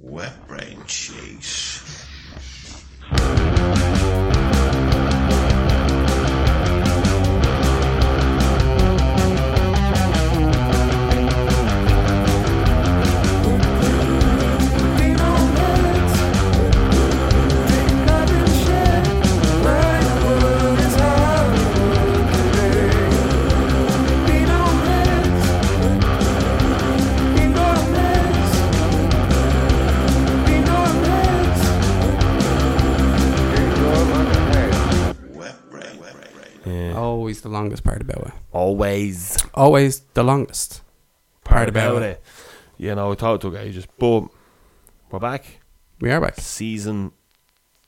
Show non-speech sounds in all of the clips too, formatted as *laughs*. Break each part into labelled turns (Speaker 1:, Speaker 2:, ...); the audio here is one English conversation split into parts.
Speaker 1: Wet brain cheese. Wet brain.
Speaker 2: Always the longest part about it.
Speaker 3: Always.
Speaker 2: Always the longest part about it.
Speaker 3: You know, I thought it took ages, but we're back.
Speaker 2: We are back.
Speaker 3: Season,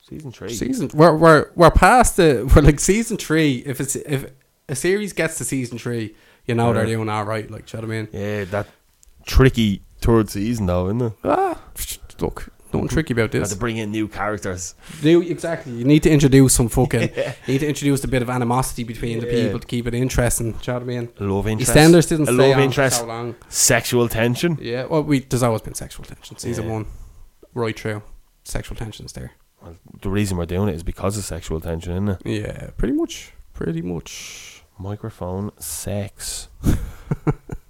Speaker 3: season three.
Speaker 2: Season we're we're we're past the *laughs* we're like season three. If it's if a series gets to season three, you know they're
Speaker 3: Yeah.
Speaker 2: doing all right. Like, do you know what I mean?
Speaker 3: Yeah, that tricky third season though, isn't it?
Speaker 2: Ah, look, nothing tricky about
Speaker 3: Had
Speaker 2: this.
Speaker 3: to bring in new characters.
Speaker 2: Do exactly. You need to introduce some
Speaker 3: *laughs*
Speaker 2: fucking. You need to introduce a bit of animosity between the
Speaker 3: Yeah.
Speaker 2: people to keep it interesting. Do you know what I mean?
Speaker 3: Love interest.
Speaker 2: EastEnders didn't
Speaker 3: A
Speaker 2: stay
Speaker 3: love
Speaker 2: on
Speaker 3: interest.
Speaker 2: for so long.
Speaker 3: Sexual tension.
Speaker 2: Yeah, well, we there's always been sexual tension. Season
Speaker 3: Yeah.
Speaker 2: one, right through, sexual tensions there.
Speaker 3: Well, the reason we're doing it is because of sexual tension, isn't it?
Speaker 2: Yeah, pretty much, pretty much.
Speaker 3: Microphone
Speaker 2: *laughs*
Speaker 3: sex.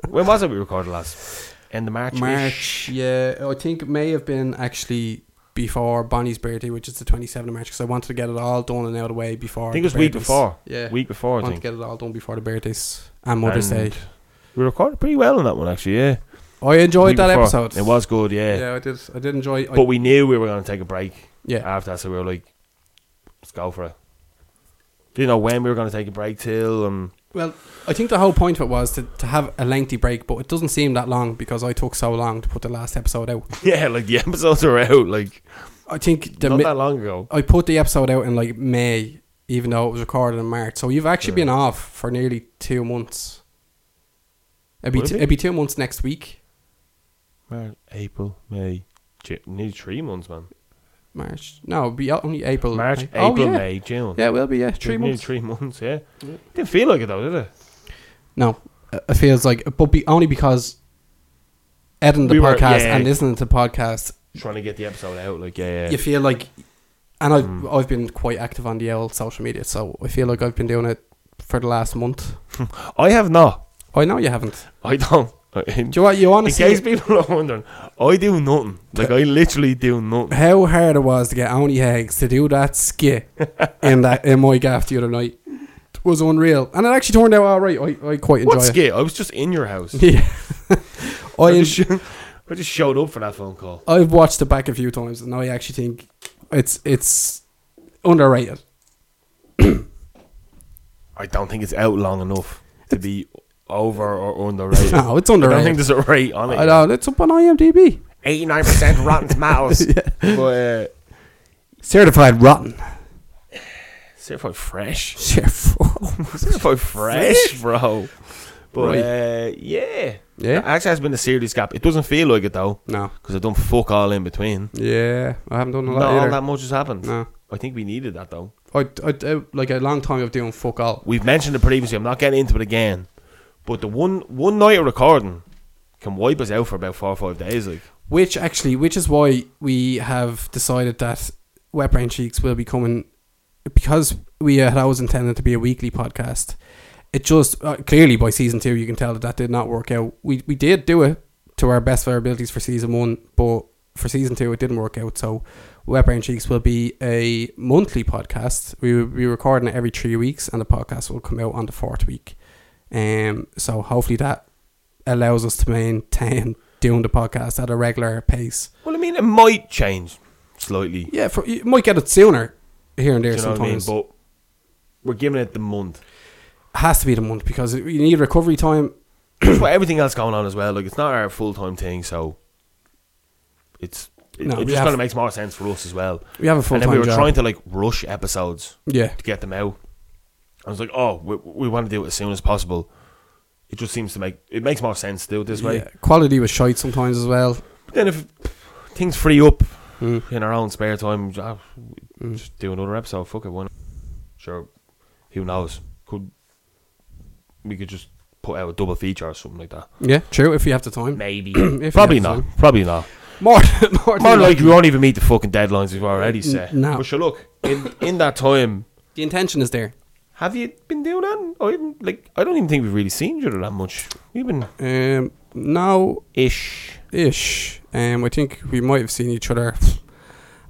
Speaker 3: when was it we recorded last? End of March.
Speaker 2: March, yeah, I think it may have been actually before Bonnie's birthday, which is the 27th of March, because I wanted to get it all done and out of the way before.
Speaker 3: I think it
Speaker 2: the
Speaker 3: was week
Speaker 2: birthdays.
Speaker 3: before.
Speaker 2: Yeah,
Speaker 3: Week before,
Speaker 2: I
Speaker 3: I
Speaker 2: wanted to
Speaker 3: think.
Speaker 2: get it all done before the birthdays and Mother's
Speaker 3: And
Speaker 2: Day.
Speaker 3: We recorded pretty well on that one, actually. Yeah.
Speaker 2: I
Speaker 3: Week
Speaker 2: enjoyed that
Speaker 3: before.
Speaker 2: episode.
Speaker 3: It was good. Yeah.
Speaker 2: Yeah, I did. I did enjoy. I,
Speaker 3: But we Ah. knew we were going to take a break
Speaker 2: yeah,
Speaker 3: after that, so we were like, "Let's go for it." Didn't know when we were going to take a break till, um, and
Speaker 2: well, I think the whole point of it was to, to have a lengthy break, but it doesn't seem that long because I took so long to put the last episode out.
Speaker 3: *laughs* yeah, like the *laughs* episodes are out like
Speaker 2: I think the
Speaker 3: not
Speaker 2: mi-
Speaker 3: that long ago.
Speaker 2: I put the episode out in like May, even though it was recorded in March. So you've actually been off for nearly two months. It'd be,
Speaker 3: Would it
Speaker 2: t-
Speaker 3: be?
Speaker 2: it'd be two months next week,
Speaker 3: March, April, May, Ju- nearly three months, man.
Speaker 2: March. No, it'd be only April.
Speaker 3: March,
Speaker 2: May. Oh,
Speaker 3: April,
Speaker 2: yeah.
Speaker 3: May, June.
Speaker 2: Yeah, it will be, yeah. Three
Speaker 3: Nearly
Speaker 2: months.
Speaker 3: Three months. Yeah. Didn't feel like it though, did it?
Speaker 2: No, it it feels like, but be only because editing the
Speaker 3: We were-
Speaker 2: podcast
Speaker 3: yeah.
Speaker 2: and listening to the podcast
Speaker 3: Trying to get the episode out, like yeah, yeah.
Speaker 2: you feel like and I've,
Speaker 3: Mm.
Speaker 2: I've been quite active on the old social media so i feel like i've been doing it for the last month
Speaker 3: *laughs* I have not.
Speaker 2: i know you haven't
Speaker 3: I don't. *laughs*
Speaker 2: do you want you want
Speaker 3: In
Speaker 2: to
Speaker 3: case
Speaker 2: see
Speaker 3: people are wondering, I do nothing. Like I literally do nothing.
Speaker 2: how hard it was to get only hags to do that skit in that in my gaff the other night it was unreal and it actually turned out all right i, I quite *laughs* enjoy
Speaker 3: What
Speaker 2: it
Speaker 3: skit? I was just in
Speaker 2: *laughs*
Speaker 3: your house.
Speaker 2: yeah I,
Speaker 3: I,
Speaker 2: en-
Speaker 3: just, sho- I just showed up for that phone call.
Speaker 2: i've watched it back a few times and i actually think it's it's underrated
Speaker 3: I don't think it's out long enough to be over
Speaker 2: *laughs*
Speaker 3: or underrated.
Speaker 2: no it's
Speaker 3: I don't
Speaker 2: underrated
Speaker 3: think there's a rate on
Speaker 2: I
Speaker 3: it.
Speaker 2: know, it's up on imdb
Speaker 3: Eighty nine percent
Speaker 2: *laughs*
Speaker 3: Rotten Tomatoes. But uh,
Speaker 2: certified rotten
Speaker 3: certified fresh, *laughs*
Speaker 2: Chef.
Speaker 3: certified fresh, bro. But
Speaker 2: Right.
Speaker 3: uh, yeah,
Speaker 2: Yeah?
Speaker 3: There actually has been a serious gap. It doesn't feel like it though,
Speaker 2: no.
Speaker 3: because I done fuck all in between.
Speaker 2: Yeah, I haven't done a
Speaker 3: Not
Speaker 2: lot
Speaker 3: all
Speaker 2: either.
Speaker 3: that much has happened.
Speaker 2: no,
Speaker 3: I think we needed that though.
Speaker 2: I, I, I like a long time of doing fuck all.
Speaker 3: We've mentioned it previously. I'm not getting into it again. But the one one night of recording can wipe us out for about four or five days. Like
Speaker 2: Which actually, which is why we have decided that Wet Brain Cheeks will be coming because we had always intended to be a weekly podcast. It just uh, clearly by season two, you can tell that that did not work out. We we did do it to our best of our abilities for season one, but for season two, it didn't work out. So Wet Brain Cheeks will be a monthly podcast. We will be recording it every three weeks, and the podcast will come out on the fourth week. Um, so hopefully that allows us to maintain doing the podcast at a regular pace.
Speaker 3: Well, I mean, it might change slightly.
Speaker 2: Yeah, for, you might get it sooner here and
Speaker 3: Do
Speaker 2: there
Speaker 3: you know what I mean?
Speaker 2: sometimes.
Speaker 3: But we're giving it the month. *clears throat*
Speaker 2: it has to be the month because you need recovery time.
Speaker 3: That's what everything else going on as well. Like it's not our full time thing, so it's it,
Speaker 2: No,
Speaker 3: it
Speaker 2: we
Speaker 3: just
Speaker 2: have-
Speaker 3: kind of makes more sense for us as well.
Speaker 2: We have a full
Speaker 3: and then
Speaker 2: time
Speaker 3: we were
Speaker 2: job.
Speaker 3: trying to like rush episodes
Speaker 2: yeah,
Speaker 3: to get them out. I was like, oh, we, we want to do it as soon as possible. It just seems to make it makes more sense to do it this way.
Speaker 2: yeah. Quality was shite sometimes as well.
Speaker 3: But then if things free up
Speaker 2: Mm.
Speaker 3: in our own spare time, ah,
Speaker 2: Mm.
Speaker 3: just do another episode. Fuck it, why not? Sure, who knows? Could we could just put out a double feature or something like that?
Speaker 2: Yeah, true. If you have the time,
Speaker 3: *clears throat* Maybe.
Speaker 2: If you
Speaker 3: Probably
Speaker 2: have
Speaker 3: not.
Speaker 2: time.
Speaker 3: Probably not.
Speaker 2: More, *laughs* more,
Speaker 3: More
Speaker 2: than
Speaker 3: like
Speaker 2: likely.
Speaker 3: we won't even meet the fucking deadlines we've already set.
Speaker 2: no.
Speaker 3: But sure, look,
Speaker 2: *laughs*
Speaker 3: in, in that time,
Speaker 2: the intention is there.
Speaker 3: have you been doing that? I haven't, like, I don't even think we've really seen each other that much. We've been
Speaker 2: Um, now
Speaker 3: ish.
Speaker 2: ish. Um, I think we might have seen each other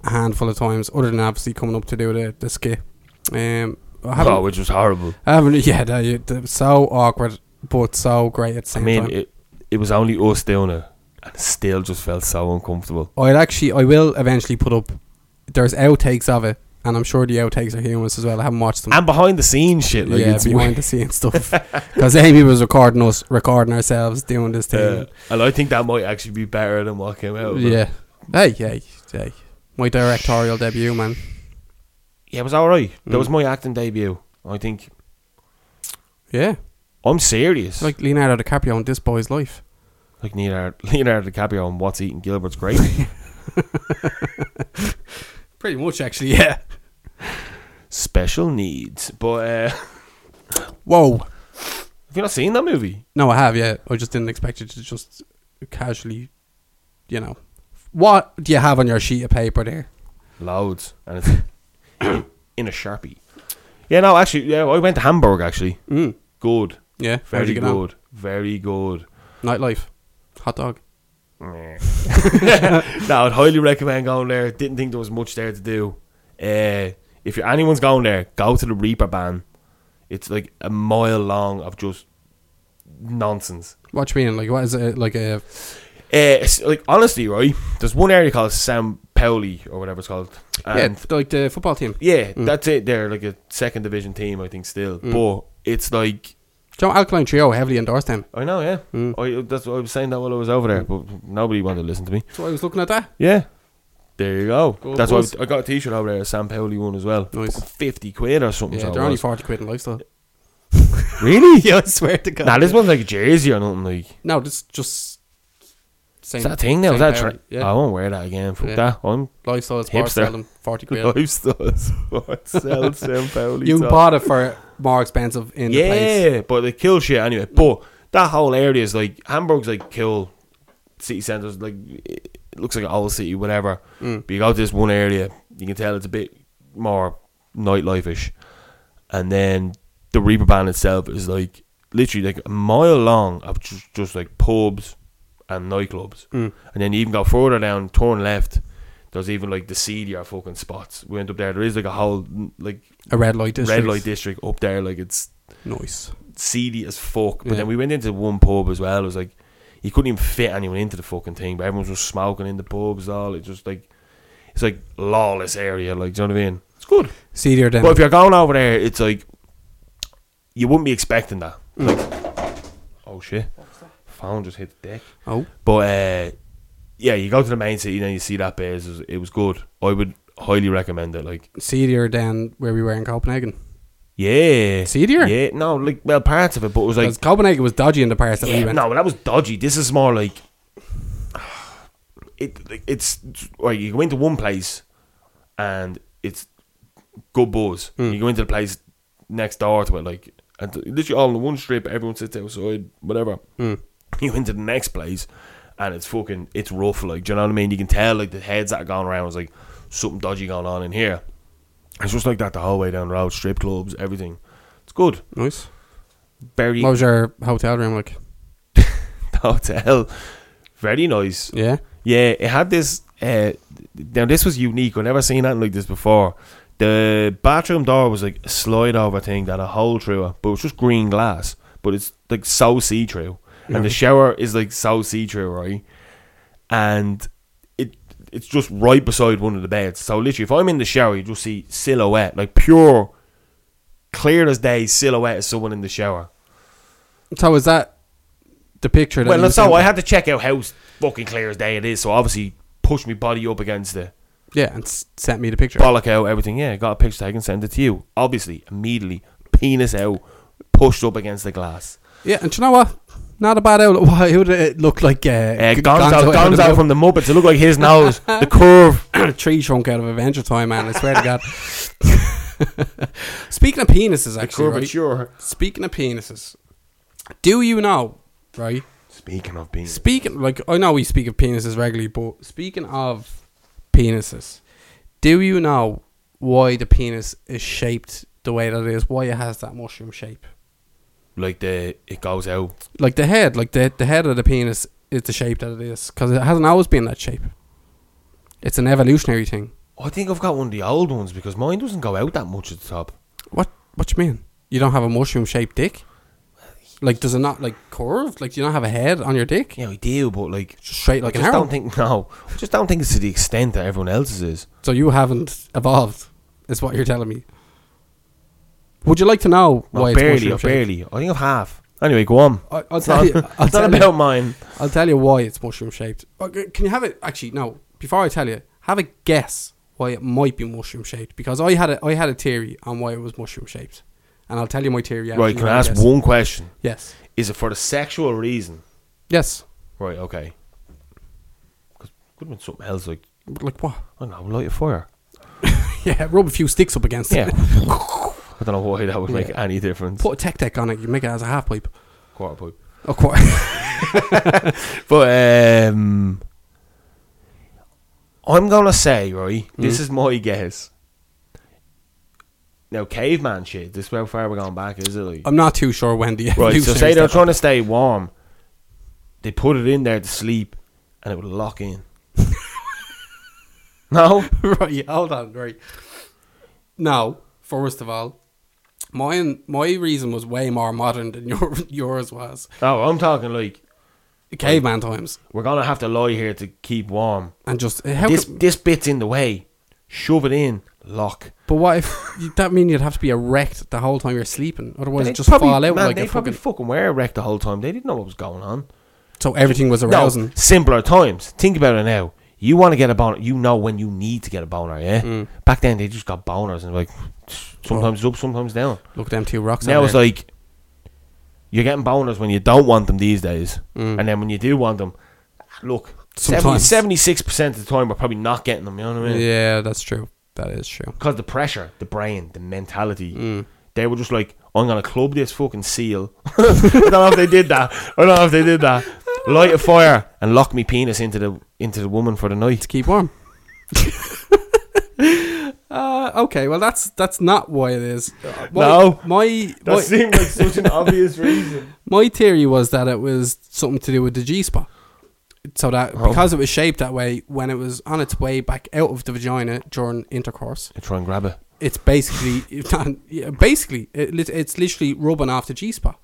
Speaker 2: a handful of times, other than obviously coming up to do the the skit. Um, I haven't,
Speaker 3: Oh, which was horrible.
Speaker 2: I haven't. Um, *laughs* Yeah, that, you- that- so awkward, but so great at the
Speaker 3: I
Speaker 2: same
Speaker 3: mean,
Speaker 2: time.
Speaker 3: it, it was only us doing it, and it still just felt so uncomfortable.
Speaker 2: I'd actually, I will eventually put up. There's outtakes of it, and I'm sure the outtakes are humorous as well. I haven't watched them.
Speaker 3: And behind the scenes shit, like,
Speaker 2: yeah,
Speaker 3: it's *laughs*
Speaker 2: behind the scenes stuff. Because Amy was recording us, recording ourselves doing this
Speaker 3: *laughs* weird.
Speaker 2: thing.
Speaker 3: Uh, and I think that might actually be better than what came out. of it.
Speaker 2: yeah. Hey, hey, hey. My directorial debut, man.
Speaker 3: Yeah, it was alright. That
Speaker 2: Mm.
Speaker 3: was my acting debut. I think
Speaker 2: Yeah.
Speaker 3: I'm serious. Like,
Speaker 2: Like Leonardo DiCaprio in This Boy's Life.
Speaker 3: like Leonardo, *laughs* Leonardo DiCaprio on What's Eating
Speaker 2: *laughs*
Speaker 3: Gilbert's Grape.
Speaker 2: Pretty much, actually, yeah.
Speaker 3: Special needs. But uh, *laughs* have
Speaker 2: Whoa.
Speaker 3: you not seen that movie?
Speaker 2: No, I have, yeah. I just didn't expect you to just casually, you know. What do you have on your sheet of paper there?
Speaker 3: Loads, and
Speaker 2: *coughs*
Speaker 3: it's in a sharpie. Yeah, no, actually, yeah, I went to Hamburg. Actually,
Speaker 2: Mm.
Speaker 3: good,
Speaker 2: Yeah. how'd
Speaker 3: very
Speaker 2: you
Speaker 3: good,
Speaker 2: get on?
Speaker 3: very good.
Speaker 2: Nightlife. Hot dog.
Speaker 3: Meh. *laughs* no, I'd highly recommend going there. Didn't think there was much there to do. Uh, if you're, anyone's going there, go to the Reaper Ban. It's like a mile long of just nonsense.
Speaker 2: What you mean? Like, what is it? Like a.
Speaker 3: Uh, it's like honestly, right? There's one area called San Pauli or whatever it's called, and
Speaker 2: yeah, like the football team.
Speaker 3: yeah, that's it. They're like a second division team, I think, still. But it's like
Speaker 2: Joe Alkaline Trio heavily endorsed them.
Speaker 3: I know, yeah. I, that's what I was saying that while I was over there, but nobody wanted to listen to me.
Speaker 2: So I was looking at that.
Speaker 3: Yeah. There you go.
Speaker 2: Go
Speaker 3: That's why
Speaker 2: Bulls.
Speaker 3: I got a T-shirt over there, a Sam Paoli one as well.
Speaker 2: Nice.
Speaker 3: Fucking Fifty quid or something.
Speaker 2: Yeah,
Speaker 3: so it
Speaker 2: they're only
Speaker 3: was.
Speaker 2: 40 quid in lifestyle.
Speaker 3: really?
Speaker 2: *laughs* yeah, I swear to God.
Speaker 3: Nah, this one's like a jersey or nothing. Like
Speaker 2: No, this just. Same,
Speaker 3: is that a thing now? Is
Speaker 2: same
Speaker 3: that
Speaker 2: power,
Speaker 3: tra-
Speaker 2: yeah.
Speaker 3: I won't wear that again. Fuck
Speaker 2: Yeah.
Speaker 3: that. I'm
Speaker 2: Lifestyle sports
Speaker 3: Hipster.
Speaker 2: sell them 40
Speaker 3: *laughs*
Speaker 2: quid.
Speaker 3: lifestyles. Sell Sam Paoli.
Speaker 2: You
Speaker 3: top.
Speaker 2: bought it for more expensive in the place.
Speaker 3: Yeah, but they kill shit anyway. But that whole area is like Hamburg's like kill city centres. Like it looks like an old city, whatever.
Speaker 2: Mm.
Speaker 3: But you go to this one area, you can tell it's a bit more nightlifeish. And then the Reaper Band itself is like literally like a mile long of just, just like pubs and nightclubs.
Speaker 2: Mm.
Speaker 3: And then you even go further down, turn left. There's even like the seedier fucking spots. We went up there. There is like a whole like
Speaker 2: A red light district.
Speaker 3: red light district up there. Like it's
Speaker 2: Nice.
Speaker 3: seedy as fuck. But
Speaker 2: Yeah.
Speaker 3: then we went into one pub as well. It was like you couldn't even fit anyone into the fucking thing. But everyone was just smoking in the pubs. All it just like it's like lawless area. Like do you know what I mean? It's good.
Speaker 2: See there then.
Speaker 3: But if you're going over there, it's like you wouldn't be expecting that. Like oh shit, phone just hit the deck.
Speaker 2: oh,
Speaker 3: But uh, yeah, you go to the main city and then you see that bears. It was, it was good. I would highly recommend it. Like
Speaker 2: see there then where we were in Copenhagen.
Speaker 3: yeah,
Speaker 2: Seedier?
Speaker 3: Yeah, no, like well, parts of it, but it was like
Speaker 2: 'Cause Copenhagen was dodgy in the parts that we
Speaker 3: Yeah,
Speaker 2: went.
Speaker 3: no, that was dodgy. This is more like it. like, It's right. You go into one place, and it's good buzz. You go into the place next door to it, like and th- literally all in one strip. Everyone sits outside, whatever. You go into the next place, and it's fucking. It's rough. Like, do you know what I mean? You can tell like the heads that are going around. It's like something dodgy going on in here. It's just like that the whole way down the road. Strip clubs, everything. It's good.
Speaker 2: Nice.
Speaker 3: Very
Speaker 2: What was your hotel room like?
Speaker 3: *laughs* hotel. Very nice.
Speaker 2: Yeah.
Speaker 3: Yeah, it had this. Uh, now this was unique. I never seen anything like this before. The bathroom door was like a slide over thing that had a hole through it, but it was just green glass. But it's like so see through, and the shower is like so see through, right? And it it's just right beside one of the beds. So literally, if I'm in the shower, you just see silhouette, like pure, clear as day silhouette of someone in the shower.
Speaker 2: So is that the picture that
Speaker 3: Well,
Speaker 2: you
Speaker 3: that's
Speaker 2: sent
Speaker 3: how I
Speaker 2: me?
Speaker 3: had to check out how fucking clear as day it is. So obviously, pushed my body up against it.
Speaker 2: Yeah, and s- sent me the picture.
Speaker 3: bollock out, everything. Yeah, got a picture taken, send it to you. Obviously, immediately, penis out, pushed up against the glass.
Speaker 2: Yeah, and do you know what? Not a bad outlook. *laughs* Why would it look like uh,
Speaker 3: Uh,
Speaker 2: G-
Speaker 3: Gonzo,
Speaker 2: out of
Speaker 3: Gonzo
Speaker 2: the-
Speaker 3: from the Muppets. It looked like his
Speaker 2: *laughs*
Speaker 3: nose, the curve.
Speaker 2: a *coughs* tree trunk out of Adventure Time, man. I swear to God. *laughs* Speaking of penises, actually, right?
Speaker 3: Curvature.
Speaker 2: Speaking of penises, do you know, right?
Speaker 3: Speaking of being
Speaker 2: Speaking like I know we speak of penises regularly, but speaking of penises, do you know why the penis is shaped the way that it is? Why it has that mushroom shape?
Speaker 3: like the it goes out.
Speaker 2: Like the head, like the the head of the penis is the shape that it is because it hasn't always been that shape. It's an evolutionary thing.
Speaker 3: I think I've got one of the old ones because mine doesn't go out that much at the top.
Speaker 2: What what you mean? You don't have a mushroom shaped dick? Like does it not like curved? Like do you not have a head on your dick?
Speaker 3: Yeah, I do, but like
Speaker 2: Just straight like
Speaker 3: I
Speaker 2: an
Speaker 3: just
Speaker 2: arrow.
Speaker 3: don't think no. I just don't think it's to the extent that everyone else's is.
Speaker 2: So you haven't evolved, is what you're telling me. Would you like to know
Speaker 3: No,
Speaker 2: why
Speaker 3: barely,
Speaker 2: it's mushroom shaped?
Speaker 3: barely. I think I've half. Anyway, go on.
Speaker 2: I- I'll
Speaker 3: It's
Speaker 2: tell
Speaker 3: not,
Speaker 2: you- I'll
Speaker 3: *laughs* it's not
Speaker 2: tell you.
Speaker 3: about mine.
Speaker 2: I'll tell you why it's mushroom shaped. Okay, Can you have it? Actually, no. Before I tell you, have a guess why it might be mushroom shaped. Because I had a I had a theory on why it was mushroom shaped, and I'll tell you my theory. after
Speaker 3: right,
Speaker 2: you
Speaker 3: can
Speaker 2: have
Speaker 3: I
Speaker 2: a
Speaker 3: ask
Speaker 2: guess.
Speaker 3: one question?
Speaker 2: Yes.
Speaker 3: Is it for the sexual reason?
Speaker 2: Yes.
Speaker 3: Right, okay. Because could have been something else like
Speaker 2: But Like what? *laughs*
Speaker 3: I don't know, light a fire.
Speaker 2: Yeah. Rub a few sticks up against
Speaker 3: Yeah. *laughs*
Speaker 2: it.
Speaker 3: I don't know why that would make
Speaker 2: Yeah.
Speaker 3: any difference.
Speaker 2: Put a tech deck on it. You make it as a half pipe.
Speaker 3: Quarter pipe.
Speaker 2: Oh, quite.
Speaker 3: But um, I'm gonna say right.
Speaker 2: Mm.
Speaker 3: This is my guess. Now, caveman shit. This is how far we're going back, is it? Like,
Speaker 2: *laughs* I'm not too sure when the
Speaker 3: right. So
Speaker 2: evolutionary
Speaker 3: say they're
Speaker 2: step-
Speaker 3: trying to stay warm. They put it in there to sleep, and it would
Speaker 2: *laughs*
Speaker 3: lock in. no,
Speaker 2: right, yeah, hold on, right. Now, first of all, mine my reason was way more modern than *laughs* your yours was.
Speaker 3: no. Oh, I'm talking like
Speaker 2: Caveman times.
Speaker 3: we're gonna have to lie here to keep warm.
Speaker 2: And just eh, how
Speaker 3: this
Speaker 2: could-
Speaker 3: this bit's in the way. Shove it in. Lock.
Speaker 2: but what if *laughs* you- that mean you'd have to be erect the whole time you're sleeping? Otherwise
Speaker 3: They
Speaker 2: it just fall out
Speaker 3: man,
Speaker 2: like
Speaker 3: they
Speaker 2: a
Speaker 3: probably
Speaker 2: fucking
Speaker 3: fucking were wrecked the whole time. They didn't know what was going on.
Speaker 2: So everything was
Speaker 3: No,
Speaker 2: arousing.
Speaker 3: simpler times. Think about it now. You want to get a boner, you know when you need to get a boner, yeah?
Speaker 2: Mm.
Speaker 3: Back then, they just got boners and like sometimes up, sometimes down.
Speaker 2: Look at them two rocks.
Speaker 3: now
Speaker 2: out
Speaker 3: it's
Speaker 2: there.
Speaker 3: like you're getting boners when you don't want them these days. And then when you do want them, look, 70,
Speaker 2: Mm. Sometimes.
Speaker 3: 76% of the time, we're probably not getting them, you know what I mean?
Speaker 2: Yeah, that's true. That is true.
Speaker 3: Because the pressure, the brain, the mentality, they were just like, I'm going to club this fucking seal. *laughs* I don't know if they did that. I don't know if they did that. Light a fire and lock me penis into the into the woman for the night.
Speaker 2: To keep
Speaker 3: *laughs*
Speaker 2: warm. *laughs* Uh, okay, well that's that's not why it is. Uh, my-
Speaker 3: No.
Speaker 2: my,
Speaker 3: That
Speaker 2: my
Speaker 3: seemed like such an obvious *laughs* reason.
Speaker 2: My theory was that it was something to do with the G spot. So that
Speaker 3: Oh.
Speaker 2: because it was shaped that way, when it was on its way back out of the vagina during intercourse,
Speaker 3: I try and grab it.
Speaker 2: it's basically *laughs* it's not- yeah, basically it, lit- it's literally rubbing off the G spot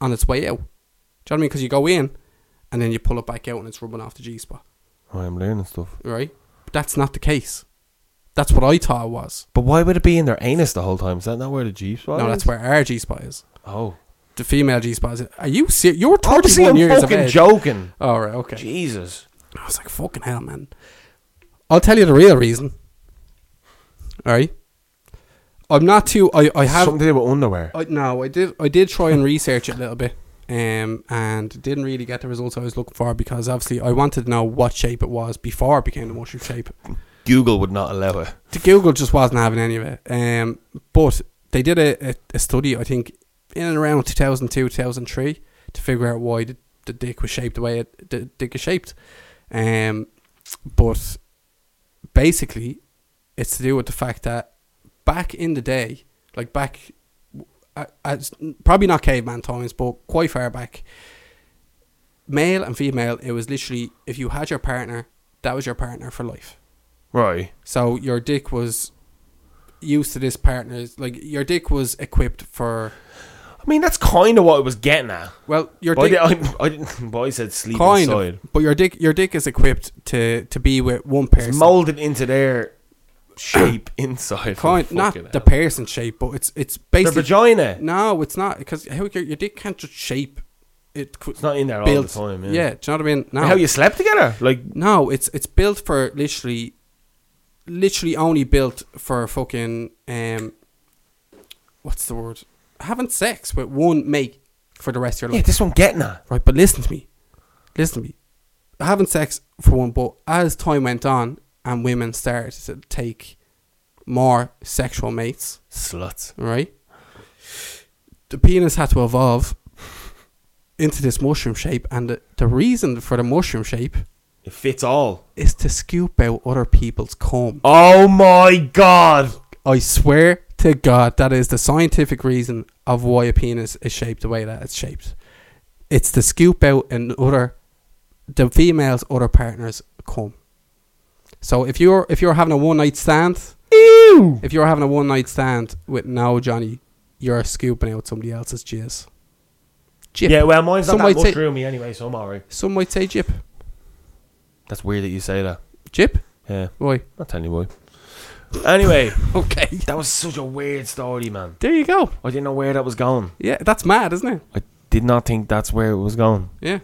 Speaker 2: on its way out. Do you know what I mean? Because you go in and then you pull it back out and it's rubbing off the G spot,
Speaker 3: Oh, I'm learning stuff.
Speaker 2: right? But that's not the case. That's what I thought it was.
Speaker 3: But why would it be in their anus the whole time? Is that not where the G spot
Speaker 2: no,
Speaker 3: is?
Speaker 2: that's where our G spot is.
Speaker 3: Oh.
Speaker 2: The female G spot is. Are you serious? You're
Speaker 3: Obviously,
Speaker 2: 31
Speaker 3: I'm
Speaker 2: years of
Speaker 3: fucking
Speaker 2: age.
Speaker 3: joking.
Speaker 2: All right, okay.
Speaker 3: Jesus.
Speaker 2: I was like, fucking hell, man. I'll tell you the real reason. Alright? I'm not too I, I have
Speaker 3: Something to do with underwear.
Speaker 2: I, no, I did I did try and research it a little bit. Um and didn't really get the results I was looking for because obviously I wanted to know what shape it was before it became the mushroom shape.
Speaker 3: Google would not allow it.
Speaker 2: The Google just wasn't having any of it. Um but they did a, a, a study I think in and around two thousand two, two thousand three to figure out why the, the dick was shaped the way it the dick is shaped. Um but basically, it's to do with the fact that back in the day, like back, uh, as, probably not caveman times, but quite far back, male and female, it was literally if you had your partner, that was your partner for life.
Speaker 3: Right.
Speaker 2: So your dick was used to this partner's, like your dick was equipped for,
Speaker 3: I mean, that's kind of what I was getting at.
Speaker 2: well, your
Speaker 3: But I,
Speaker 2: dick.
Speaker 3: did, I, I didn't. *laughs* But I said sleep
Speaker 2: Kind
Speaker 3: inside.
Speaker 2: of, but your dick, your dick is equipped to to be with one person.
Speaker 3: It's molded into their shape inside.
Speaker 2: kind,
Speaker 3: Fucking
Speaker 2: not
Speaker 3: hell.
Speaker 2: the person shape, but it's it's
Speaker 3: their
Speaker 2: basically
Speaker 3: vagina.
Speaker 2: No, it's not because how your, your dick can't just shape it. Could
Speaker 3: It's not in there all the
Speaker 2: built,
Speaker 3: time. Yeah.
Speaker 2: do you know what I mean? No,
Speaker 3: How you slept together? Like
Speaker 2: no, it's it's built for literally, literally only built for fucking um, what's the word? Having sex with one mate for the rest of your
Speaker 3: yeah,
Speaker 2: life,
Speaker 3: this one getting at.
Speaker 2: right? But listen to me, listen to me. Having sex for one, but as time went on and women started to take more sexual mates,
Speaker 3: Sluts.
Speaker 2: right? The penis had to evolve into this mushroom shape, and the, the reason for the mushroom shape
Speaker 3: It fits all.
Speaker 2: is to scoop out other people's cum.
Speaker 3: Oh my god!
Speaker 2: I swear to God, that is the scientific reason of why a penis is shaped the way that it's shaped. It's to scoop out and other the female's other partners come. So if you're if you're having a one night stand,
Speaker 3: Ew!
Speaker 2: if you're having a one night stand with no Johnny, you're scooping out somebody else's jizz. Jip.
Speaker 3: Yeah, well, mine's not
Speaker 2: Some
Speaker 3: that
Speaker 2: might say-
Speaker 3: mushroomy anyway, so I'm alright.
Speaker 2: Some might say jip.
Speaker 3: That's weird that you say that.
Speaker 2: Jip?
Speaker 3: Yeah,
Speaker 2: Why?
Speaker 3: I'll tell you why. Anyway,
Speaker 2: *laughs* Okay.
Speaker 3: that was such a weird story, man.
Speaker 2: There you go.
Speaker 3: I didn't know where that was going.
Speaker 2: Yeah, that's mad, isn't it?
Speaker 3: I did not think that's where it was going.
Speaker 2: Yeah.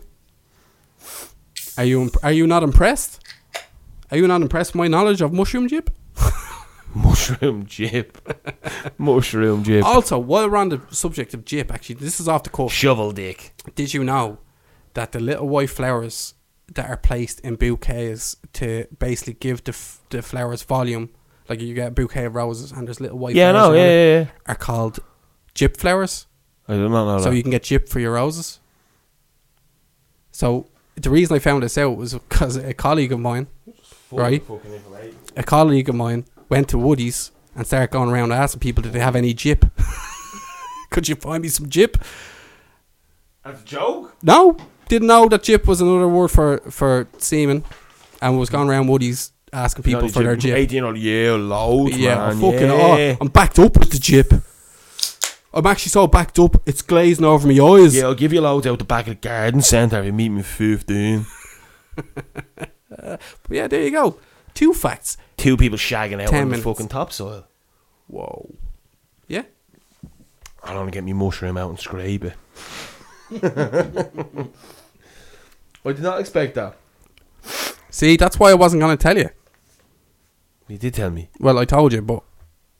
Speaker 2: Are you imp- are you not impressed? Are you not impressed with my knowledge of mushroom jip?
Speaker 3: *laughs* Mushroom jip. *laughs* Mushroom jip.
Speaker 2: Also, while we're on the subject of jip, actually, this is off the cuff.
Speaker 3: Shovel dick.
Speaker 2: Did you know that the little white flowers that are placed in bouquets to basically give the, f- the flowers volume, like you get a bouquet of roses and there's little white
Speaker 3: Yeah,
Speaker 2: flowers
Speaker 3: no,
Speaker 2: around
Speaker 3: yeah,
Speaker 2: it,
Speaker 3: yeah, yeah.
Speaker 2: are called jip flowers.
Speaker 3: I did not know
Speaker 2: so
Speaker 3: that.
Speaker 2: you can get gypped for your roses. So the reason I found this out was because a colleague of mine, right? A colleague of mine went to Woody's and started going around asking people, "Did they have any jip? *laughs* Could you find me some jip?"
Speaker 3: That's a joke?
Speaker 2: No, didn't know that jip was another word for for semen, and was going around Woody's asking people for their jip.
Speaker 3: 18 old, yeah, loads,
Speaker 2: Yeah,
Speaker 3: man.
Speaker 2: I'm fucking
Speaker 3: yeah.
Speaker 2: oh, I'm backed up with the jip. I'm actually so backed up, it's glazing over my eyes.
Speaker 3: Yeah, I'll give you loads out the back of the garden centre if you meet me at 15.
Speaker 2: But yeah, there you go. Two facts.
Speaker 3: Two people shagging out
Speaker 2: Ten
Speaker 3: on
Speaker 2: minutes.
Speaker 3: the fucking topsoil.
Speaker 2: Whoa. Yeah.
Speaker 3: I'll only get me mushroom out and scrape it. *laughs* I did not expect that.
Speaker 2: See, that's why I wasn't gonna tell you.
Speaker 3: You did tell me.
Speaker 2: Well, I told you, but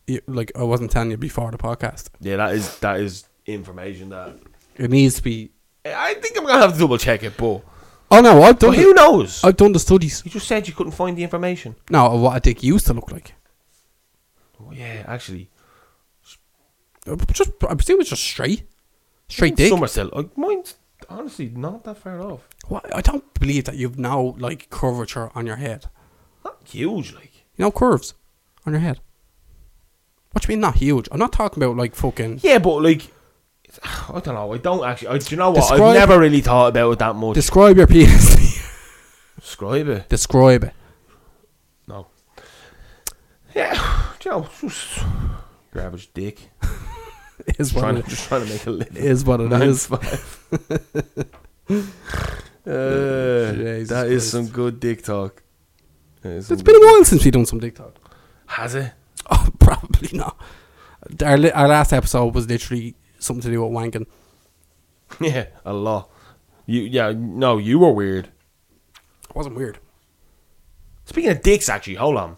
Speaker 2: you, like I wasn't telling you before the podcast.
Speaker 3: Yeah, that is that is information that
Speaker 2: It needs to be.
Speaker 3: I think I'm gonna have to double check it, but
Speaker 2: Oh no, I've done.
Speaker 3: but who
Speaker 2: The,
Speaker 3: knows?
Speaker 2: I've done the studies.
Speaker 3: you just said you couldn't find the information.
Speaker 2: No, of what a dick used to look like.
Speaker 3: Well, yeah, actually,
Speaker 2: Uh, Just, I presume it's just straight, straight dick.
Speaker 3: Somerset. Like, mine's honestly not that far off.
Speaker 2: What? I don't believe that you've now like curvature on your head.
Speaker 3: Not huge, like.
Speaker 2: You know, curves on your head. What do you mean not huge? I'm not talking about like fucking.
Speaker 3: Yeah, but like, it's- *sighs* I don't know. I don't actually. I, do you know what?
Speaker 2: Describe-
Speaker 3: I've never really thought about it that much.
Speaker 2: Describe your penis. *laughs* to me.
Speaker 3: Describe it.
Speaker 2: Describe it.
Speaker 3: No. Yeah, *sighs* do you know, just garbage dick.
Speaker 2: Is what
Speaker 3: Trying
Speaker 2: it
Speaker 3: to, just trying to make
Speaker 2: *laughs*
Speaker 3: a living.
Speaker 2: is what it
Speaker 3: Nine *laughs*
Speaker 2: is.
Speaker 3: five. *laughs* Uh,
Speaker 2: Jesus
Speaker 3: that is
Speaker 2: Christ.
Speaker 3: some good dick talk. It's
Speaker 2: It's been a while since we've done some dick talk.
Speaker 3: Has it?
Speaker 2: *laughs* Oh, probably not. Our, li- our last episode was literally something to do with wanking.
Speaker 3: Yeah, a lot. You yeah no, you were weird.
Speaker 2: It wasn't weird.
Speaker 3: Speaking of dicks, actually, hold on.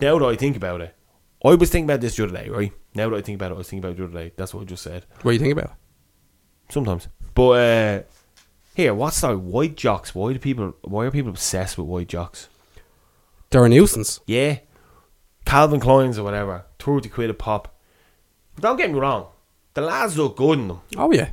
Speaker 3: Now that I think about it, I was thinking about this the other day, right? Now that I think about it, I was thinking about it the other day. That's what I just said.
Speaker 2: What do you think about it?
Speaker 3: Sometimes, but uh here, what's that? White jocks. Why do people? Why are people obsessed with white jocks?
Speaker 2: They're a nuisance.
Speaker 3: Yeah. Calvin Klein's or whatever. 30 quid a pop. But don't get me wrong. The lads look good in them.
Speaker 2: Oh, yeah.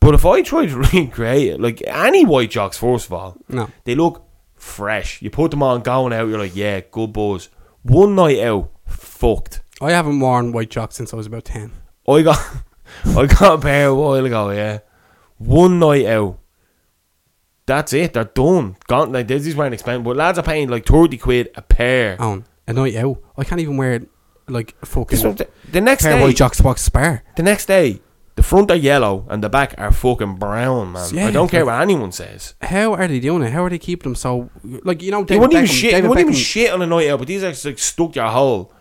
Speaker 3: But if I try to *laughs* recreate it, like any white jocks, first of all,
Speaker 2: No.
Speaker 3: they look fresh. You put them on going out, you're like, yeah, good buzz. One night out, fucked.
Speaker 2: I haven't worn white jocks since I was about 10.
Speaker 3: I got *laughs* I got a pair a while ago, yeah. One night out. That's it, they're done. Gone like this is wearing expensive. But lads are paying like thirty quid a pair.
Speaker 2: On a night out. I can't even wear, like, a
Speaker 3: This
Speaker 2: fucking
Speaker 3: one- the next
Speaker 2: pair of
Speaker 3: day
Speaker 2: white jocks to walk to spar.
Speaker 3: The next day, the front are yellow and the back are fucking brown, man.
Speaker 2: Yeah,
Speaker 3: I don't care what anyone says.
Speaker 2: How are they doing it? How are they keeping them so. Like, you know,
Speaker 3: They
Speaker 2: David
Speaker 3: wouldn't
Speaker 2: Beckham.
Speaker 3: even shit. They
Speaker 2: David,
Speaker 3: wouldn't
Speaker 2: Beckham
Speaker 3: even shit on a night out, but these are just like stuck your hole.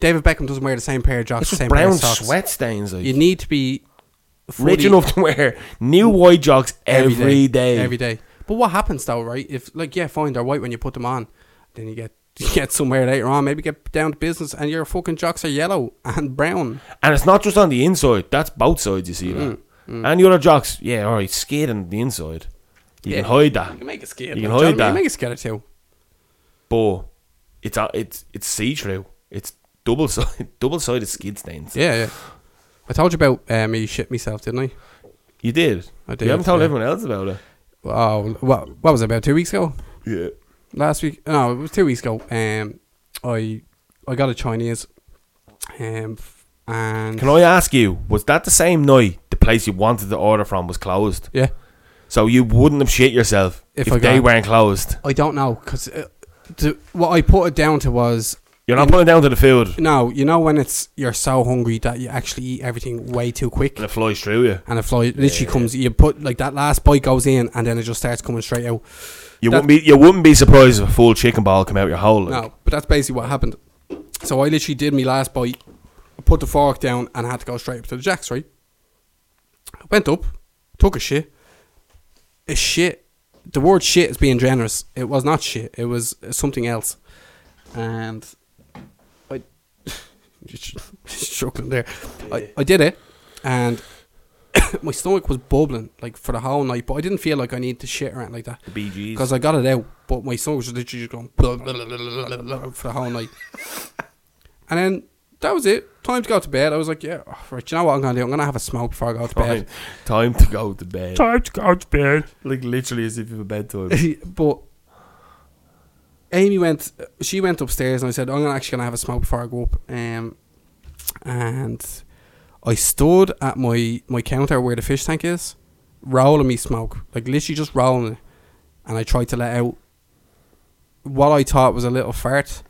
Speaker 2: David Beckham doesn't wear the same pair of jocks,
Speaker 3: It's
Speaker 2: the
Speaker 3: just
Speaker 2: same pair
Speaker 3: brown
Speaker 2: of socks.
Speaker 3: sweat stains. Like.
Speaker 2: You need to be.
Speaker 3: rich
Speaker 2: fully-
Speaker 3: enough to wear new white jocks every day.
Speaker 2: Every day. But what happens though, right? If like yeah, fine, they're white when you put them on. Then you get *laughs* you get somewhere later on, maybe get down to business and your fucking jocks are yellow *laughs* and brown.
Speaker 3: And it's not just on the inside. That's both sides. You see
Speaker 2: Mm,
Speaker 3: that. And the other jocks, yeah, all right, skid on the inside.
Speaker 2: Yeah.
Speaker 3: You can hide
Speaker 2: You
Speaker 3: that,
Speaker 2: can make a scared.
Speaker 3: You can hide that.
Speaker 2: You make a scared too.
Speaker 3: but it's a- it's it's see through. It's double *laughs* side, double sided skid stains.
Speaker 2: Yeah, yeah. I told you about uh, me shit myself, didn't I?
Speaker 3: You did.
Speaker 2: I did,
Speaker 3: You haven't told
Speaker 2: yeah.
Speaker 3: everyone else about it.
Speaker 2: Oh, what what was it about two weeks ago?
Speaker 3: Yeah.
Speaker 2: Last week? No, it was two weeks ago. Um, I I got a Chinese, um, f- and
Speaker 3: Can I ask you, was that the same night the place you wanted to order from was closed?
Speaker 2: yeah,
Speaker 3: So you wouldn't have shit yourself
Speaker 2: If
Speaker 3: if,
Speaker 2: I
Speaker 3: they
Speaker 2: got-
Speaker 3: weren't closed.
Speaker 2: I don't know because uh, the- what I put it down to was
Speaker 3: You're not putting it down to the food
Speaker 2: no, you know when it's you're so hungry that you actually eat everything way too quick.
Speaker 3: and it flies through you.
Speaker 2: and a fly literally comes. You put like that last bite goes in, and then it just starts coming straight out.
Speaker 3: You
Speaker 2: That-
Speaker 3: wouldn't be you wouldn't be surprised if a full chicken ball came out your hole. like.
Speaker 2: No, but that's basically what happened. So I literally did my last bite, put the fork down, and had to go straight up to the jacks. Right, I went up, took a shit. A shit. The word shit is being generous. It was not shit. It was something else, and I *laughs* struggling there. I, I did it, and. *coughs* my stomach was bubbling like for the whole night, but I didn't feel like I needed to shit or anything like that.
Speaker 3: The BGs.
Speaker 2: because I got it out, but my stomach was literally just going *laughs* blah, blah, blah, blah, blah, blah, blah, for the whole
Speaker 4: *laughs*
Speaker 2: night. and then that was it. Time to go to bed. I was like, yeah, oh, right. do You know what I'm gonna do? I'm gonna have a smoke before I go to
Speaker 3: time,
Speaker 2: bed.
Speaker 3: time to go to bed.
Speaker 4: Time to go to bed.
Speaker 3: Like literally as if you have a *laughs* bedtime.
Speaker 2: *laughs* but Amy went. She went upstairs, and I said, I'm gonna actually gonna have a smoke before I go up. Um, and I stood at my my counter where the fish tank is, rolling me smoke, like literally just rolling it, and I tried to let out what I thought was a little fart,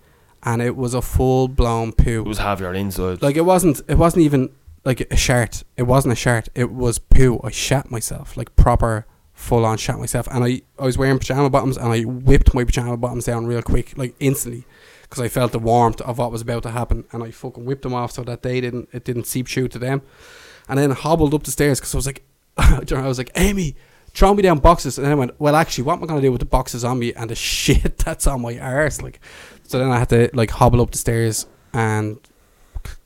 Speaker 2: and it was a full blown poo.
Speaker 3: it was have your inside.
Speaker 2: Like it wasn't. It wasn't even like a shirt. It wasn't a shirt. It was poo. I shat myself. Like proper full on shat myself. And I I was wearing pajama bottoms and I whipped my pajama bottoms down real quick, like instantly, because I felt the warmth of what was about to happen. And I fucking whipped them off so that they didn't. It didn't seep through to them. And then hobbled up the stairs because I was like, *laughs* I was like Amy. Throw me down boxes, and then I went. Well, actually, what am I gonna do with the boxes on me and the *laughs* shit that's on my arse? Like, so then I had to like hobble up the stairs and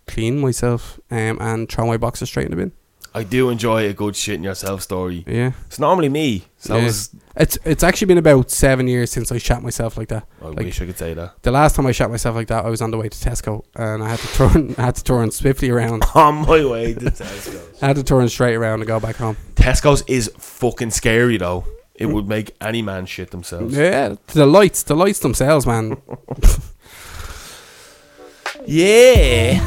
Speaker 2: clean myself um, and throw my boxes straight in the bin.
Speaker 3: I do enjoy a good shit in yourself story.
Speaker 2: Yeah.
Speaker 3: It's normally me. So
Speaker 2: Yeah.
Speaker 3: it's-
Speaker 2: It's it's actually been about seven years since I shat myself like that.
Speaker 3: I
Speaker 2: Like-
Speaker 3: wish I could say that. *laughs*
Speaker 2: The last time I shat myself like that, I was on the way to Tesco and I had to turn I had to turn swiftly around.
Speaker 3: On my way *laughs* to Tesco's.
Speaker 2: I had to turn straight around and go back home.
Speaker 3: Tesco's is fucking scary though. It would make any man shit themselves.
Speaker 2: Yeah, the lights, the lights themselves, man.
Speaker 3: *laughs* Yeah.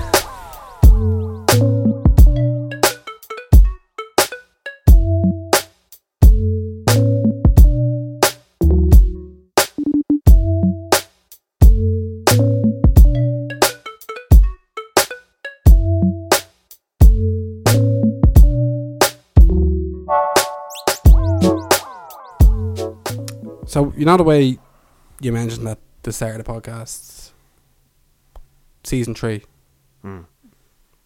Speaker 2: So you know the way you mentioned that the start of the podcast, season three,
Speaker 3: Hmm.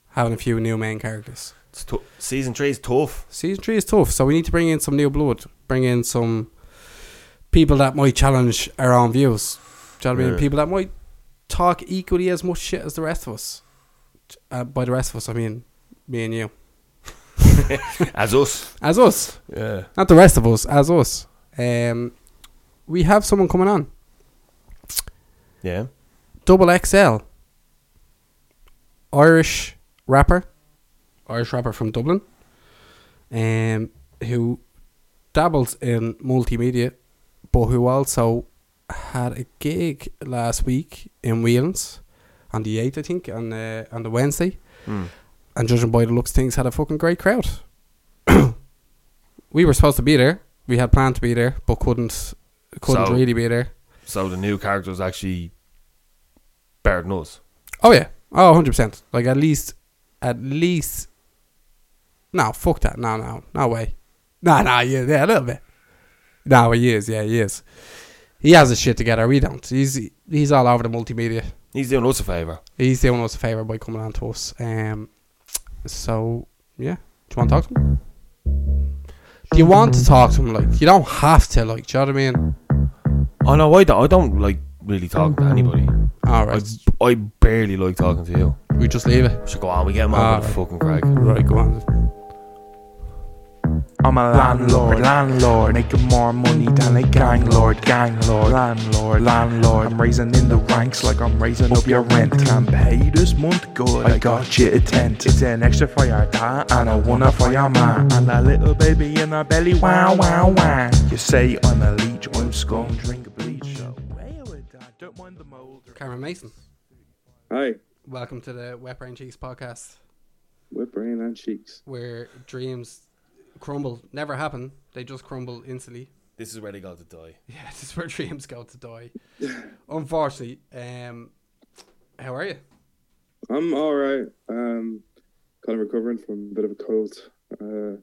Speaker 2: having a few new main characters.
Speaker 3: It's tou- Season three is *laughs* tough.
Speaker 2: Season three is tough, so we need to bring in some new blood, bring in some people that might challenge our own views. Do you know what I mean?
Speaker 3: Yeah.
Speaker 2: People that might talk equally as much shit as the rest of us. Uh, by the rest of us, I mean me and you,
Speaker 3: As us.
Speaker 2: as us,
Speaker 3: Yeah.
Speaker 2: not the rest of us, as us. Um, we have someone coming on,
Speaker 3: Yeah.
Speaker 2: double XL, Irish rapper, Irish rapper from Dublin, um, who dabbles in multimedia, but who also had a gig last week in Wheelans on the 8th, I think, on, uh, on the Wednesday.
Speaker 3: Mm.
Speaker 2: And judging by the looks of things, had a fucking great crowd. *coughs* we were supposed to be there. We had planned to be there, but couldn't couldn't
Speaker 3: So-
Speaker 2: really be there.
Speaker 3: So the new character is actually better than us.
Speaker 2: Oh yeah. Oh, 100%. Like at least at least No, fuck that. No, no. No way. No, no, yeah, yeah, a little bit. No, he is. Yeah, he is. He has his shit together. We don't. He's he's all over the multimedia.
Speaker 3: He's doing us a favour.
Speaker 2: He's doing us a favor by coming on to us. Um so yeah. Do you want to talk to him? Do you want to talk to him like you don't have to like do you know what I mean?
Speaker 3: Oh no, I don't I don't like really talking to anybody.
Speaker 2: Alright.
Speaker 3: I, I barely like talking to you.
Speaker 2: We just leave it.
Speaker 3: So go on, we get him
Speaker 2: Ah,
Speaker 3: on with the
Speaker 2: right.
Speaker 3: fucking crack.
Speaker 2: Right, go on.
Speaker 4: I'm a landlord, landlord, making more money than a gang lord, gang lord, landlord, landlord. I'm raising in the ranks like I'm raising up your rent. Can't pay this month, good. I got you a tent. It's an extra for your dad and a one for your man. And a little baby in her belly, wow, wow, wow. You say I'm a leech, I'm scum, drink a bleach. So, hey, dad, don't mind the mold.
Speaker 2: Cameron Mason,
Speaker 5: Hi,
Speaker 2: welcome to the Wet Brain Cheeks podcast,
Speaker 5: with brain and cheeks.
Speaker 2: where dreams crumble, never happen. They just crumble instantly. *laughs*
Speaker 3: This is where they got to die.
Speaker 2: Yeah, this is where dreams go to die. Unfortunately, um, how are you?
Speaker 5: I'm all right. Um, kind of recovering from a bit of a cold. Uh,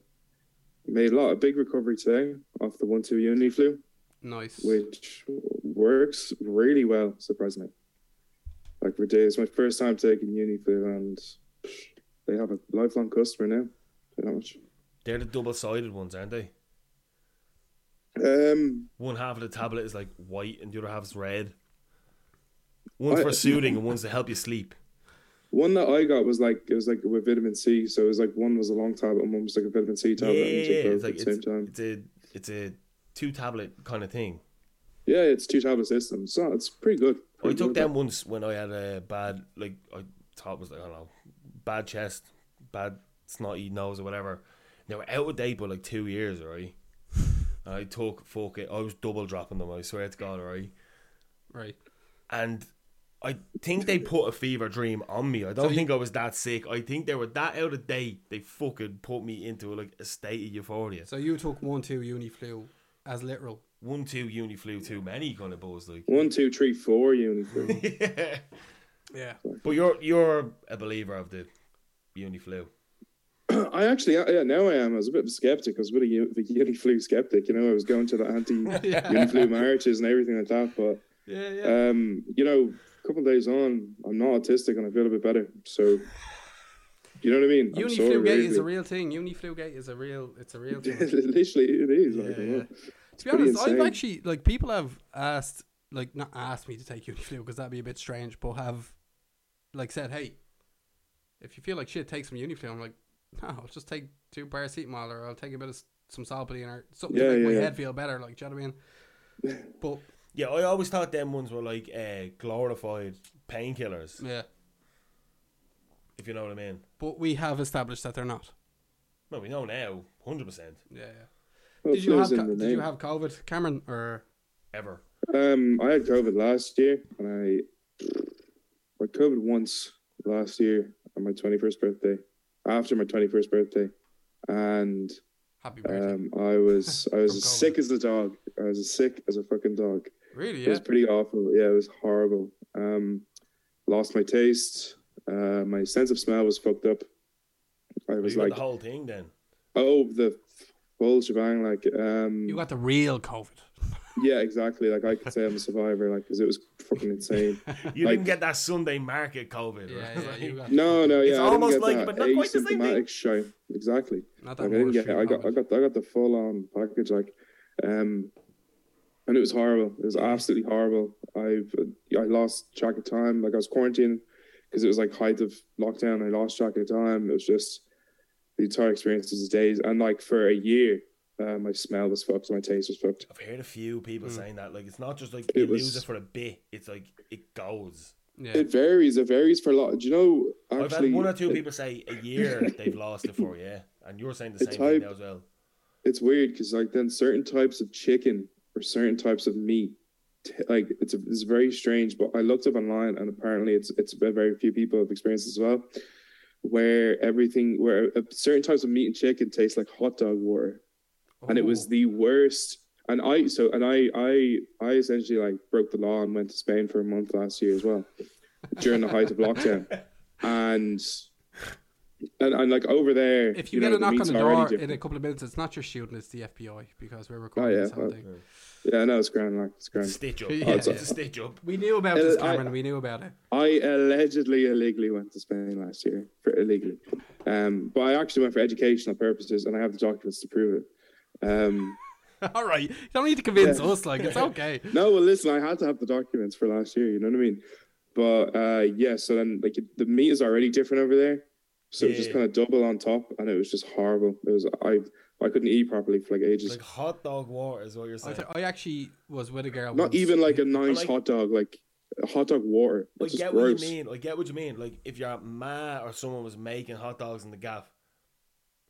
Speaker 5: made a lot of big recovery today off the one two unity flu,
Speaker 2: Nice.
Speaker 5: which works really well, surprisingly. Like for days, my first time taking uni flu, and they have a lifelong customer now. Pretty much.
Speaker 3: They're the double sided ones, aren't they?
Speaker 5: Um,
Speaker 3: One half of the tablet is like white and the other half is red. One's
Speaker 5: I-
Speaker 3: for soothing and one's to help you sleep.
Speaker 5: One that I got was like it was like with vitamin C, so it was like one was a long tablet and one was like a vitamin C
Speaker 3: Yeah,
Speaker 5: tablet. and you took both
Speaker 3: it's like
Speaker 5: at
Speaker 3: it's,
Speaker 5: the same time.
Speaker 3: it's a it's a two tablet kind of thing.
Speaker 5: yeah, it's two tablet system, so it's pretty good.
Speaker 3: I
Speaker 2: Oh,
Speaker 5: Pretty
Speaker 3: took
Speaker 5: good.
Speaker 3: them once when I had a bad, like I thought it was, I don't know, bad chest, bad snotty nose or whatever. They were out of date by like two years, right? And I took fuck it. I was double dropping them. I swear to God, right?
Speaker 2: Right.
Speaker 3: And I think they put a fever dream on me. I don't think I was that sick. I think they were that out of date. They fucking put me into like a state of euphoria.
Speaker 2: So you took one two uni flu as literal.
Speaker 3: One, two, uni flew too many kind of balls, like. *laughs*
Speaker 5: One, two, three, four
Speaker 2: *laughs*
Speaker 5: uni flu.
Speaker 2: Yeah.
Speaker 3: But you're you're a believer of the uni flu.
Speaker 5: *clears throat* I actually, yeah, now I am. I was a bit of a skeptic. I was a bit of a u- of a uni flu skeptic. You know, I was going to
Speaker 2: *laughs*
Speaker 5: the anti uni flu marches and everything like that. But
Speaker 2: Yeah, yeah.
Speaker 5: um, you know, a couple of days on, I'm not autistic and I feel a bit better. So, you know what I mean? I'm
Speaker 2: Uni
Speaker 5: sorry,
Speaker 2: flu gate is a
Speaker 5: *laughs* really.
Speaker 2: real thing. Uni flu gate is a real. It's a
Speaker 5: *laughs*
Speaker 2: real thing.
Speaker 5: Literally, it is.
Speaker 2: Yeah,
Speaker 5: like, I
Speaker 2: yeah.
Speaker 5: know.
Speaker 2: to be
Speaker 5: pretty
Speaker 2: honest, I've
Speaker 5: insane.
Speaker 2: actually like people have asked, like not asked me to take uni flu because that'd be a bit strange, but have like said, hey, if you feel like shit, take some uni flu. I'm like, no, I'll just take two paracetamol or I'll take a bit of s- some Solpidine or something to
Speaker 5: Yeah,
Speaker 2: make
Speaker 5: yeah,
Speaker 2: my
Speaker 5: yeah.
Speaker 2: head feel better. Like, do you know what I mean?
Speaker 5: *laughs*
Speaker 2: But
Speaker 3: Yeah, I always thought them ones were like uh, glorified painkillers,
Speaker 2: yeah,
Speaker 3: if you know what I mean.
Speaker 2: but we have established that they're not.
Speaker 3: Well, we know now, hundred percent,
Speaker 2: Yeah. yeah.
Speaker 5: Well,
Speaker 2: did you have
Speaker 5: flu's in
Speaker 2: co-
Speaker 5: the
Speaker 2: Did you
Speaker 5: name.
Speaker 2: have COVID, Cameron, or
Speaker 3: ever.
Speaker 5: Um, I had COVID last year, and I I had COVID once last year on my twenty first birthday, after my twenty first birthday, and
Speaker 2: Happy Birthday?
Speaker 5: um,
Speaker 2: *laughs*
Speaker 5: I was I was
Speaker 2: From
Speaker 5: as
Speaker 2: COVID.
Speaker 5: sick as a dog. I was as sick as a fucking dog.
Speaker 2: really?
Speaker 5: It
Speaker 2: Yeah.
Speaker 5: was pretty awful. Yeah, it was horrible. Um, lost my taste. Uh, my sense of smell was fucked up. I
Speaker 3: It
Speaker 5: was
Speaker 3: was like
Speaker 5: like,
Speaker 3: the whole thing
Speaker 5: *laughs*
Speaker 3: then.
Speaker 5: oh, the full shebang. Like, um,
Speaker 2: You got the real COVID.
Speaker 5: yeah, exactly. Like, I could say I'm a survivor. Like, because it was
Speaker 2: *laughs*
Speaker 5: fucking insane.
Speaker 3: You
Speaker 5: Like-
Speaker 3: didn't get that Sunday market COVID.
Speaker 2: Yeah,
Speaker 3: right?
Speaker 2: yeah. You got
Speaker 5: *laughs* No, no, yeah,
Speaker 3: It's
Speaker 5: I didn't
Speaker 3: almost
Speaker 5: get
Speaker 3: like it,
Speaker 5: that
Speaker 3: but not quite the same thing.
Speaker 5: asymptomatic shite. Exactly.
Speaker 2: Not that
Speaker 5: Like, I didn't
Speaker 2: Wall
Speaker 5: get.
Speaker 2: Street
Speaker 5: I got.
Speaker 2: COVID.
Speaker 5: I got. I got the full on package. Like, um, and it was horrible. It was absolutely horrible. I I lost track of time. Like I was quarantined because it was like height of lockdown. I lost track of time. It was just the entire experience was days. And like for a year, uh, my smell was fucked. My taste was fucked.
Speaker 3: I've heard a few people
Speaker 2: Mm.
Speaker 3: saying that. Like, it's not just like
Speaker 5: It
Speaker 3: you
Speaker 5: was-
Speaker 3: lose it for a bit. It's like it goes.
Speaker 2: Yeah.
Speaker 5: It varies. It varies for a lot. Do you know?
Speaker 3: I've had
Speaker 5: Actually,
Speaker 3: one or two
Speaker 5: it-
Speaker 3: people say a year
Speaker 5: *laughs*
Speaker 3: they've lost it for. Yeah, and you're saying the
Speaker 5: It's
Speaker 3: same thing
Speaker 5: hype.
Speaker 3: now as well.
Speaker 5: it's weird because like then certain types of chicken or certain types of meat t- like it's, it's very strange but i looked up online and apparently it's it's ve- very few people have experienced as well where everything where uh, certain types of meat and chicken taste like hot dog water and it
Speaker 2: Oh.
Speaker 5: was the worst and i so and i i i essentially like broke the law and went to spain for a month last year as well during the height of
Speaker 2: *laughs*
Speaker 5: lockdown and and, and like over there
Speaker 2: If you,
Speaker 5: know,
Speaker 2: get a knock on
Speaker 5: meat's
Speaker 2: the
Speaker 5: already
Speaker 2: door
Speaker 5: different. Oh,
Speaker 2: in a couple of minutes, it's not your shooting, it's the FBI because we're recording
Speaker 5: yeah,
Speaker 2: this whole
Speaker 5: well,
Speaker 2: thing.
Speaker 5: yeah no it's grand like it's grand
Speaker 3: Stitch up.
Speaker 2: *laughs* Yeah.
Speaker 3: it's a stitch up.
Speaker 2: We knew about this,
Speaker 5: Uh, I-
Speaker 2: Cameron. we knew about it. *laughs*
Speaker 5: I allegedly illegally went to Spain last year for illegally, um, but I actually went for educational purposes, and I have the documents to prove it. Um,
Speaker 2: All right, you don't need to convince
Speaker 5: Yeah.
Speaker 2: us.
Speaker 5: *laughs*
Speaker 2: Like it's okay.
Speaker 5: no, well, listen, I had to have the documents for last year. You know what I mean? But uh, yeah, so then like the meat is already different over there, So it was just
Speaker 3: Yeah.
Speaker 5: kind of double on top, and it was just horrible. It was I I couldn't eat properly for like ages.
Speaker 3: Like hot dog water is what you're
Speaker 2: I,
Speaker 3: saying.
Speaker 2: th- I actually was with a girl.
Speaker 5: Not
Speaker 2: once.
Speaker 5: even like a nice
Speaker 3: like-
Speaker 5: hot dog, like a hot dog water.
Speaker 3: I
Speaker 5: It's
Speaker 3: get
Speaker 5: just
Speaker 3: what
Speaker 5: gross.
Speaker 3: you mean. I get what you mean. Like if your ma or someone was making hot dogs in the gaff,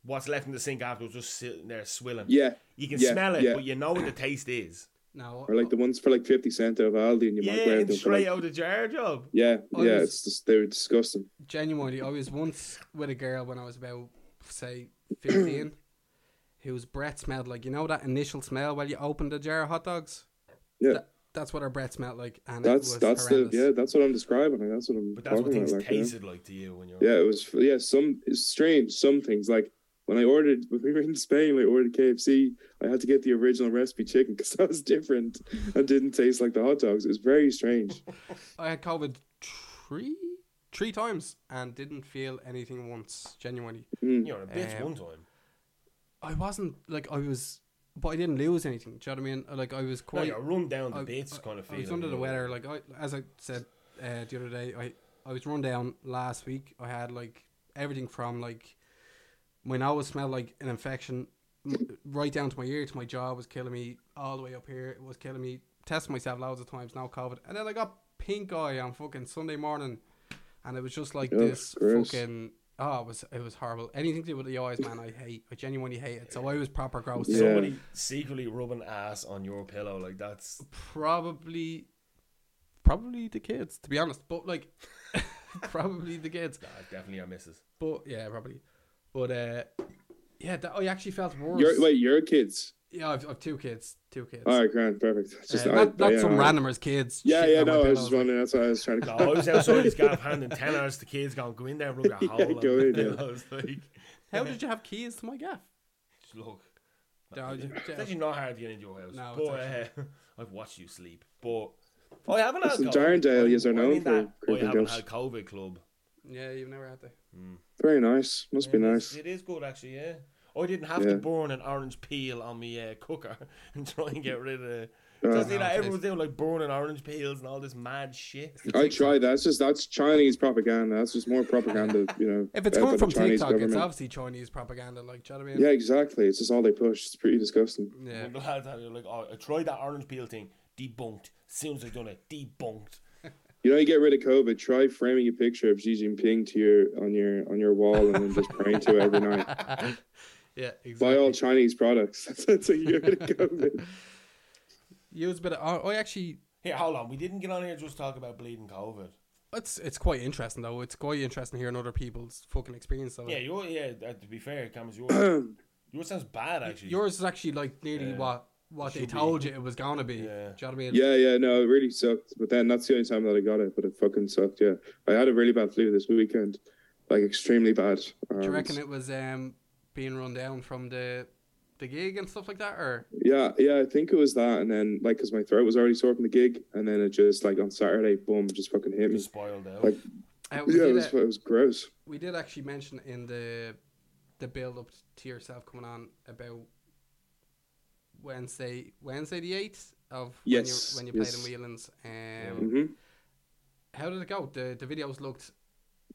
Speaker 3: what's left in the sink afterwards just sitting there swilling.
Speaker 5: Yeah,
Speaker 3: You can
Speaker 5: yeah,
Speaker 3: smell it,
Speaker 5: yeah.
Speaker 3: but you know what the taste is.
Speaker 2: No,
Speaker 5: or like the ones for like fifty cent out of Aldi, and *clears throat* you
Speaker 3: Yeah,
Speaker 5: microwave
Speaker 3: and
Speaker 5: them for like
Speaker 3: straight out of the jar job.
Speaker 5: yeah,
Speaker 2: I
Speaker 5: yeah.
Speaker 2: Oh, was-
Speaker 5: It's just they were disgusting.
Speaker 2: genuinely, I was once with a girl when I was about, say, 15, whose breath smelled like, you know, that initial smell while you opened the jar of hot dogs?
Speaker 5: Yeah,
Speaker 2: That, that's what her breath smelled like. And it
Speaker 5: that's
Speaker 2: was
Speaker 5: that's
Speaker 2: horrendous.
Speaker 5: the yeah. That's what I'm describing. Like, that's what I'm.
Speaker 3: But that's what
Speaker 5: talking
Speaker 3: things
Speaker 5: about, like, you know?
Speaker 3: tasted like to you when you're
Speaker 5: Yeah, it was. Yeah, some it's strange. Some things like when I ordered *laughs* when we were in Spain, I ordered KFC. I had to get the original recipe chicken because that was different and didn't taste like the hot dogs. It was
Speaker 2: *laughs*
Speaker 5: very strange.
Speaker 2: I had COVID three, three times and didn't feel anything once, genuinely.
Speaker 5: Hmm.
Speaker 3: you're a bitch
Speaker 2: Um,
Speaker 3: one time.
Speaker 2: I wasn't, like, I was, but I didn't lose anything. Do you know what I mean? Like, I was
Speaker 3: No,
Speaker 2: quite.
Speaker 3: you're run down the
Speaker 2: I-
Speaker 3: bits
Speaker 2: I-
Speaker 3: kind of
Speaker 2: I
Speaker 3: feeling.
Speaker 2: was under
Speaker 3: you
Speaker 2: the
Speaker 3: know.
Speaker 2: weather. Like I, as I said uh, the other day, I I was run down last week. I had like everything from like my nose smelled like an infection, m- right down to my ear, to my jaw was killing me. All the way up here, it was killing me. Tested myself loads of times, no COVID, and then I got pink eye on fucking Sunday morning, and it was just like
Speaker 5: Ugh,
Speaker 2: this
Speaker 5: gross.
Speaker 2: fucking. Oh, it was it was horrible. Anything to do with the eyes, man, I hate. I genuinely hate it. So I was proper gross.
Speaker 5: Yeah.
Speaker 3: Somebody secretly rubbing ass on your pillow, like that's
Speaker 2: probably probably the kids to be honest but like *laughs* probably the kids
Speaker 3: nah, definitely our missus.
Speaker 2: but yeah probably but uh yeah that, i actually felt worse
Speaker 5: Your, wait, your kids?
Speaker 2: yeah I've, I've two kids two kids
Speaker 5: All right, grand, perfect. It's Just,
Speaker 2: Uh,
Speaker 5: I-
Speaker 2: not, not
Speaker 5: yeah,
Speaker 2: some
Speaker 5: I-
Speaker 2: randomers kids
Speaker 5: Yeah,
Speaker 2: shitting
Speaker 5: yeah,
Speaker 2: on my
Speaker 5: no, I was
Speaker 2: pillow.
Speaker 5: just wondering. That's what I was trying
Speaker 2: *laughs*
Speaker 5: to. *laughs*
Speaker 3: No, I was outside his gaff handing ten hours to kids going, go in there and rub your hole
Speaker 5: go
Speaker 3: on *laughs*
Speaker 5: in,
Speaker 3: the
Speaker 5: *laughs* yeah.
Speaker 3: pillow." I was like
Speaker 2: how did you have keys to my gaff
Speaker 3: just look.
Speaker 2: No, you-
Speaker 3: It's actually not hard to get into your house.
Speaker 2: No,
Speaker 3: but
Speaker 2: it's
Speaker 3: uh, *laughs* I've watched you sleep. But I haven't had
Speaker 5: Listen,
Speaker 3: COVID.
Speaker 5: Jarndale, yous are
Speaker 3: I
Speaker 5: known
Speaker 3: mean
Speaker 5: for
Speaker 3: that, I
Speaker 5: creeping
Speaker 3: haven't
Speaker 5: ghosts.
Speaker 3: had COVID club.
Speaker 2: yeah you've never had to
Speaker 5: Very nice. Must be
Speaker 3: Yeah, it
Speaker 5: nice.
Speaker 3: is- It is good actually, yeah. I didn't have
Speaker 5: Yeah.
Speaker 3: to burn an orange peel on my uh, cooker *laughs* and try and get rid of
Speaker 5: *laughs*
Speaker 3: it.
Speaker 5: Uh,
Speaker 3: Because you know,
Speaker 2: No,
Speaker 3: everyone's doing like burning orange peels and all this mad shit.
Speaker 5: I tried. That's just that's Chinese propaganda. That's just more propaganda. *laughs* You know,
Speaker 2: if it's
Speaker 5: fed by
Speaker 2: coming
Speaker 5: the
Speaker 2: from
Speaker 5: Chinese
Speaker 2: tiktok it's
Speaker 5: government.
Speaker 2: obviously chinese propaganda like do you know what i mean
Speaker 5: Yeah, exactly. It's just all they push. It's pretty disgusting.
Speaker 2: yeah,
Speaker 3: When the lads had it, like, oh, I tried that orange peel thing, debunked. As soon as I done it, debunked.
Speaker 5: You know, you get rid of COVID. Try framing a picture of Xi Jinping to your on your on your wall, and then just praying to it every
Speaker 2: *laughs*
Speaker 5: night.
Speaker 2: yeah
Speaker 5: Buy
Speaker 2: exactly
Speaker 5: all Chinese products. *laughs* That's, that's how you get rid
Speaker 2: *laughs*
Speaker 5: of COVID.
Speaker 2: use a bit of i actually
Speaker 3: Here, hold on. We didn't get on here just talk about bleeding COVID.
Speaker 2: It's it's quite interesting though. It's quite interesting hearing other people's fucking experience of
Speaker 3: Yeah,
Speaker 2: it.
Speaker 3: you're, yeah, uh, to be fair, Cameron's
Speaker 5: *clears throat*
Speaker 3: yours. yours sounds bad, actually.
Speaker 2: Yours is actually like nearly
Speaker 3: Yeah.
Speaker 2: what what they
Speaker 3: Should be.
Speaker 2: told you it was gonna be.
Speaker 3: Yeah.
Speaker 2: Do you know what I mean?
Speaker 5: Yeah, yeah, no, it really sucked. But then that's the only time that I got it. But it fucking sucked. Yeah, I had a really bad flu this weekend, like extremely bad.
Speaker 2: Do you
Speaker 5: Um,
Speaker 2: reckon it was um being run down from the the gig and stuff like that, or
Speaker 5: Yeah, yeah, I think it was that, and then like because my throat was already sore from the gig, and then it just like on Saturday, boom, just fucking hit
Speaker 3: You're
Speaker 5: me.
Speaker 3: spoiled out.
Speaker 5: Like,
Speaker 2: uh, we,
Speaker 5: Yeah, it
Speaker 2: did,
Speaker 5: was,
Speaker 2: uh,
Speaker 5: it was gross.
Speaker 2: we did actually mention in the the build up to yourself coming on about Wednesday Wednesday the eighth of
Speaker 5: Yes,
Speaker 2: when you when you
Speaker 5: yes.
Speaker 2: played in Whelan's. Um,
Speaker 5: hmm
Speaker 2: how did it go? The the videos looked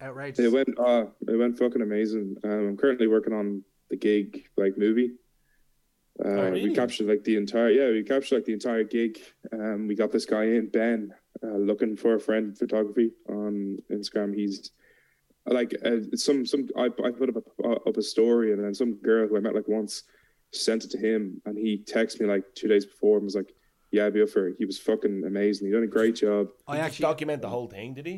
Speaker 2: outrageous.
Speaker 5: It went uh it went fucking amazing. Um, I'm currently working on the gig like movie. Uh,
Speaker 3: Oh, really?
Speaker 5: We captured like the entire yeah we captured like the entire gig. Um, we got this guy in Ben uh, looking for a friend photography on Instagram. He's like uh, some some I, I put up a, up a story and then some girl who I met like once sent it to him and he texted me like two days before and was like yeah I'd be up for it. He was fucking amazing. He done a great job.
Speaker 2: I
Speaker 3: Did he
Speaker 2: Oh, actually
Speaker 3: document the whole thing, did he?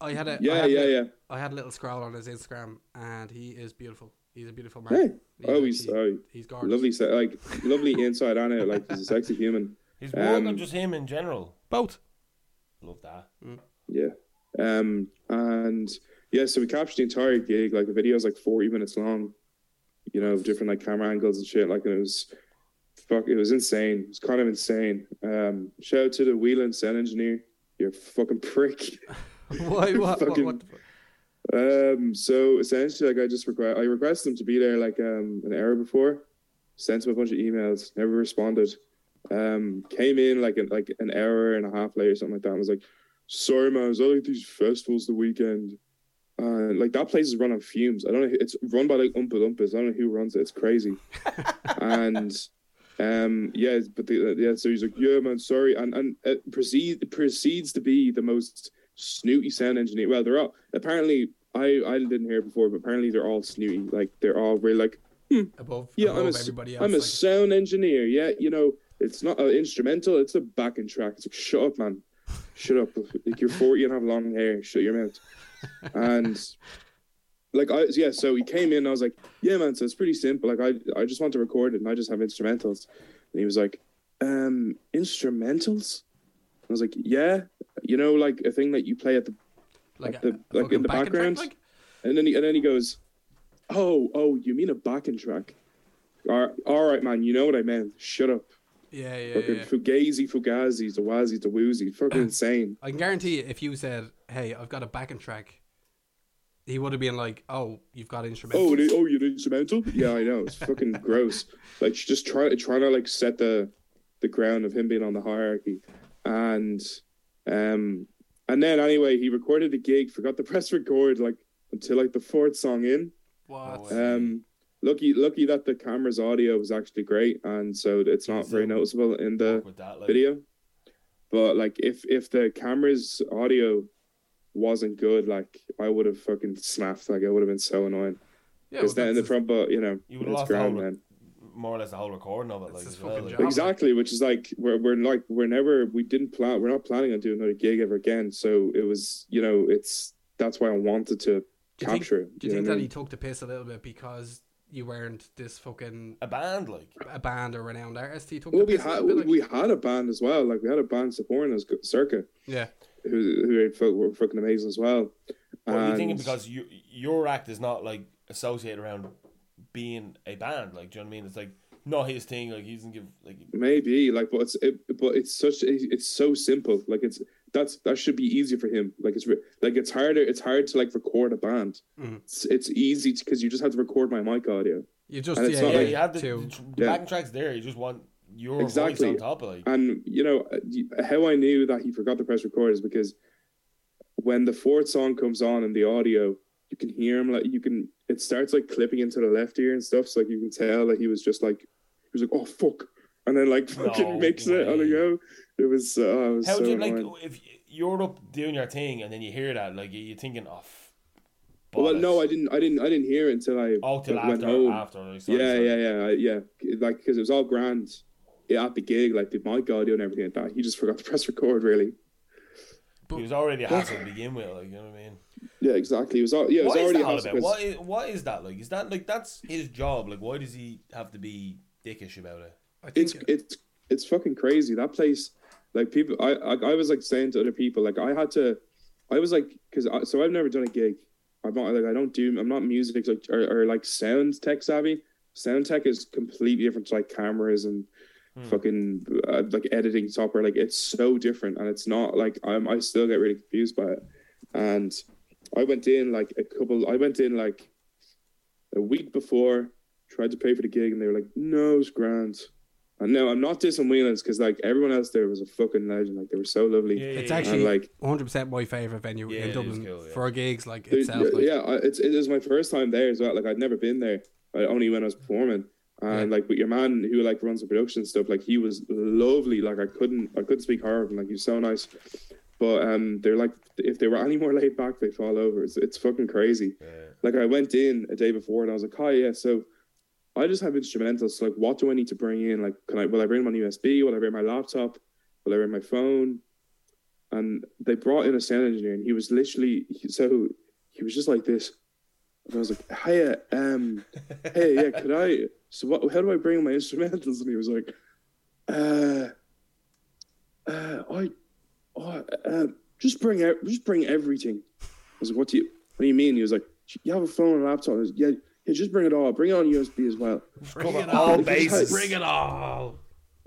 Speaker 2: I had a I
Speaker 5: Yeah
Speaker 2: had
Speaker 5: yeah
Speaker 2: a-
Speaker 5: yeah.
Speaker 2: I had a little scroll on his Instagram, and he is beautiful. He's a beautiful man.
Speaker 5: Hey.
Speaker 2: He's
Speaker 5: Oh, he's-
Speaker 2: actually-
Speaker 5: oh,
Speaker 2: he's gorgeous.
Speaker 5: Lovely, se- like lovely inside and out. Like he's a sexy human.
Speaker 3: His work
Speaker 5: Um,
Speaker 3: or just him in general?
Speaker 2: Both. *laughs*
Speaker 3: Love that.
Speaker 5: Yeah. Um, and yeah, so we captured the entire gig. Like the video is like 40 minutes long, you know, different like camera angles and shit. Like, and it was fuck, it was insane. It was kind of insane. Um, shout out to the Wheeland sound engineer. You're a fucking prick.
Speaker 2: Why? What? what,
Speaker 5: Fucking-
Speaker 2: what the fuck?
Speaker 5: Um, so essentially, like I just request, I requested them to be there like um an hour before. Sent him a bunch of emails, never responded. Um, came in like an, like an hour and a half later, something like that. And was like, sorry man, I was at like these festivals the weekend. Uh, like that place is run on fumes. I don't know. who- It's run by like Oompa Loompas. I don't know who runs it. It's crazy. and um, yeah, but the, yeah. So he's like, yeah, man, sorry, and and it proceed, proceeds to be the most snooty sound engineer. Well, they're all apparently. I I didn't hear it before, but apparently they're all snooty. Like they're all really like
Speaker 2: above,
Speaker 5: yeah,
Speaker 2: above
Speaker 5: I'm a, s-
Speaker 2: everybody else.
Speaker 5: I'm a
Speaker 2: like-
Speaker 5: sound engineer. Yeah, you know, it's not an instrumental, it's a backing track. It's like, shut up, man. Shut up. Like, you're 40 and have long hair. Shut your mouth. And, like, I, yeah, so he came in. I was like, yeah, man, so it's pretty simple. Like, I, I just want to record it and I just have instrumentals. And he was like, um, instrumentals? I was like, yeah, you know, like a thing that you play at the
Speaker 2: like,
Speaker 5: the-
Speaker 2: a- a
Speaker 5: like in
Speaker 2: fucking
Speaker 5: the
Speaker 2: backing track,
Speaker 5: background.
Speaker 2: like?
Speaker 5: and then he, and then he goes, "Oh, oh, you mean a backing track? All right, all right, man. You know what I meant. Shut up.
Speaker 2: yeah, yeah,
Speaker 5: Fucking
Speaker 2: yeah.
Speaker 5: fugazi, fugazi, the wazi, the woozy. Fucking insane.
Speaker 2: I can guarantee you, if you said, "Hey, I've got a backing track," he would have been like, "Oh, you've got instrumental."
Speaker 5: Oh, it is- oh, you're instrumental. Yeah, I know. It's
Speaker 2: *laughs*
Speaker 5: fucking gross. Like just try trying to like set the the ground of him being on the hierarchy, and um, and then anyway, he recorded the gig, forgot to *laughs* press record like until like the fourth song in.
Speaker 2: what?
Speaker 5: Um, lucky, lucky that the camera's audio was actually great, and so it's not very noticeable in the
Speaker 3: With that, like,
Speaker 5: video. But like, if if the camera's audio wasn't good, like I would have fucking snapped. Like I would have been so annoyed
Speaker 2: yeah, well,
Speaker 5: because then in the
Speaker 2: that's
Speaker 5: front, but you know,
Speaker 3: You would've
Speaker 5: it's
Speaker 3: lost the
Speaker 5: grand,
Speaker 3: whole-
Speaker 5: man.
Speaker 3: more or less the whole recording of it.
Speaker 2: It's
Speaker 3: Like,
Speaker 2: his
Speaker 3: as well,
Speaker 2: fucking
Speaker 3: like,
Speaker 2: job.
Speaker 5: Exactly, which is like we're we're like we're never we didn't plan we're not planning on doing another gig ever again. So it was you know it's that's why I wanted to
Speaker 2: Do you think-
Speaker 5: capture it.
Speaker 2: Do you
Speaker 5: know
Speaker 2: think
Speaker 5: what I
Speaker 2: that he
Speaker 5: mean?
Speaker 2: took the piss a little bit because you weren't this fucking
Speaker 3: a band, like
Speaker 2: a band or renowned artist? He took
Speaker 5: Well,
Speaker 2: the
Speaker 5: we
Speaker 2: piss a
Speaker 5: had
Speaker 2: little bit, like-
Speaker 5: we had a band as well. Like we had a band supporting us, Circa,
Speaker 2: yeah,
Speaker 5: who who had, fu- were fucking amazing as well.
Speaker 3: What are you thinking?
Speaker 5: And-
Speaker 3: Because you, your act is not like associated around being a band. Like, do you know what I mean? It's like not his thing. Like, he doesn't give like.
Speaker 5: maybe like, but it's it, but it's such it's so simple. Like it's that's that should be easy for him. Like it's re- like it's harder. It's hard to like record a band.
Speaker 2: Mhm.
Speaker 5: It's, it's easy because you just have to record my mic audio.
Speaker 2: you just
Speaker 5: And it's
Speaker 2: yeah,
Speaker 3: Yeah,
Speaker 5: not
Speaker 2: yeah,
Speaker 5: like-
Speaker 3: you have the, the,
Speaker 2: to-
Speaker 3: tr- the
Speaker 5: Yeah.
Speaker 3: backing tracks there. You just want your
Speaker 5: Exactly.
Speaker 3: voice on top of like.
Speaker 5: And you know uh, how I knew that he forgot to press record is because when the fourth song comes on in the audio, you can hear him like you can. It starts like clipping into the left ear and stuff, so like you can tell that he was just like he was like, "Oh fuck," and then like *laughs* fucking
Speaker 3: No
Speaker 5: mixes it on the
Speaker 3: way.
Speaker 5: go. It was uh, it was
Speaker 3: How
Speaker 5: so
Speaker 3: do you like
Speaker 5: annoying.
Speaker 3: if you're up doing your thing and then you hear that? Like, you're thinking, oh, f-
Speaker 5: Well,
Speaker 3: bollocks."
Speaker 5: no, I didn't. I didn't. I didn't hear it until I
Speaker 3: Oh, till
Speaker 5: went
Speaker 3: after,
Speaker 5: home.
Speaker 3: after. Like, sorry,
Speaker 5: yeah,
Speaker 3: sorry.
Speaker 5: yeah, yeah, yeah, yeah. Like because it was all grand yeah, at the gig, like the mic audio and everything like that. He just forgot to press record, really.
Speaker 3: He was already a hassle to begin with. Like, you know what I mean?
Speaker 5: Yeah, exactly. It was all. Yeah, it was
Speaker 3: What is
Speaker 5: already.
Speaker 3: that all
Speaker 5: awesome
Speaker 3: about?
Speaker 5: 'cause-
Speaker 3: What is, what is that like? Is that like that's his job? Like, why does he have to be dickish about it?
Speaker 2: I think
Speaker 5: it's it's it's fucking crazy that place like people i i, I was like saying to other people like i had to i was like because so i've never done a gig i'm not like i don't do i'm not music like or, or like sound tech savvy sound tech is completely different to like cameras and fucking uh, like editing software like it's so different and it's not like i'm i still get really confused by it and i went in like a couple i went in like a week before tried to pay for the gig and they were like no it's grand and no, I'm not dissing Whelan's because like everyone else there was a fucking legend. Like they were so lovely.
Speaker 2: it's
Speaker 5: And,
Speaker 2: actually
Speaker 5: like
Speaker 2: 100 percent my favorite venue
Speaker 3: Yeah, it
Speaker 2: in
Speaker 3: is
Speaker 2: Dublin
Speaker 3: cool, yeah.
Speaker 2: for gigs like
Speaker 5: there-
Speaker 2: itself. Like,
Speaker 5: yeah, I- it's it is my first time there as well. Like I'd never been there. I, only when I was performing. And like, but your man who like runs the production and stuff, like he was lovely. Like I couldn't, I couldn't speak hard of him. Like he was so nice. But um, they're like, if they were any more *laughs* laid back, they fall over. It's it's fucking crazy. Like I went in a day before and I was like, hi, yeah, so I just have instrumentals. So like, what do I need to bring in? Like, can I? Will I bring my USB? Will I bring my laptop? Will I bring my phone? And they brought in a sound engineer, and he was literally he- so he was just like this. And I was like, "Hey, uh, um, hey, yeah, could I? So what? How do I bring my instrumentals?" And he was like, "Uh, uh, I, I, uh, just bring out, just bring everything." I was like, "What do you? What do you mean?" He was like, "You have a phone and a laptop." I was, yeah, yeah, just bring it all. Bring it on USB as well.
Speaker 3: Cover all
Speaker 5: Like, it's
Speaker 3: bases.
Speaker 5: like-
Speaker 3: Bring it all.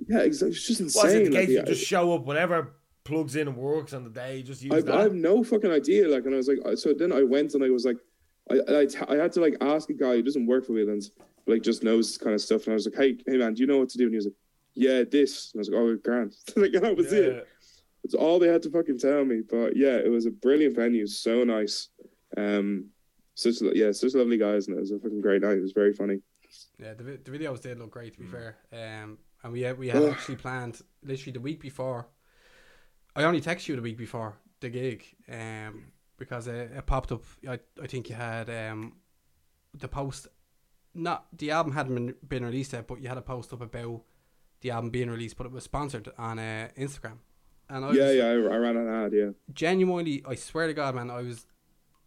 Speaker 5: Yeah, exactly. It's just insane.
Speaker 3: Why is it the
Speaker 5: like,
Speaker 3: case
Speaker 5: yeah,
Speaker 3: you just show up whatever plugs in and works on the day? Just use
Speaker 5: I,
Speaker 3: that.
Speaker 5: I have no fucking idea. Like, and I was like, so then I went and I was like, I, I, I had to like ask a guy who doesn't work for Waylands, but like just knows this kind of stuff. And I was like, hey, hey man, do you know what to do? And he was like, yeah, this. And I was like, oh, grand. *laughs* like, and that was
Speaker 3: Yeah. *laughs*
Speaker 5: it. It's all they had to fucking tell me. But yeah, it was a brilliant venue, so nice. Um, such lo- yeah, such lovely guys, and it was a fucking great night. It was very funny.
Speaker 2: Yeah, the, vi- the videos did look great to
Speaker 3: Mm.
Speaker 2: be fair. Um, and we had, we had actually planned literally the week before. I only texted you the week before the gig, um, because it, it popped up. I I think you had um, the post. Not the album hadn't been, been released yet, but you had a post up about the album being released, but it was sponsored on uh, Instagram. And
Speaker 3: Oh,
Speaker 2: I
Speaker 5: Yeah,
Speaker 2: was,
Speaker 5: yeah, I, I ran an ad. Yeah,
Speaker 2: genuinely, I swear to God, man, I was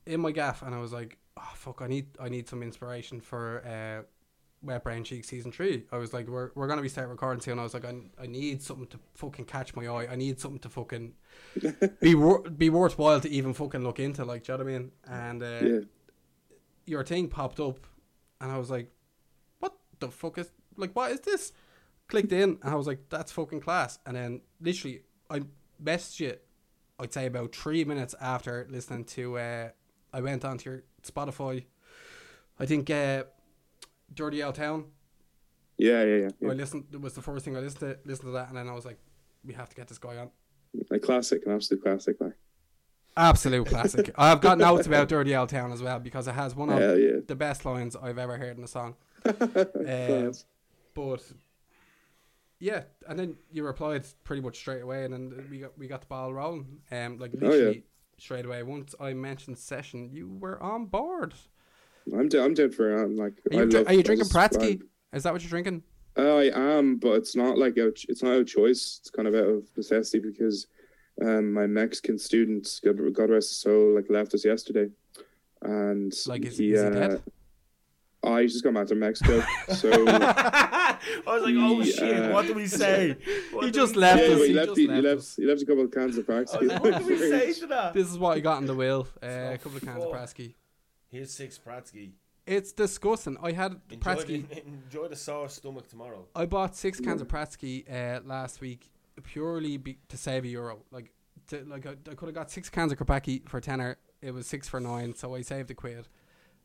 Speaker 2: in my gaff and I was like, oh, fuck, I need, I need some inspiration for uh, Wet Brown Cheek season three. I was like, we're, we're gonna be start recording soon. I was like, I, I need something to fucking catch my eye. I need something to fucking be wor- be worthwhile to even fucking look into. Like, do you know what I mean? And uh,
Speaker 5: yeah,
Speaker 2: your thing popped up, and I was like, "What the fuck is like? What is this?" Clicked in, and I was like, "That's fucking class." And then literally, I messaged you. I'd say about three minutes after listening to, uh, I went onto your Spotify. I think uh, "Dirty Old Town."
Speaker 5: yeah, yeah, yeah.
Speaker 2: I
Speaker 5: yeah.
Speaker 2: listened. It was the first thing I listened to. Listened to that, and then I was like, "We have to get this guy on."
Speaker 5: A classic, an absolute classic. Like,
Speaker 2: Absolute *laughs* classic. I've got notes about Dirty Old Town as well because it has one of
Speaker 5: Hell yeah.
Speaker 2: the best lines I've ever heard in a *laughs* song. Um,
Speaker 5: Class.
Speaker 2: but yeah, and then you replied pretty much straight away, and then we got we got the ball rolling. Um, like
Speaker 5: Oh, yeah.
Speaker 2: literally straight away. Once I mentioned session, you were on board.
Speaker 5: I'm down. I'm down for it. I'm like,
Speaker 2: Are you,
Speaker 5: I
Speaker 2: dr-
Speaker 5: love-
Speaker 2: are you
Speaker 5: I
Speaker 2: drinking
Speaker 5: just-
Speaker 2: Pratsky? Is that what you're drinking?
Speaker 5: I am, but it's not like out, it's not out of choice. It's kind of out of necessity because um, my Mexican student, God God rest his soul, like left us yesterday, and uh,
Speaker 2: Like, is- is he dead?
Speaker 5: Oh, he's just gone back to
Speaker 2: *laughs*
Speaker 5: Mexico. so
Speaker 3: I
Speaker 5: yeah,
Speaker 3: was like, oh
Speaker 5: He,
Speaker 3: shit,
Speaker 5: uh,
Speaker 3: what do we say? What
Speaker 2: He
Speaker 3: do
Speaker 2: just
Speaker 3: we
Speaker 2: left
Speaker 3: say?
Speaker 2: us.
Speaker 5: well,
Speaker 2: he
Speaker 5: he left.
Speaker 2: just
Speaker 5: He,
Speaker 2: left
Speaker 5: left.
Speaker 2: us.
Speaker 5: He left a couple of cans of *laughs* Pratsky.
Speaker 3: Oh, What do we say to that?
Speaker 2: This is what I got on the *laughs* wheel. Uh, a couple of cans of
Speaker 3: Fuck.
Speaker 2: Pratsky.
Speaker 3: Here's six Pratsky.
Speaker 2: It's disgusting. I had the
Speaker 3: Enjoy,
Speaker 2: Pratsky.
Speaker 3: the, enjoy the sour stomach tomorrow.
Speaker 2: I bought six cans of Pratsky uh, last week purely be- to save a euro. Like, to, like I, I could have got six cans of Krapaki for a tenner. It was six for nine, so I saved a quid.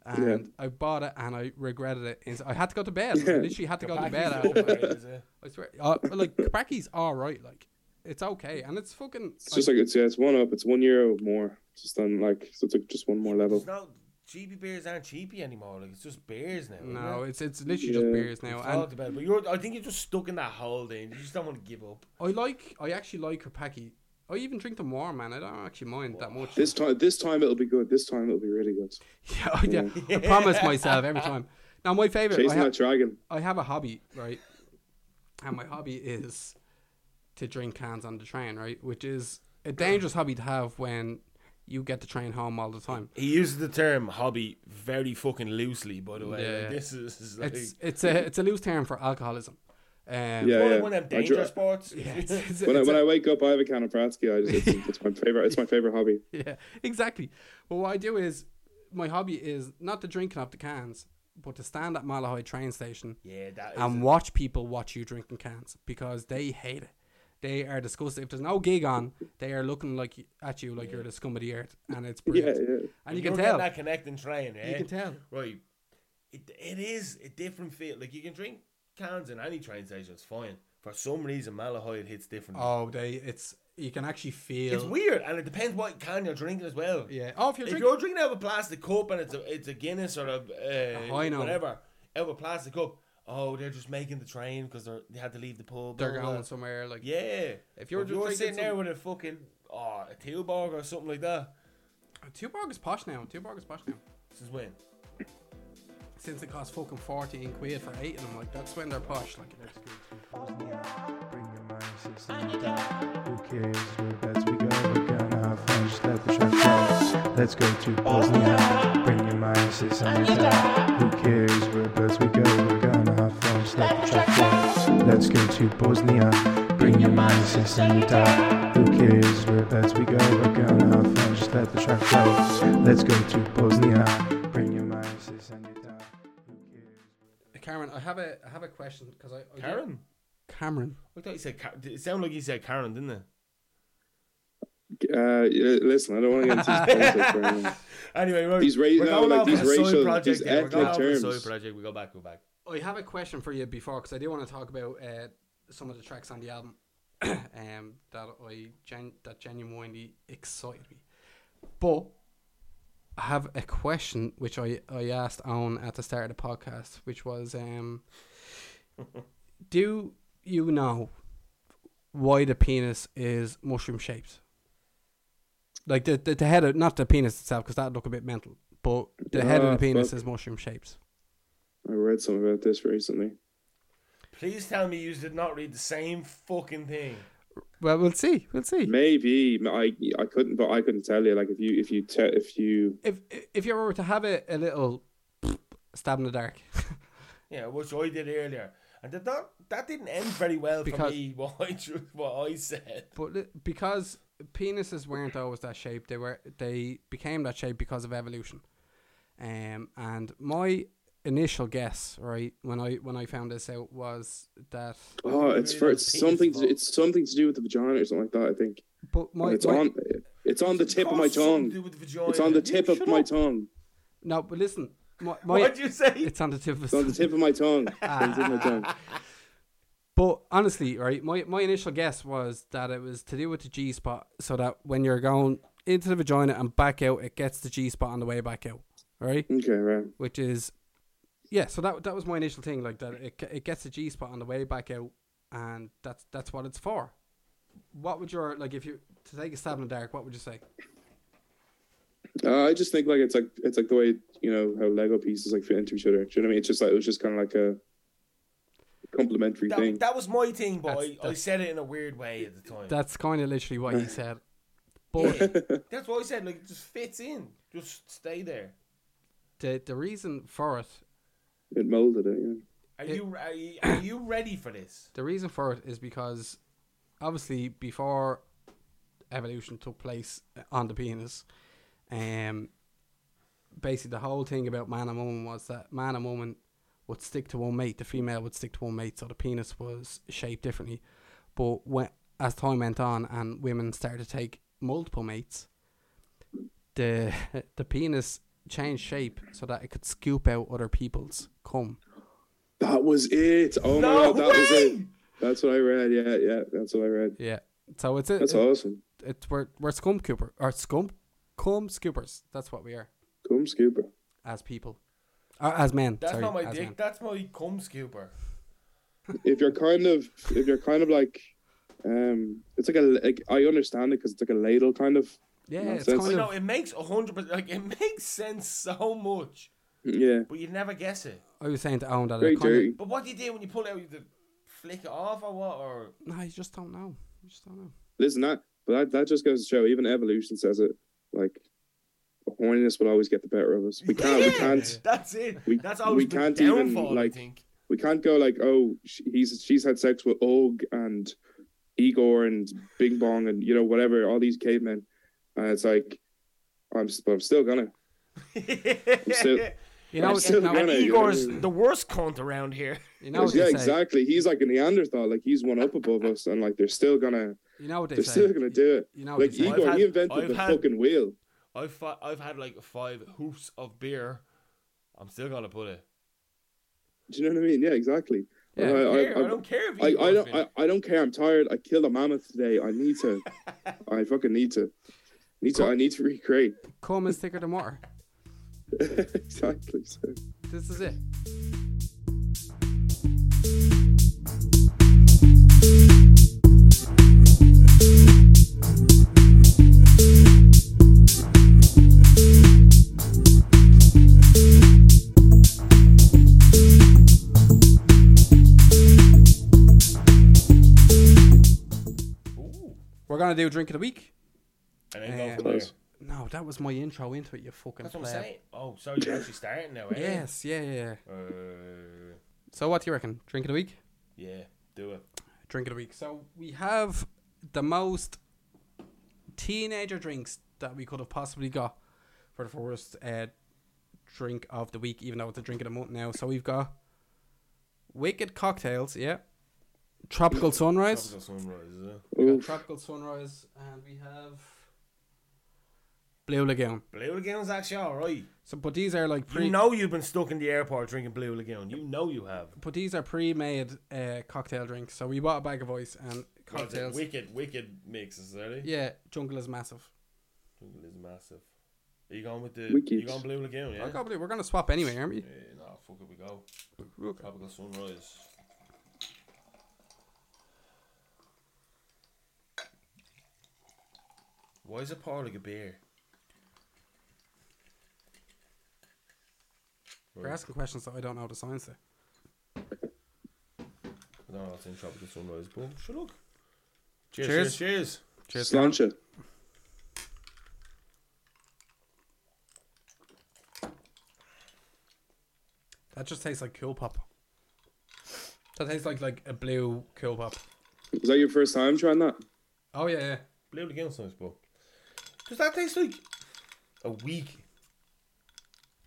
Speaker 2: And I bought it, and I regretted it. Ins- I had to go to bed. I literally had to go to bed. after that. I swear, uh, like Krapaki's all right. Like, it's okay, and it's fucking.
Speaker 5: It's just like it's yeah, it's one up. It's one euro more. It's just on like so it's like just one more level.
Speaker 3: It's not cheapy beers aren't cheapy anymore. Like it's just beers now.
Speaker 2: no,
Speaker 3: it's
Speaker 2: it's it's literally just
Speaker 5: Yeah.
Speaker 2: beers now. and
Speaker 3: talked about. it, But you're, I think you're just stuck in that hole. Then you just don't want to give up.
Speaker 2: I like, I actually like Krapaki. I even drink them warm, man. I don't actually mind that much.
Speaker 5: This time, this time it'll be good. This time it'll be really good.
Speaker 2: Yeah, *laughs* I, yeah. I promise myself every time. Now, my favorite, I,
Speaker 5: Chasing
Speaker 2: ha-
Speaker 5: that dragon.
Speaker 2: I have a hobby, right? And my hobby is to drink cans on the train, right? Which is a dangerous hobby to have when you get the train home all the time.
Speaker 3: He uses the term hobby very fucking loosely. By the way, Like,
Speaker 2: Yeah.
Speaker 3: this is like
Speaker 2: It's it's a it's a loose term for alcoholism. Um, *laughs*
Speaker 5: Yeah,
Speaker 3: one
Speaker 5: yeah.
Speaker 3: of them
Speaker 5: I
Speaker 3: dangerous
Speaker 5: dr-
Speaker 3: sports.
Speaker 2: It's, it's,
Speaker 5: when I,
Speaker 2: it's
Speaker 5: when
Speaker 2: a-
Speaker 5: I wake up, I have a can of Pratsky. I just it's, it's my favorite. It's my favorite hobby.
Speaker 2: yeah, exactly. But what I do is my hobby is not to drinking off the cans, but to stand at Malahide train station
Speaker 3: *laughs* Yeah, that is
Speaker 2: and
Speaker 3: a-
Speaker 2: watch people watch you drinking cans because they hate it. They are disgusted. If there's no gig on, they are looking like at you like you're the scum of the earth, and
Speaker 3: *laughs*
Speaker 2: it's brilliant.
Speaker 5: Yeah, yeah.
Speaker 2: And you
Speaker 3: If
Speaker 2: can
Speaker 3: you're getting
Speaker 2: tell.
Speaker 3: that connecting train. Eh?
Speaker 2: can tell.
Speaker 3: Right. It, it is a different feel. Like you can drink cans in any train station. It's fine. For some reason, Malahide hits different.
Speaker 2: oh, they it's you can actually feel.
Speaker 3: It's weird, and it depends what can you're drinking as well.
Speaker 2: Yeah. Oh, if you're
Speaker 3: if
Speaker 2: drinking.
Speaker 3: you're drinking out of a plastic cup and it's a it's a Guinness or a uh,
Speaker 2: Oh, I know.
Speaker 3: whatever out of a plastic cup, oh, they're just making the train because they they had to leave the pub.
Speaker 2: they're
Speaker 3: blah, blah,
Speaker 2: going
Speaker 3: blah.
Speaker 2: somewhere like
Speaker 3: Yeah.
Speaker 2: If you're
Speaker 3: But
Speaker 2: just
Speaker 3: you're
Speaker 2: drinking
Speaker 3: sitting there
Speaker 2: some-
Speaker 3: with a fucking oh a Teelborg or something like that,
Speaker 2: Two Tuborg is posh now. Tuborg is posh now.
Speaker 3: since when?
Speaker 2: Since it costs fucking fourteen quid for eight of them, like that's when they're posh. Like
Speaker 4: Bring your mind system Who cares? We're bets we go. We're gonna have fun. Just let the show go. Let's go to Bosnia. Bring your mind system Who cares? We're bets we go. We're gonna have fun. Just let the show go. Let's go to Bosnia. Bring your mind system Who cares? We're bets we go. We're gonna have fun. Just let the show go. Let's go to Bosnia. Bring your mind system Who cares?
Speaker 2: Karen, I have a I have a question because I, I
Speaker 3: Karen.
Speaker 2: Cameron.
Speaker 3: I thought you said Car- it sounded like you said Karen, didn't
Speaker 5: *laughs*
Speaker 3: it?
Speaker 5: Uh, yeah, listen, I don't want to get into
Speaker 3: *laughs*
Speaker 5: this politics right now.
Speaker 3: Anyway, we're,
Speaker 5: These ra-
Speaker 3: we're
Speaker 5: no,
Speaker 3: going
Speaker 5: like
Speaker 3: off
Speaker 5: these
Speaker 3: on a soy
Speaker 5: racial-
Speaker 3: project.
Speaker 5: these
Speaker 3: yeah, we're going
Speaker 5: ethnic
Speaker 3: off on a
Speaker 5: terms.
Speaker 3: soy project. We go back, go back.
Speaker 2: I have a question for you before because I do want to talk about uh, some of the tracks on the album *coughs* um, that I gen- that genuinely excited me. But I have a question which I, I asked Owen at the start of the podcast, which was um, Do you know why the penis is mushroom shaped? Like the, the, the head of, not the penis itself, because that'd look a bit mental, but the head of
Speaker 5: Ah,
Speaker 2: the penis
Speaker 5: fuck.
Speaker 2: is mushroom shaped.
Speaker 5: I read something about this recently.
Speaker 3: Please tell me you did not read the same fucking thing.
Speaker 2: Well, we'll see. We'll see.
Speaker 5: Maybe I I couldn't, but I couldn't tell you. Like if you if you te- if you
Speaker 2: If if you were to have a, a little *laughs* stab in the dark, *laughs*
Speaker 3: Yeah, which I did earlier, and that that, that didn't end very well
Speaker 2: Because-
Speaker 3: for me. *laughs* What I drew- what I said.
Speaker 2: But li- because penises weren't always that shape, they were they became that shape because of evolution. Um, and my initial guess, right, when I when I found this out was that,
Speaker 5: oh it's for it's
Speaker 3: Penis
Speaker 5: something
Speaker 3: ball.
Speaker 5: to, it's something to do with the vagina or something like that. I think
Speaker 2: but my,
Speaker 5: it's
Speaker 2: my-
Speaker 5: on it's on the tip of my
Speaker 3: Course, something to do
Speaker 5: tongue.
Speaker 3: with the vagina.
Speaker 5: It's on the
Speaker 3: You
Speaker 5: tip of
Speaker 3: shut
Speaker 5: my
Speaker 3: up.
Speaker 5: tongue.
Speaker 2: no, but listen,
Speaker 5: *laughs*
Speaker 2: my, my
Speaker 3: *laughs* What'd you say?
Speaker 2: *laughs* it's on the tip of.
Speaker 5: It's on the tip of
Speaker 3: *laughs*
Speaker 5: my tongue. It's on the tip of my tongue.
Speaker 2: But honestly, right, my, my initial guess was that it was to do with the G spot, so that when you're going into the vagina and back out, it gets the G spot on the way back out, right?
Speaker 5: Okay, right.
Speaker 2: which is yeah so that that was my initial thing like that it, it gets a g spot on the way back out and that's that's what it's for what would your like if you to take a stab in the dark what would you say
Speaker 5: Uh, I just think like it's like it's like the way you know how Lego pieces like fit into each other. Do you know what I mean? It's just like it was just kind of like a complementary thing.
Speaker 3: That, that was my thing, but
Speaker 2: That's-
Speaker 3: I, I
Speaker 2: that's-
Speaker 3: said it in a weird way at the time.
Speaker 2: that's kind of literally what he said but
Speaker 3: That's what I said. Like, it just fits in. Just stay there.
Speaker 2: the, the reason for it
Speaker 5: It molded it. Yeah.
Speaker 3: Are
Speaker 2: It-
Speaker 3: you are you, are you ready for this?
Speaker 2: the reason for it is because obviously before evolution took place on the penis um basically the whole thing about man and woman was that man and woman would stick to one mate the female would stick to one mate so the penis was shaped differently but when, as time went on and women started to take multiple mates the *laughs* the penis changed shape so that it could scoop out other people's cum
Speaker 5: That was it. Oh
Speaker 3: No
Speaker 5: my god, that was
Speaker 3: way!
Speaker 5: it. That's what I read. Yeah, yeah, that's what I read.
Speaker 2: yeah so it's a-
Speaker 5: That's
Speaker 2: it,
Speaker 5: awesome.
Speaker 2: it's we're we're scum cooper or scum cum scoopers. That's what we are
Speaker 5: Come scuba.
Speaker 2: as people, or as men.
Speaker 3: That's
Speaker 2: sorry,
Speaker 3: not my
Speaker 2: as
Speaker 3: dick.
Speaker 2: men.
Speaker 3: That's my cum scooper.
Speaker 5: If you're kind of, if you're kind of like, um, it's like a, like I understand it because it's like a ladle kind of.
Speaker 2: yeah, it's
Speaker 5: Nonsense.
Speaker 2: kind
Speaker 3: No,
Speaker 2: of.
Speaker 3: it makes a hundred percent. Like, it *laughs* makes sense so much,
Speaker 5: Yeah.
Speaker 3: but you never guess it.
Speaker 2: I was saying to Owen that
Speaker 5: Mm-hmm. Very
Speaker 2: it kind
Speaker 5: dirty.
Speaker 2: of,
Speaker 3: But what do you do when you pull it out? You just flick it off or what? Or
Speaker 2: no, you just don't know. You just don't know.
Speaker 5: Listen, that but that, that just goes to show. Even evolution says it. Like, horniness will always get the better of us.
Speaker 3: *laughs*
Speaker 5: We can't.
Speaker 2: *laughs*
Speaker 5: We can't.
Speaker 3: That's it.
Speaker 5: We-
Speaker 3: That's always
Speaker 5: we
Speaker 3: the
Speaker 5: can't even,
Speaker 3: downfall.
Speaker 5: like-
Speaker 3: I
Speaker 5: *laughs*
Speaker 3: think.
Speaker 5: We can't go like, oh, sh- he's she's had sex with Og and Igor and Bing Bong and you know whatever all these cavemen, and it's like, I'm s- I'm still gonna.
Speaker 3: *laughs*
Speaker 5: I'm still,
Speaker 2: You know,
Speaker 5: I'm
Speaker 2: what- you
Speaker 5: still
Speaker 2: know,
Speaker 5: gonna-
Speaker 3: and
Speaker 5: Yeah,
Speaker 3: Igor's
Speaker 5: yeah.
Speaker 3: the worst cunt around here.
Speaker 2: you know what
Speaker 5: yeah,
Speaker 2: they say.
Speaker 5: exactly. He's like a Neanderthal. Like he's one up above us, and like they're still gonna,
Speaker 2: You know what they
Speaker 5: they're
Speaker 2: say.
Speaker 5: still gonna do it.
Speaker 2: You know what
Speaker 5: like
Speaker 2: they say.
Speaker 3: Igor-
Speaker 5: Igor,
Speaker 3: I've had-
Speaker 5: he invented
Speaker 3: I've
Speaker 5: the
Speaker 3: had-
Speaker 5: fucking wheel.
Speaker 3: *laughs* I've fa- I've had like five hoops of beer. I'm still gonna put it.
Speaker 5: Do you know what I mean? Yeah, exactly.
Speaker 2: Yeah,
Speaker 5: I, I,
Speaker 3: Here, I,
Speaker 5: I-
Speaker 3: don't care if
Speaker 5: I,
Speaker 3: you.
Speaker 5: I don't. I, I don't care. I'm tired. I killed a mammoth today. I need
Speaker 3: *laughs*
Speaker 5: to. I fucking need to. Need to. I need to recreate.
Speaker 2: *laughs*
Speaker 5: *laughs*
Speaker 2: Cum is thicker than water.
Speaker 5: exactly. So.
Speaker 2: This is it.
Speaker 3: Ooh,
Speaker 2: We're gonna do drink of the week.
Speaker 3: and then go
Speaker 2: Um,
Speaker 3: from there.
Speaker 5: Nice.
Speaker 2: No, that was my intro into it. You fucking.
Speaker 3: That's what I'm
Speaker 2: pleb.
Speaker 3: saying. Oh, sorry, you're actually starting now, eh?
Speaker 2: Yes, yeah, yeah. yeah.
Speaker 3: Uh,
Speaker 2: So, what do you reckon? Drink of the week.
Speaker 3: yeah, do it.
Speaker 2: drink of the week. So we have the most teenager drinks that we could have possibly got for the first uh, drink of the week, even though it's a drink of the month now. So we've got Wicked Cocktails, yeah. Tropical Sunrise.
Speaker 3: Tropical sunrise, is it?
Speaker 2: We got
Speaker 5: Oof.
Speaker 2: Tropical Sunrise, and we have Blue Lagoon.
Speaker 3: Blue Lagoon's actually all right.
Speaker 2: So, but these are like pre.
Speaker 3: You know you've been stuck in the airport drinking Blue Lagoon. You know you have.
Speaker 2: But these are pre-made uh, cocktail drinks. So we bought a bag of ice and
Speaker 3: What is it?
Speaker 2: cocktails.
Speaker 3: Wicked, wicked mixes, are they?
Speaker 2: Yeah, jungle is massive.
Speaker 3: Jungle is massive. Are you going with the?
Speaker 5: Wicked.
Speaker 3: You going Blue Lagoon? Yeah.
Speaker 2: I can't believe we're gonna swap anyway, aren't we?
Speaker 3: yeah no, fuck it, we go. Tropical sunrise. Why is it poured like a beer?
Speaker 2: We're asking questions that I don't know the science of.
Speaker 3: I don't know what's in tropical sunrise, but shut up.
Speaker 2: Cheers.
Speaker 3: Cheers! Cheers! cheers.
Speaker 5: Sláinte.
Speaker 2: That just tastes like cool pop. That tastes like like a blue cool pop.
Speaker 5: Was that your first time trying that?
Speaker 2: Oh yeah, yeah.
Speaker 3: Blue Lagoon's nice, but does that taste like a week?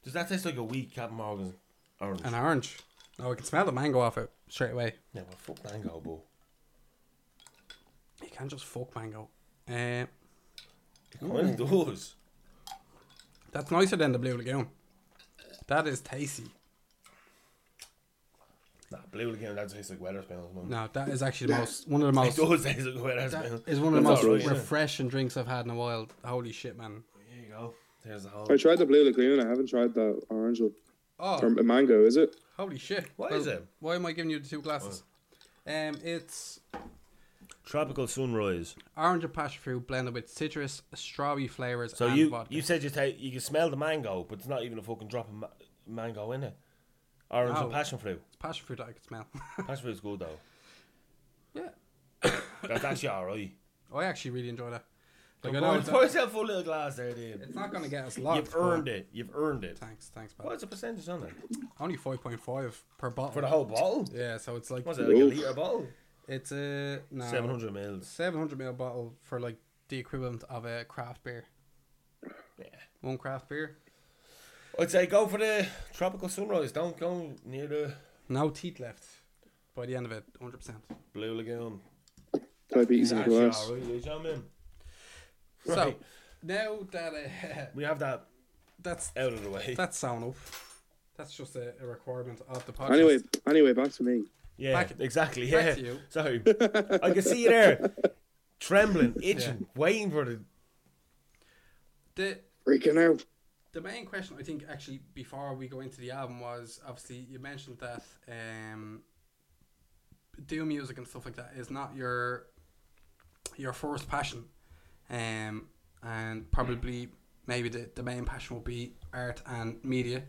Speaker 3: Does that taste like a week Captain Morgan's orange?
Speaker 2: An orange. Oh, I can smell the mango off it straight away.
Speaker 3: Yeah, but fuck mango, but
Speaker 2: You can't just fuck mango. Uh,
Speaker 3: it kind of does.
Speaker 2: that's nicer than the blue lagoon. That is tasty.
Speaker 3: Nah, Blue Lagoon that tastes like Wetherspoons, man.
Speaker 2: No, that is actually the most one of the most.
Speaker 3: It does taste like Wetherspoons.
Speaker 2: That is one of the
Speaker 5: That's
Speaker 2: most
Speaker 5: alright, yeah.
Speaker 2: refreshing drinks I've had in a while. Holy shit, man!
Speaker 3: Here you go. There's the whole.
Speaker 5: I tried the blue lagoon. I haven't tried the orange one. Or
Speaker 2: Oh,
Speaker 5: mango, is it?
Speaker 2: holy shit!
Speaker 3: What
Speaker 2: What
Speaker 3: is
Speaker 2: is
Speaker 3: it?
Speaker 2: Why am I giving you the two glasses? Um, it's
Speaker 3: Tropical sunrise.
Speaker 2: orange and passion fruit blended with citrus, strawberry flavors,
Speaker 3: So
Speaker 2: and
Speaker 3: you
Speaker 2: vodka.
Speaker 3: you said you take you can smell the mango, but there's not even a fucking drop of ma- mango in it. Orange
Speaker 2: No.
Speaker 3: and passion fruit.
Speaker 2: it's passion fruit that I could smell. *laughs*
Speaker 3: Passion fruit's good though.
Speaker 2: yeah,
Speaker 3: That's actually alright.
Speaker 2: Oh, I actually really enjoy that. Like I know
Speaker 3: Pour
Speaker 2: it's,
Speaker 3: pour yourself a full little glass there, dude.
Speaker 2: it's not gonna get us locked.
Speaker 3: You've earned it. You've earned it.
Speaker 2: Thanks, thanks, pal.
Speaker 3: What's the percentage on it?
Speaker 2: Only five point five per bottle
Speaker 3: For the whole bottle?
Speaker 2: Yeah, so it's like
Speaker 3: Was it like a
Speaker 5: Oof.
Speaker 3: litre bottle?
Speaker 2: it's a no,
Speaker 3: 700 mils.
Speaker 2: seven hundred ml bottle for like the equivalent of a craft beer.
Speaker 3: Yeah.
Speaker 2: One craft beer,
Speaker 3: I'd say go for the tropical sunrise. Don't go near the
Speaker 2: no teeth left by the end of it, hundred percent.
Speaker 3: Blue Lagoon.
Speaker 5: Diabetes in a
Speaker 3: Actually,
Speaker 5: glass.
Speaker 3: alright, you know what I mean?
Speaker 2: So
Speaker 3: Right.
Speaker 2: now that uh, *laughs*
Speaker 3: We have that
Speaker 2: that's
Speaker 3: out of the way.
Speaker 2: that's sound up. That's just a, a requirement of the podcast.
Speaker 5: Anyway, anyway, back to me.
Speaker 3: Yeah,
Speaker 2: Back-
Speaker 3: exactly. Yeah.
Speaker 2: back to you.
Speaker 5: *laughs*
Speaker 3: Sorry. I can see you there, trembling, itching, waiting for the.
Speaker 2: the
Speaker 5: Freaking out.
Speaker 2: the main question I think actually before we go into the album was obviously you mentioned that um, do music and stuff like that is not your your first passion, um, and probably maybe the, the main passion will be art and media,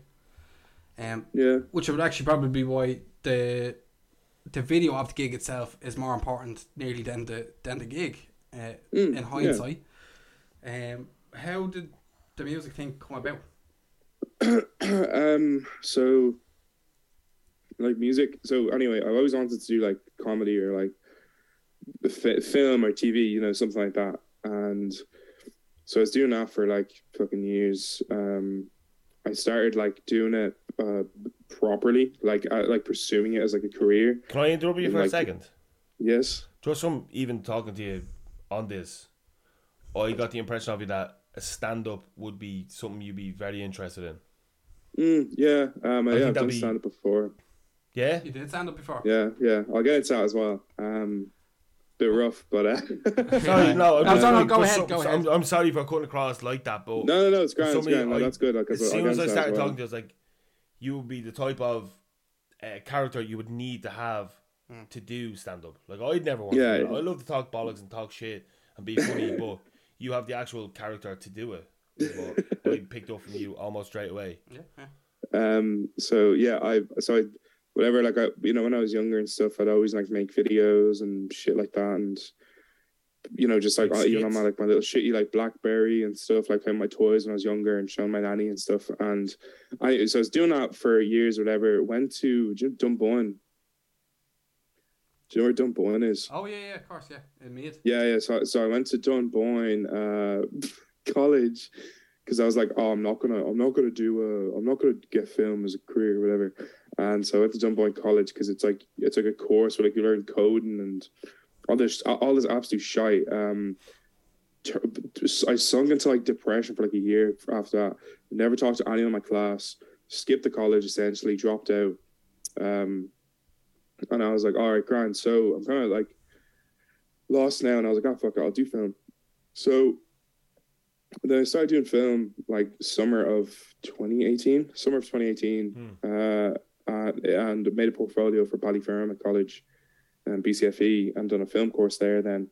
Speaker 2: um,
Speaker 5: Yeah.
Speaker 2: which would actually probably be why the the video of the gig itself is more important nearly than the than the gig uh,
Speaker 5: Mm,
Speaker 2: in hindsight. Um, how did the music thing come about?
Speaker 5: um so like music so anyway i've always wanted to do like comedy or like f- film or tv you know something like that and so i was doing that for like fucking years um i started like doing it uh properly like uh, like pursuing it as like a career
Speaker 3: Can I interrupt you for a
Speaker 5: Like-
Speaker 3: second?
Speaker 5: yes
Speaker 3: Just from even talking to you on this, I got the impression of you that a stand up would be something you'd be very interested in.
Speaker 5: mm, yeah um
Speaker 3: I think
Speaker 5: i, yeah, I've
Speaker 3: that'd
Speaker 5: done
Speaker 3: be-
Speaker 5: stand up before
Speaker 3: Yeah?
Speaker 2: You did stand up before.
Speaker 5: yeah yeah i'll get into that as well um bit rough but uh *laughs*
Speaker 3: Sorry, no.
Speaker 2: No,
Speaker 3: I'm just-
Speaker 2: no, no,
Speaker 3: like,
Speaker 2: go
Speaker 3: just
Speaker 2: ahead,
Speaker 3: some-
Speaker 2: go
Speaker 3: some-
Speaker 2: ahead.
Speaker 3: I'm, I'm sorry for cutting across like that, but
Speaker 5: no no no it's grand it's
Speaker 3: somebody-
Speaker 5: grand no,
Speaker 3: I-
Speaker 5: that's good like,
Speaker 3: as
Speaker 5: 'cause I'll
Speaker 3: soon
Speaker 5: get
Speaker 3: as I
Speaker 5: into that
Speaker 3: started
Speaker 5: well.
Speaker 3: talking to you, I was like, you would be the type of uh, character you would need to have
Speaker 2: Mm.
Speaker 3: to do stand up. Like I'd never want.
Speaker 5: Yeah,
Speaker 3: to do it.
Speaker 5: yeah.
Speaker 3: I love to talk bollocks and talk shit and be
Speaker 5: *laughs*
Speaker 3: funny, but you have the actual character to do it. is
Speaker 5: *laughs*
Speaker 3: what I picked up from you almost straight away.
Speaker 2: Yeah. yeah.
Speaker 5: um so yeah i so i whatever like i you know when i was younger and stuff i'd always like make videos and shit like that and you know just like
Speaker 3: Like
Speaker 5: I- even on
Speaker 3: skits.
Speaker 5: my like my little shitty like blackberry and stuff like playing with my toys when i was younger and showing my nanny and stuff and i so i was doing that for years whatever went to do you know dunboyne do you know where dunboyne is
Speaker 2: Oh yeah, yeah, of course, yeah. In Mead.
Speaker 5: yeah, yeah. So, so I went to John Boyne uh, *laughs* College because I was like, oh, I'm not gonna, I'm not gonna do, a, I'm not gonna get film as a career or whatever. And so I went to John Boyne College because it's like, it's like a course where like you learn coding and all this, all this absolute shite. Um, ter- I sunk into like depression for like a year after that. Never talked to anyone in my class. Skipped the college essentially. Dropped out. Um, and I was like, all right, grand. So I'm kind of like lost now, and I was like, oh fuck, it, I'll do film. So then I started doing film like summer of 2018, summer of 2018, uh, uh, and made a portfolio for Ballyferrum at college and BCFE E, and done a film course there then.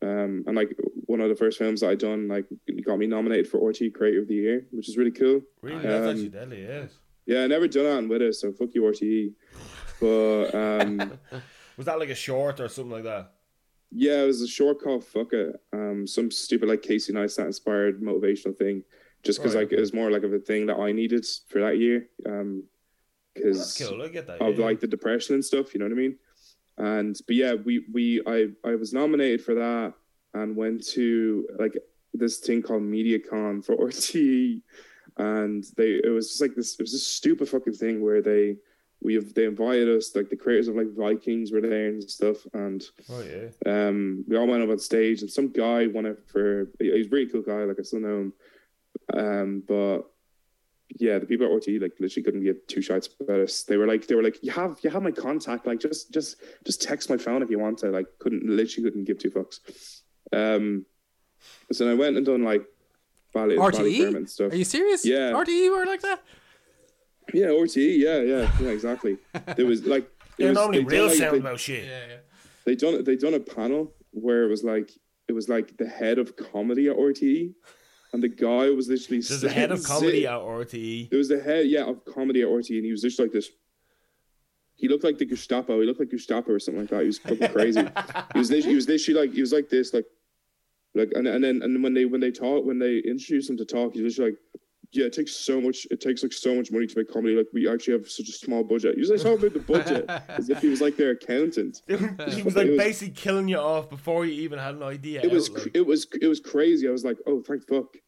Speaker 5: Um, and like one of the first films that I done, like got me nominated for RT Creator of the Year, which is really cool.
Speaker 3: Really,
Speaker 5: that's Um, actually
Speaker 3: deadly, yes.
Speaker 5: Yeah, I never done that on Widow, so fuck you, RTE. But um,
Speaker 3: Was that like a short or something like that?
Speaker 5: yeah, it was a short call, fuck it. Um, some stupid like Casey Neistat inspired motivational thing, just because
Speaker 3: Right,
Speaker 5: like it was more like of a thing that I needed for that year, because
Speaker 3: I get that.
Speaker 5: of like the depression and stuff. You know what I mean? And but yeah, we we I I was nominated for that and went to like this thing called MediaCon for *laughs* RTE, and they it was just like this it was this stupid fucking thing where they we have they invited us like the creators of like Vikings were there and stuff and
Speaker 3: Oh yeah.
Speaker 5: um, we all went up on stage, and some guy went up for. he- He's a really cool guy. Like I still know him, um, but yeah, the people at RT like literally couldn't give two shits about us. They were like, they were like, you have you have my contact. Like just just just text my phone if you want to. Like couldn't literally couldn't give two fucks. Um, so then I went and done like ballet, ballet
Speaker 2: RTE?
Speaker 5: and stuff.
Speaker 2: Are you serious?
Speaker 5: Yeah.
Speaker 2: RTE were like that?
Speaker 5: yeah, RTE. Yeah, yeah, yeah, exactly. there was like. it
Speaker 3: They're
Speaker 5: was-
Speaker 3: normally
Speaker 5: they did,
Speaker 3: real
Speaker 5: like,
Speaker 3: sound
Speaker 5: they-
Speaker 3: about shit.
Speaker 2: Yeah, yeah.
Speaker 5: they done they done a panel where it was like it was like the head of comedy at RTE, and the guy was literally
Speaker 3: There's a head of
Speaker 5: sitting-
Speaker 3: comedy
Speaker 5: sit-
Speaker 3: at E. RTE.
Speaker 5: *laughs* There was the head, yeah, of comedy at RTE, and he was just like this. He looked like the Gestapo. He looked like Gestapo or something like that. He was fucking
Speaker 3: *laughs*
Speaker 5: crazy. he was literally, he was literally like he was like this, like, like, and and then and when they when they talk when they introduced him to talk, he was just like. Yeah, it takes so much. It takes like so much money to make comedy. Like we actually have such a small budget. He was like talking about the
Speaker 3: *laughs*
Speaker 5: budget as if he was like their accountant.
Speaker 3: he was like
Speaker 5: It was-
Speaker 3: basically killing you off before you even had an idea.
Speaker 5: it was
Speaker 3: out, *laughs* like,
Speaker 5: it was it was crazy. I was like, oh, thank fuck.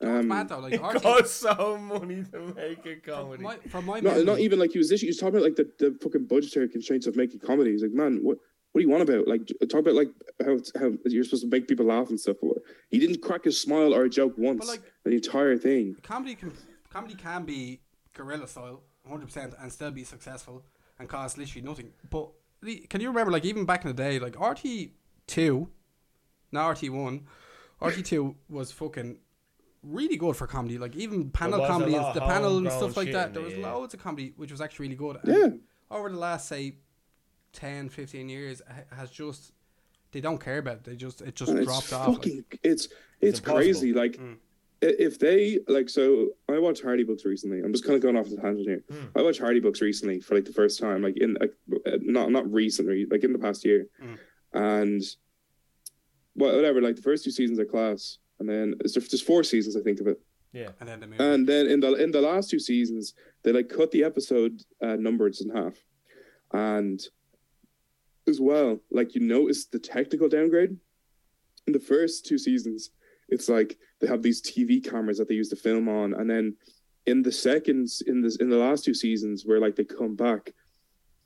Speaker 5: Um,
Speaker 2: Mad though, like RTE.
Speaker 3: got so money to make a comedy.
Speaker 2: My, from my
Speaker 5: not
Speaker 2: memory,
Speaker 5: not even like he was. He was talking about like the, the fucking budgetary constraints of making comedy. He's like, man, what what do you want about? Like j- talk about like how it's- how you're supposed to make people laugh and stuff. But he didn't crack a smile or a joke once.
Speaker 2: like-
Speaker 5: the entire thing.
Speaker 2: comedy can comedy can be guerrilla style, hundred percent, and still be successful and cost literally nothing. But the- can you remember, like even back in the day, like RT two, now RT one, RT two was fucking really good for comedy. Like even panel
Speaker 3: was a
Speaker 2: comedy,
Speaker 3: lot
Speaker 2: and the
Speaker 3: of
Speaker 2: panel and
Speaker 3: homegrown
Speaker 2: stuff like
Speaker 3: shit in
Speaker 2: that. There
Speaker 3: there,
Speaker 2: was
Speaker 3: yeah.
Speaker 2: loads of comedy which was actually really good. And
Speaker 5: Yeah.
Speaker 2: Over the last say 10, 15 years, ha- has just they don't care about. It. They just it just
Speaker 5: And
Speaker 2: dropped
Speaker 5: it's
Speaker 2: off. like. Hmm.
Speaker 5: fucking it's it's,
Speaker 3: impossible.
Speaker 5: crazy. Like i- if they like so I watched Hardy Books recently. I'm just kind of going off the tangent here.
Speaker 2: Hmm.
Speaker 5: I watched Hardy Books recently for like the first time, like in like uh, not not recently, like in the past year,
Speaker 2: Hmm.
Speaker 5: and well, whatever. Like the first two seasons are class, and then it's just there's four seasons I think of it,
Speaker 3: yeah.
Speaker 2: and then they moved.
Speaker 5: and then in the in the last two seasons they like cut the episode uh, numbers in half, and as well, like you notice the technical downgrade in the first two seasons. It's like they have these TV cameras that they use to film on, and then in the seconds in this in the last two seasons where like they come back,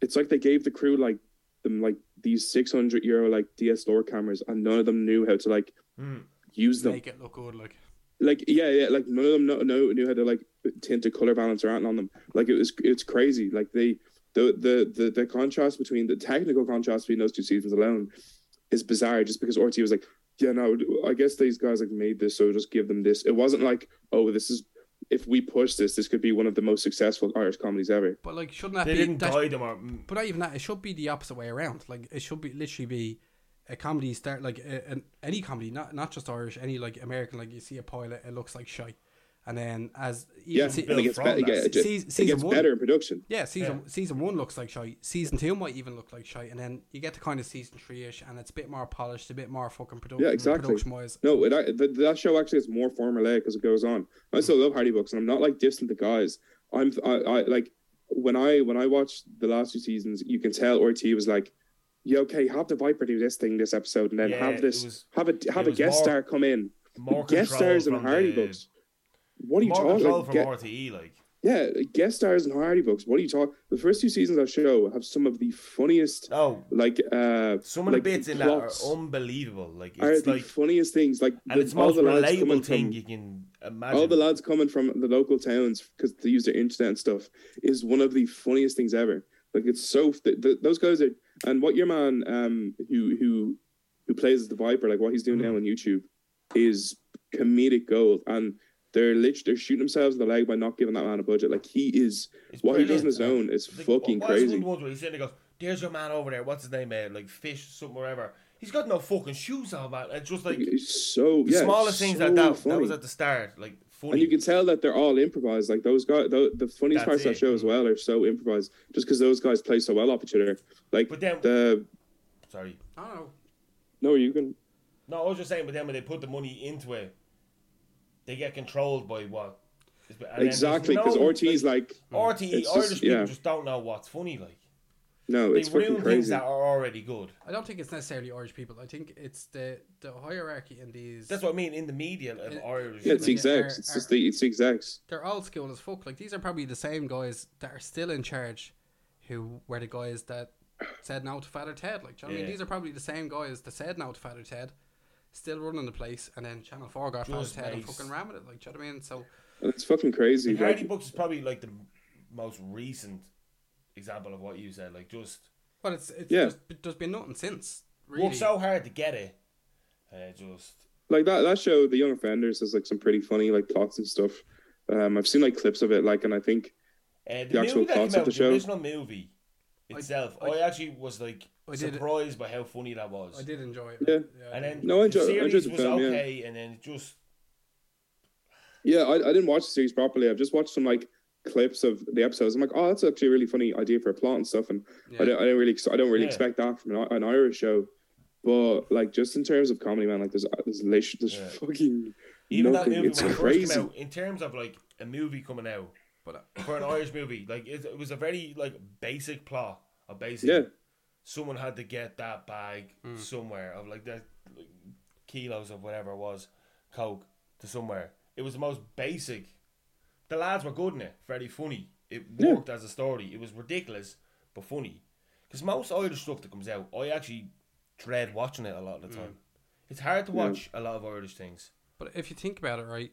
Speaker 5: it's like they gave the crew like them like these six hundred euro like DSLR cameras, and none of them knew how to like
Speaker 3: Hmm.
Speaker 5: use them
Speaker 2: make it look good, like
Speaker 5: like yeah yeah like none of them no, no knew how to like tint the color balance around on them like it was it's crazy like they the the the, the contrast between the technical contrast between those two seasons alone is bizarre just because RT was like yeah no I guess these guys like made this so just give them this it wasn't like oh this is if we push this this could be one of the most successful Irish comedies ever
Speaker 2: But like, shouldn't that
Speaker 3: They
Speaker 2: be?
Speaker 3: didn't
Speaker 2: that-
Speaker 3: guide them or mm,
Speaker 2: But not even that. It should be the opposite way around. Like it should be literally be a comedy start like a, an, any comedy, not not just Irish, any like American. Like you see a pilot, it looks like shite, and then as even
Speaker 5: yeah
Speaker 2: se-
Speaker 5: and it gets,
Speaker 3: from
Speaker 5: better it
Speaker 3: that.
Speaker 5: gets, it
Speaker 2: Seas-
Speaker 5: gets
Speaker 2: season one.
Speaker 5: better in production
Speaker 2: yeah, season season one looks like shite. Season two might even look like shite, and then you get to kind of season three ish, and it's a bit more polished, a bit more fucking produ-
Speaker 5: Yeah, exactly.
Speaker 2: production wise.
Speaker 5: No, it, ac- th that show actually is more formulaic because it goes on. I still love Hardy Books, and I'm not like dissing the guys. I'm I, I like when I when I watched the last two seasons, you can tell RT was like, "Yeah, okay, have the Viper do this thing this episode, and then
Speaker 3: Yeah,
Speaker 5: have this
Speaker 3: it was-
Speaker 5: have a have
Speaker 3: it
Speaker 5: a
Speaker 3: was
Speaker 5: guest
Speaker 3: more-
Speaker 5: star come in,
Speaker 3: more
Speaker 5: guest
Speaker 3: control
Speaker 5: stars in
Speaker 3: from
Speaker 5: Hardy
Speaker 3: the-
Speaker 5: Books." What are you
Speaker 3: more
Speaker 5: talking?
Speaker 3: control
Speaker 5: Like,
Speaker 3: from
Speaker 5: get-
Speaker 3: RTE. Like
Speaker 5: yeah, guest stars in Hardy Books. What are you talking? The first two seasons of that show have some of the funniest,
Speaker 3: oh,
Speaker 5: like uh,
Speaker 3: some of
Speaker 5: like,
Speaker 3: the bits in that are
Speaker 5: plots
Speaker 3: unbelievable. Like
Speaker 5: are
Speaker 3: it's
Speaker 5: the
Speaker 3: like
Speaker 5: funniest things. Like
Speaker 3: and
Speaker 5: the-
Speaker 3: it's the
Speaker 5: all
Speaker 3: most
Speaker 5: the lads coming
Speaker 3: relatable
Speaker 5: from-
Speaker 3: thing you can imagine.
Speaker 5: all the lads coming from the local towns because they use their internet and stuff is one of the funniest things ever. Like it's so th- th- those guys are, and what your
Speaker 3: Mm.
Speaker 5: man um who who who plays the Viper, like what he's doing now on YouTube, is comedic gold, and they're literally they're shooting themselves in the leg by not giving that man a budget. Like he is
Speaker 3: It's
Speaker 5: what he does on
Speaker 3: brilliant.
Speaker 5: his own is
Speaker 3: Like,
Speaker 5: fucking
Speaker 3: what's
Speaker 5: crazy.
Speaker 3: One, one, he's sitting there goes, "There's your man over there. What's his name? Uh, like fish, something, whatever. He's got no fucking shoes on, man. It's just like the
Speaker 5: It's so yeah,
Speaker 3: smallest
Speaker 5: it's
Speaker 3: things
Speaker 5: so
Speaker 3: like that. That
Speaker 5: funny.
Speaker 3: was at the start, like funny.
Speaker 5: and you can tell that they're all improvised. Like those guys, the, the funniest
Speaker 3: That's
Speaker 5: parts of
Speaker 3: it.
Speaker 5: that show as well are so improvised, just because those guys play so well off each other. Like
Speaker 3: But then-
Speaker 5: the
Speaker 3: Sorry,
Speaker 2: Oh,
Speaker 5: no, you can
Speaker 3: no, I was just saying. But then when they put the money into it, they get controlled by what. And then there's
Speaker 5: exactly because
Speaker 3: no-
Speaker 5: Ortiz like
Speaker 3: RTE
Speaker 5: It's
Speaker 3: E, Irish
Speaker 5: just-
Speaker 3: people
Speaker 5: yeah.
Speaker 3: just don't know what's funny. Like
Speaker 5: no,
Speaker 3: they
Speaker 5: it's fucking
Speaker 3: ruin things
Speaker 5: crazy.
Speaker 3: that are already good.
Speaker 2: I don't think it's necessarily Irish people. I think it's the the hierarchy in these.
Speaker 3: That's what I mean in the media of
Speaker 2: Yeah.
Speaker 3: Irish.
Speaker 5: Yeah, it's the
Speaker 3: like,
Speaker 5: execs. It's just the it's the execs.
Speaker 2: they're old school as fuck. Like these are probably the same guys that are still in charge, who were the guys that said no to Father Ted. Like, do you know what I
Speaker 3: Yeah.
Speaker 2: mean? These are probably the same guys that said no to Father Ted, still running the place, and then Channel Four got
Speaker 3: Just
Speaker 2: Father Ted and
Speaker 3: nice.
Speaker 2: fucking ran with it. Like, do you know what I mean? So
Speaker 5: And it's fucking crazy.
Speaker 3: the Hardy
Speaker 5: Like,
Speaker 3: Books is probably like the most recent example of what you said. Like just
Speaker 2: But it's it's
Speaker 5: Yeah.
Speaker 2: just, there's been nothing since. Really.
Speaker 3: worked so hard to get it. Uh, just
Speaker 5: like that that show, The Young Offenders, has like some pretty funny like plots and stuff. Um, I've seen like clips of it, like, and I think
Speaker 3: uh, the,
Speaker 5: The actual
Speaker 3: movie that came
Speaker 5: concept
Speaker 3: out,
Speaker 5: of
Speaker 3: the
Speaker 5: the show?
Speaker 3: original movie itself. I,
Speaker 2: I-
Speaker 3: actually was like
Speaker 2: I did-
Speaker 3: surprised by how funny that was.
Speaker 2: I did enjoy it.
Speaker 5: Yeah.
Speaker 2: I
Speaker 3: And then
Speaker 2: did.
Speaker 5: No, I enjoy-
Speaker 3: the
Speaker 5: I
Speaker 3: series
Speaker 5: enjoyed the
Speaker 3: was
Speaker 5: film, yeah.
Speaker 3: okay, and then it just
Speaker 5: yeah, I, I didn't watch the series properly. I've just watched some like clips of the episodes. I'm like, oh, that's actually a really funny idea for a plot and stuff. And
Speaker 2: Yeah.
Speaker 5: I don't, I don't really, ex- I don't really
Speaker 3: Yeah.
Speaker 5: expect that from an, an Irish show. But like, just in terms of comedy, man, like there's there's, lit- there's
Speaker 3: Yeah.
Speaker 5: fucking
Speaker 3: even
Speaker 5: nothing.
Speaker 3: that movie
Speaker 5: it's
Speaker 3: when it first
Speaker 5: crazy.
Speaker 3: came out in terms of like a movie coming out.
Speaker 2: But uh,
Speaker 3: for an Irish movie. Like it, it was a very like basic plot, a basic.
Speaker 5: Yeah.
Speaker 3: Someone had to get that bag
Speaker 2: Mm.
Speaker 3: somewhere of like that like, kilos of whatever it was, coke to somewhere. It was the most basic. The lads were good in it. Very funny. It
Speaker 5: Yeah.
Speaker 3: worked as a story. It was ridiculous but funny. Because most Irish stuff that comes out, I actually dread watching it a lot of
Speaker 2: Mm.
Speaker 3: the time. It's hard to watch a lot of Irish things.
Speaker 2: But if you think about it, right,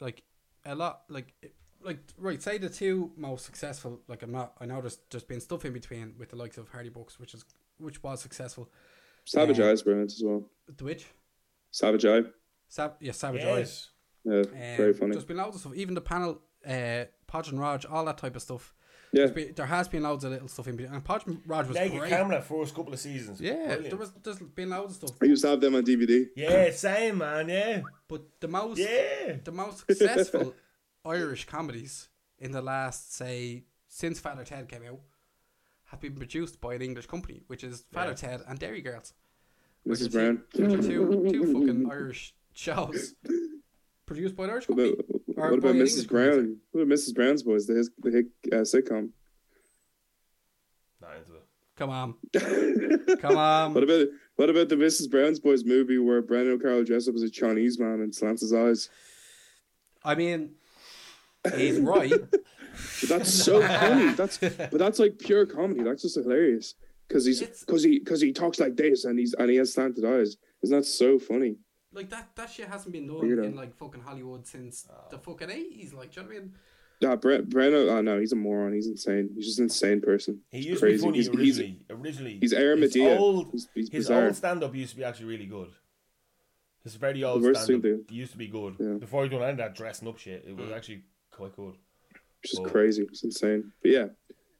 Speaker 2: like a lot, like it- like right, say the two most successful. Like I'm not, I know there's there's been stuff in between with the likes of Hardy Books, which is which was successful.
Speaker 5: Savage
Speaker 2: Yeah.
Speaker 5: Eyes, brilliant as well.
Speaker 2: The Witch,
Speaker 5: Savage Eye,
Speaker 2: Sav- yeah, Savage Eyes.
Speaker 3: Yes.
Speaker 5: yeah,
Speaker 2: Um,
Speaker 5: very funny.
Speaker 2: There's been loads of stuff. Even the panel, uh, Podge and Raj, all that type of stuff.
Speaker 5: Yeah.
Speaker 2: There's been- there has been loads of little stuff in between. And Podge and Raj was
Speaker 3: Naked
Speaker 2: great.
Speaker 3: camera first couple of seasons.
Speaker 2: Yeah,
Speaker 3: Brilliant.
Speaker 2: there was there's been loads of stuff.
Speaker 5: I used to have them on DVD.
Speaker 3: Yeah, same man. Yeah,
Speaker 2: But the most
Speaker 3: yeah.
Speaker 2: the most successful *laughs* Irish comedies in the last, say, since Father Ted came out, have been produced by an English company, which is Father
Speaker 3: Yeah.
Speaker 2: Ted and Dairy Girls.
Speaker 5: Mrs.
Speaker 2: Which are
Speaker 5: Brown.
Speaker 2: Two, which are two, two
Speaker 5: *laughs*
Speaker 2: fucking Irish shows produced by an Irish
Speaker 5: What
Speaker 2: company.
Speaker 5: about,
Speaker 2: or
Speaker 5: what
Speaker 2: by
Speaker 5: about
Speaker 2: an
Speaker 5: Mrs.
Speaker 2: English company.
Speaker 5: Brown? What about Mrs. Brown's Boys, the, his, the hick, uh, sitcom? *laughs*
Speaker 3: Not into it.
Speaker 2: Come on. Come on.
Speaker 5: What about what about the Mrs. Brown's Boys movie where Brandon O'Carroll dressed up as a Chinese man and slants his eyes?
Speaker 2: I mean, he's right.
Speaker 5: But
Speaker 3: *laughs*
Speaker 5: that's so funny. That's but that's like pure comedy. That's just hilarious because he's
Speaker 2: It's-
Speaker 5: because he because he talks like this and he's and he has slanted eyes. Isn't that so funny?
Speaker 2: Like, that, that shit hasn't been done
Speaker 5: Weirdo.
Speaker 2: in, like, fucking Hollywood since
Speaker 3: Oh.
Speaker 2: the fucking 80s. Like, do you know what I mean?
Speaker 5: Nah, Bre- Breno. Oh no, he's a moron. He's insane. He's just an insane person.
Speaker 3: He
Speaker 5: It's
Speaker 3: used
Speaker 5: crazy.
Speaker 3: to be funny
Speaker 5: He's- he's-
Speaker 3: originally. originally,
Speaker 5: he's Aaron
Speaker 3: his
Speaker 5: Medea.
Speaker 3: old,
Speaker 5: He's- he's
Speaker 3: his
Speaker 5: bizarre.
Speaker 3: old stand-up used to be actually really good. His very old
Speaker 5: worst thing
Speaker 3: stand-up
Speaker 5: to-
Speaker 3: used to be good.
Speaker 5: Yeah.
Speaker 3: Before he done any of that dressing up shit, it was actually quite good.
Speaker 5: It's just
Speaker 3: Oh.
Speaker 5: crazy. It's insane. But yeah,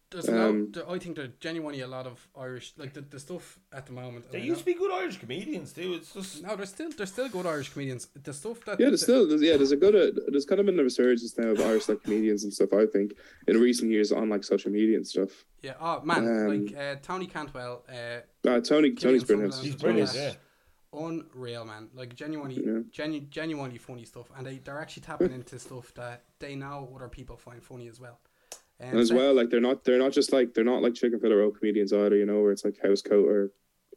Speaker 2: There's no,
Speaker 5: Um,
Speaker 2: there, I think there's genuinely a lot of Irish, like, the, the stuff at the moment.
Speaker 3: There
Speaker 2: and I
Speaker 3: used
Speaker 2: know-
Speaker 3: to be good Irish comedians too. It's just
Speaker 2: No, there's still there's still good Irish comedians. The stuff that
Speaker 5: yeah. There's still there's, yeah. There's a good. Uh, there's kind of been a resurgence now of Irish like comedians and stuff. I think in recent years on like social media and stuff.
Speaker 2: yeah. Oh man,
Speaker 5: Um,
Speaker 2: like uh, Tony Cantwell, uh,
Speaker 5: Uh, Tony
Speaker 2: Killian
Speaker 5: Tony's
Speaker 2: Sunderland,
Speaker 5: brilliant.
Speaker 3: He's brilliant,
Speaker 2: Tony's
Speaker 3: yeah.
Speaker 2: unreal man. Like genuinely,
Speaker 5: Yeah.
Speaker 2: genu- genuinely funny stuff, and they they're actually tapping into stuff that they know other people find funny as well. Um,
Speaker 5: And as
Speaker 2: so-
Speaker 5: well, like they're not they're not just like they're not like chicken filler old comedians either, you know, where it's like house coat or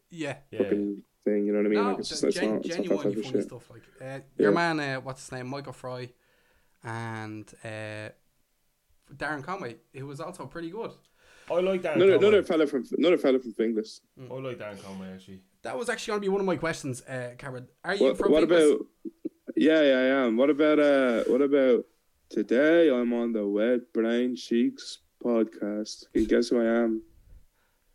Speaker 2: yeah.
Speaker 3: yeah.
Speaker 5: fucking thing, you know what I mean?
Speaker 2: No,
Speaker 5: like it's just
Speaker 2: gen-
Speaker 5: it's not, it's not that
Speaker 2: genuinely
Speaker 5: type of
Speaker 2: funny
Speaker 5: shit.
Speaker 2: stuff. Like uh, your
Speaker 5: Yeah.
Speaker 2: man, uh, what's his name, Michael Fry, and uh, Darren Conway, who was also pretty good.
Speaker 3: I like Darren.
Speaker 5: Another,
Speaker 3: Conway.
Speaker 5: another fellow from another fellow from Finglas.
Speaker 3: I like Darren Conway actually.
Speaker 2: That was actually going to be one of my questions, uh, Cameron. Are you
Speaker 5: What,
Speaker 2: from
Speaker 5: what
Speaker 2: Vegas?
Speaker 5: about? Yeah, yeah, I am. What about? uh What about today? I'm on the Wet Brain Cheeks podcast. You guess who I am?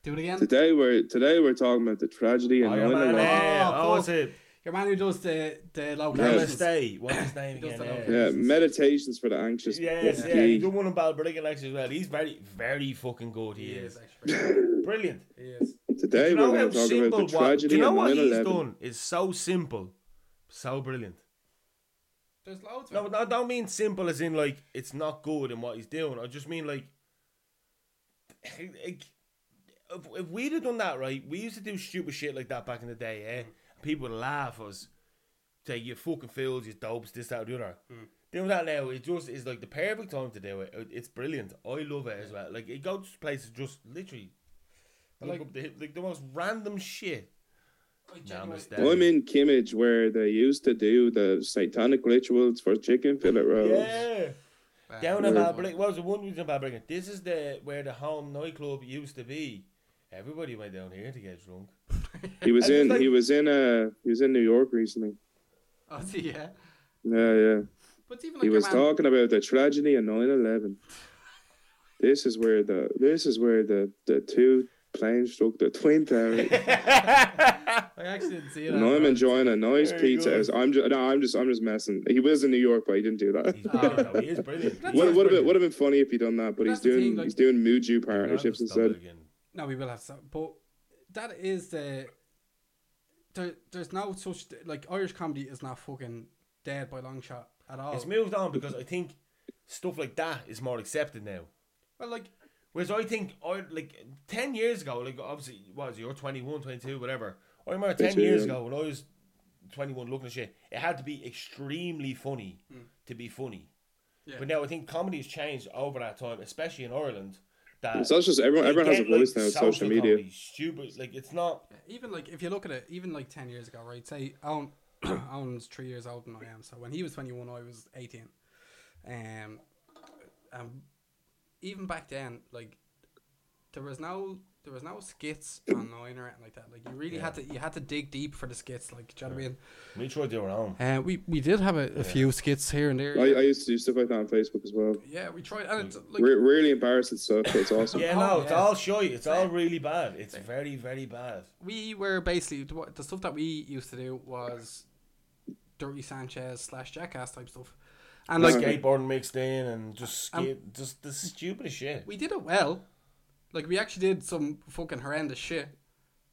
Speaker 2: Do it again.
Speaker 5: Today we're today we're talking about the tragedy in
Speaker 3: Oh, yeah, man,
Speaker 5: 9/11.
Speaker 3: eh,
Speaker 2: Oh,
Speaker 3: oh,
Speaker 2: fuck.
Speaker 3: it's a
Speaker 2: Your man who does the the low
Speaker 5: Yes.
Speaker 3: Namaste. What's his name
Speaker 2: He does
Speaker 3: again?
Speaker 2: that all
Speaker 5: Yeah, meditations for the anxious.
Speaker 3: Yes,
Speaker 5: That's
Speaker 3: yeah.
Speaker 5: key.
Speaker 3: He done one in Balbriggan actually as well. He's very, very fucking good. He,
Speaker 2: He
Speaker 3: is.
Speaker 2: is actually.
Speaker 3: brilliant.
Speaker 2: He is.
Speaker 5: Today
Speaker 3: you know
Speaker 5: we're
Speaker 3: how
Speaker 5: going to talk
Speaker 3: simple
Speaker 5: about the
Speaker 3: what, do
Speaker 5: tragedy
Speaker 3: you know
Speaker 5: of
Speaker 3: what
Speaker 5: 9
Speaker 3: he's
Speaker 5: 11.
Speaker 3: done is so simple, so brilliant.
Speaker 2: There's loads of
Speaker 3: No, no, I don't mean simple as in like it's not good in what he's doing. I just mean like, like if, if we'd have done that right, we used to do stupid shit like that back in the day, eh? People would laugh at us, say you fucking fools, you dopes, this, that, or the other. Doing that now, it just is like the perfect time to do it. It- It's brilliant. I love it as well. Like it goes to places just literally, like,
Speaker 2: Like-
Speaker 3: up the, like the most random shit. Namaste.
Speaker 5: I'm in Kimmage where they used to do the satanic rituals for chicken fillet rolls.
Speaker 3: Yeah. Down in
Speaker 5: Where-
Speaker 3: Balbriggan. What was the one reason in Balbriggan? This is the where the home nightclub used to be. Everybody went down here to get
Speaker 5: *laughs*
Speaker 3: drunk.
Speaker 2: *laughs*
Speaker 5: He was
Speaker 3: And it's
Speaker 5: in
Speaker 3: like-
Speaker 5: he was in uh he was in New York recently.
Speaker 2: Oh, see, yeah.
Speaker 5: Yeah, yeah.
Speaker 2: But it's even like
Speaker 5: He
Speaker 2: your
Speaker 5: was
Speaker 2: man,
Speaker 5: talking about the tragedy of 9-11. This is where the this is where the, the two planes struck the twin
Speaker 2: *laughs*
Speaker 5: towers.
Speaker 2: I actually didn't see that.
Speaker 5: and I'm
Speaker 2: but-
Speaker 5: enjoying a nice
Speaker 3: Very
Speaker 5: pizza.
Speaker 3: good.
Speaker 5: As I'm just no, I'm just I'm just messing. He was in New York, but he didn't do that. *laughs*
Speaker 3: He's brilliant. though. He is brilliant.
Speaker 2: Ah, That's-
Speaker 5: What would have been
Speaker 3: brilliant.
Speaker 5: would have been funny if he done that, but
Speaker 2: That's the
Speaker 5: he's doing
Speaker 2: thing, like-
Speaker 5: he's doing Muju
Speaker 3: Not
Speaker 5: partnerships
Speaker 3: the stomach
Speaker 5: instead.
Speaker 3: again.
Speaker 2: No, we will have some. But that is the. There, there's no such like Irish comedy is not fucking dead by long shot at all.
Speaker 5: Oh.
Speaker 3: It's moved on because I think stuff like that is more accepted now.
Speaker 2: well, like
Speaker 3: Whereas I think, I like ten years ago, like obviously, what is it, you're 21, 22, whatever. I remember ten
Speaker 5: 22,
Speaker 3: years
Speaker 5: yeah.
Speaker 3: ago when I was twenty one, looking at shit. It had to be extremely funny to be funny.
Speaker 2: yeah.
Speaker 3: But now I think comedy has changed over that time, especially in Ireland. That
Speaker 5: It's also just everyone
Speaker 3: they
Speaker 5: everyone has a
Speaker 3: get,
Speaker 5: voice
Speaker 3: like,
Speaker 5: now. It's
Speaker 3: social
Speaker 5: social media.
Speaker 3: comedy, stupid, like it's not.
Speaker 2: even like if you look at it, even like ten years ago, right? Say *clears throat* Owen, Owen's three years older than I am, so when he was twenty one, I was eighteen. Um, um, even back then, like there was no there was no skits *coughs* online or anything like that. Like you really had to you had to dig deep for the skits. Like do you know what I mean?
Speaker 3: We tried to do our own.
Speaker 2: Uh, we we did have a, a few skits here and there.
Speaker 5: I, I Mm. used to do stuff like that on Facebook as well.
Speaker 2: yeah, we tried, and it's like
Speaker 5: Re- really embarrassing stuff, but it's awesome.
Speaker 3: Yeah,
Speaker 2: Oh,
Speaker 3: no, it's
Speaker 2: yeah.
Speaker 3: all shy. It's all really bad. It's very, very bad.
Speaker 2: we were basically the what- the stuff that we used to do was Dirty Sanchez slash Jackass type stuff, and
Speaker 3: Like
Speaker 2: like
Speaker 3: skateboarding mixed in and just skate, just the stupidest shit.
Speaker 2: Um, we did it well. Like we actually did some fucking horrendous shit,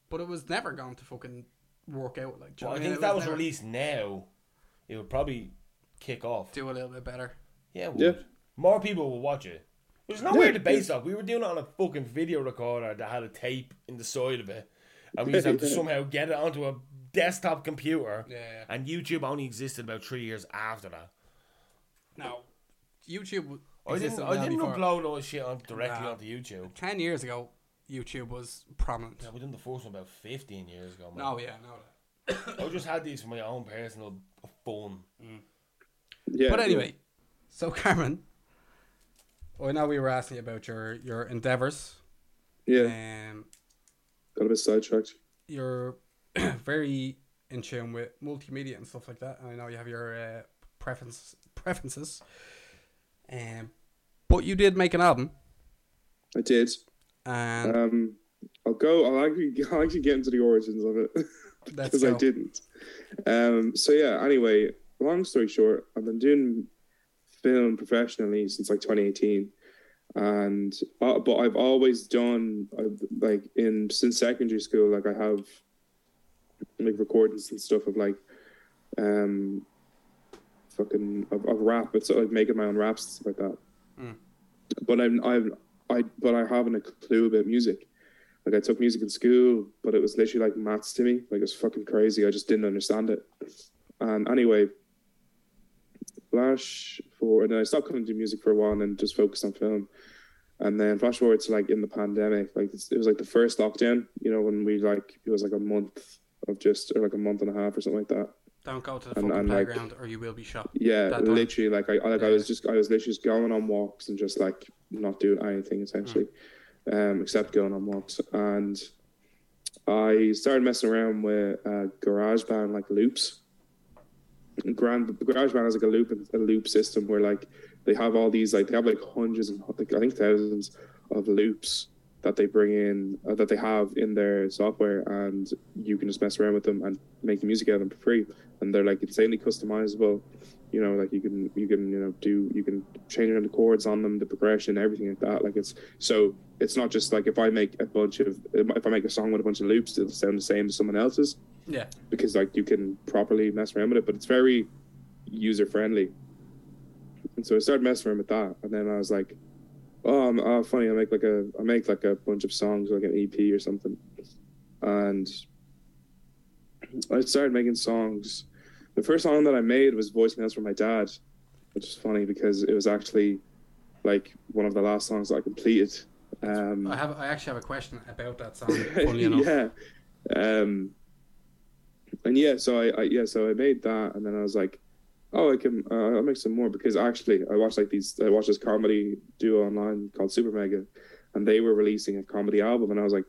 Speaker 2: but it was never going to fucking work out. Like, do you
Speaker 3: Well, I
Speaker 2: know what mean?
Speaker 3: think
Speaker 2: It
Speaker 3: if that was
Speaker 2: never-
Speaker 3: released now, it would probably kick off.
Speaker 2: Do a little bit better.
Speaker 3: Yeah, it would.
Speaker 5: Yeah.
Speaker 3: more people will watch it. There's nowhere to base off. We were doing it on a fucking video recorder that had a tape in the side of it, and *laughs* we just had to somehow get it onto a desktop computer.
Speaker 2: Yeah.
Speaker 3: And YouTube only existed about three years after that.
Speaker 2: Now, YouTube. w-
Speaker 3: I didn't.
Speaker 2: existed
Speaker 3: I
Speaker 2: now
Speaker 3: didn't
Speaker 2: before.
Speaker 3: upload all this shit on directly
Speaker 2: Nah.
Speaker 3: onto YouTube.
Speaker 2: Ten years ago, YouTube was prominent.
Speaker 3: Yeah, we done the first one about fifteen years ago. Man.
Speaker 2: No, yeah, no.
Speaker 3: I just had these for my own personal fun.
Speaker 2: *laughs*
Speaker 5: Yeah,
Speaker 2: But anyway, so Cameron, I know we were asking you about your your endeavors.
Speaker 5: yeah,
Speaker 2: Um,
Speaker 5: got a bit sidetracked.
Speaker 2: you're *clears throat* very in tune with multimedia and stuff like that. And I know you have your uh, preference preferences. Um, but you did make an album,
Speaker 5: I did.
Speaker 2: and
Speaker 5: Um, I'll go. I'll actually, *laughs* I'll actually get into the origins of it
Speaker 2: that's
Speaker 5: because I didn't. Um, so yeah. Anyway, long story short, I've been doing film professionally since like 2018, and uh, but I've always done I've, like in since secondary school. Like I have like recordings and stuff of like um fucking of, of rap. It's like making my own raps and stuff like that. But I'm I'm I but I haven't a clue about music. Like I took music in school, but it was literally like maths to me. Like it was fucking crazy. I just didn't understand it. And anyway, flash forward, and then I stopped coming to music for a while, and then just focused on film. And then flash forward to like in the pandemic, like it's- it was like the first lockdown. You know when we like it was like a month of just or like a month and a half or something like that.
Speaker 2: Don't go to the
Speaker 5: And-
Speaker 2: fucking
Speaker 5: and, like-
Speaker 2: playground, or you will be shot.
Speaker 5: Yeah,
Speaker 2: That time.
Speaker 5: literally, like I, I- like I
Speaker 2: Yeah.
Speaker 5: was just, I was literally just going on walks and just like not doing anything essentially, um, except going on walks. And I started messing around with uh, GarageBand like loops. Grand GarageBand has like a loop a loop system where like they have all these like they have like hundreds and like, I think thousands of loops that they bring in uh, that they have in their software, and you can just mess around with them and make the music out of them for free. And they're like insanely customizable. You know, like you can you can you know do you can change around the chords on them, the progression, everything like that. Like it's so it's not just like if I make a bunch of if I make a song with a bunch of loops, it'll sound the same as someone else's
Speaker 2: Yeah.
Speaker 5: because like you can properly mess around with it, but it's very user friendly. And so I started messing around with that, and then I was like, "Oh, I'm uh, funny. I make like a I make like a bunch of songs, like an EP or something." And I started making songs. The first song that I made was voicemails from my dad, which is funny because it was actually like one of the last songs that I completed. Um,
Speaker 2: I have. I actually have a question about that *laughs*
Speaker 5: *laughs*
Speaker 2: song. Funny enough.
Speaker 5: yeah. Um, and yeah, so I, I yeah, so I made that, and then I was like, oh, I can uh, I'll make some more because actually I watched like these I watched this comedy duo online called Super Mega, and they were releasing a comedy album, and I was like,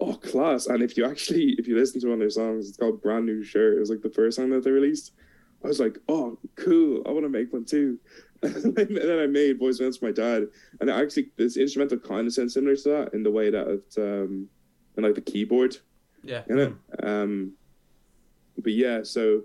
Speaker 5: oh, class! And if you actually if you listen to one of their songs, it's called Brand New Shirt. It was like the first song that they released. I was like, oh, cool! I want to make one too. *laughs* and then I made voicemails for my dad, and actually this instrumental kind of sounds similar to that in the way that it's um, and like the keyboard
Speaker 2: Yeah.
Speaker 5: in it. Um, but yeah, so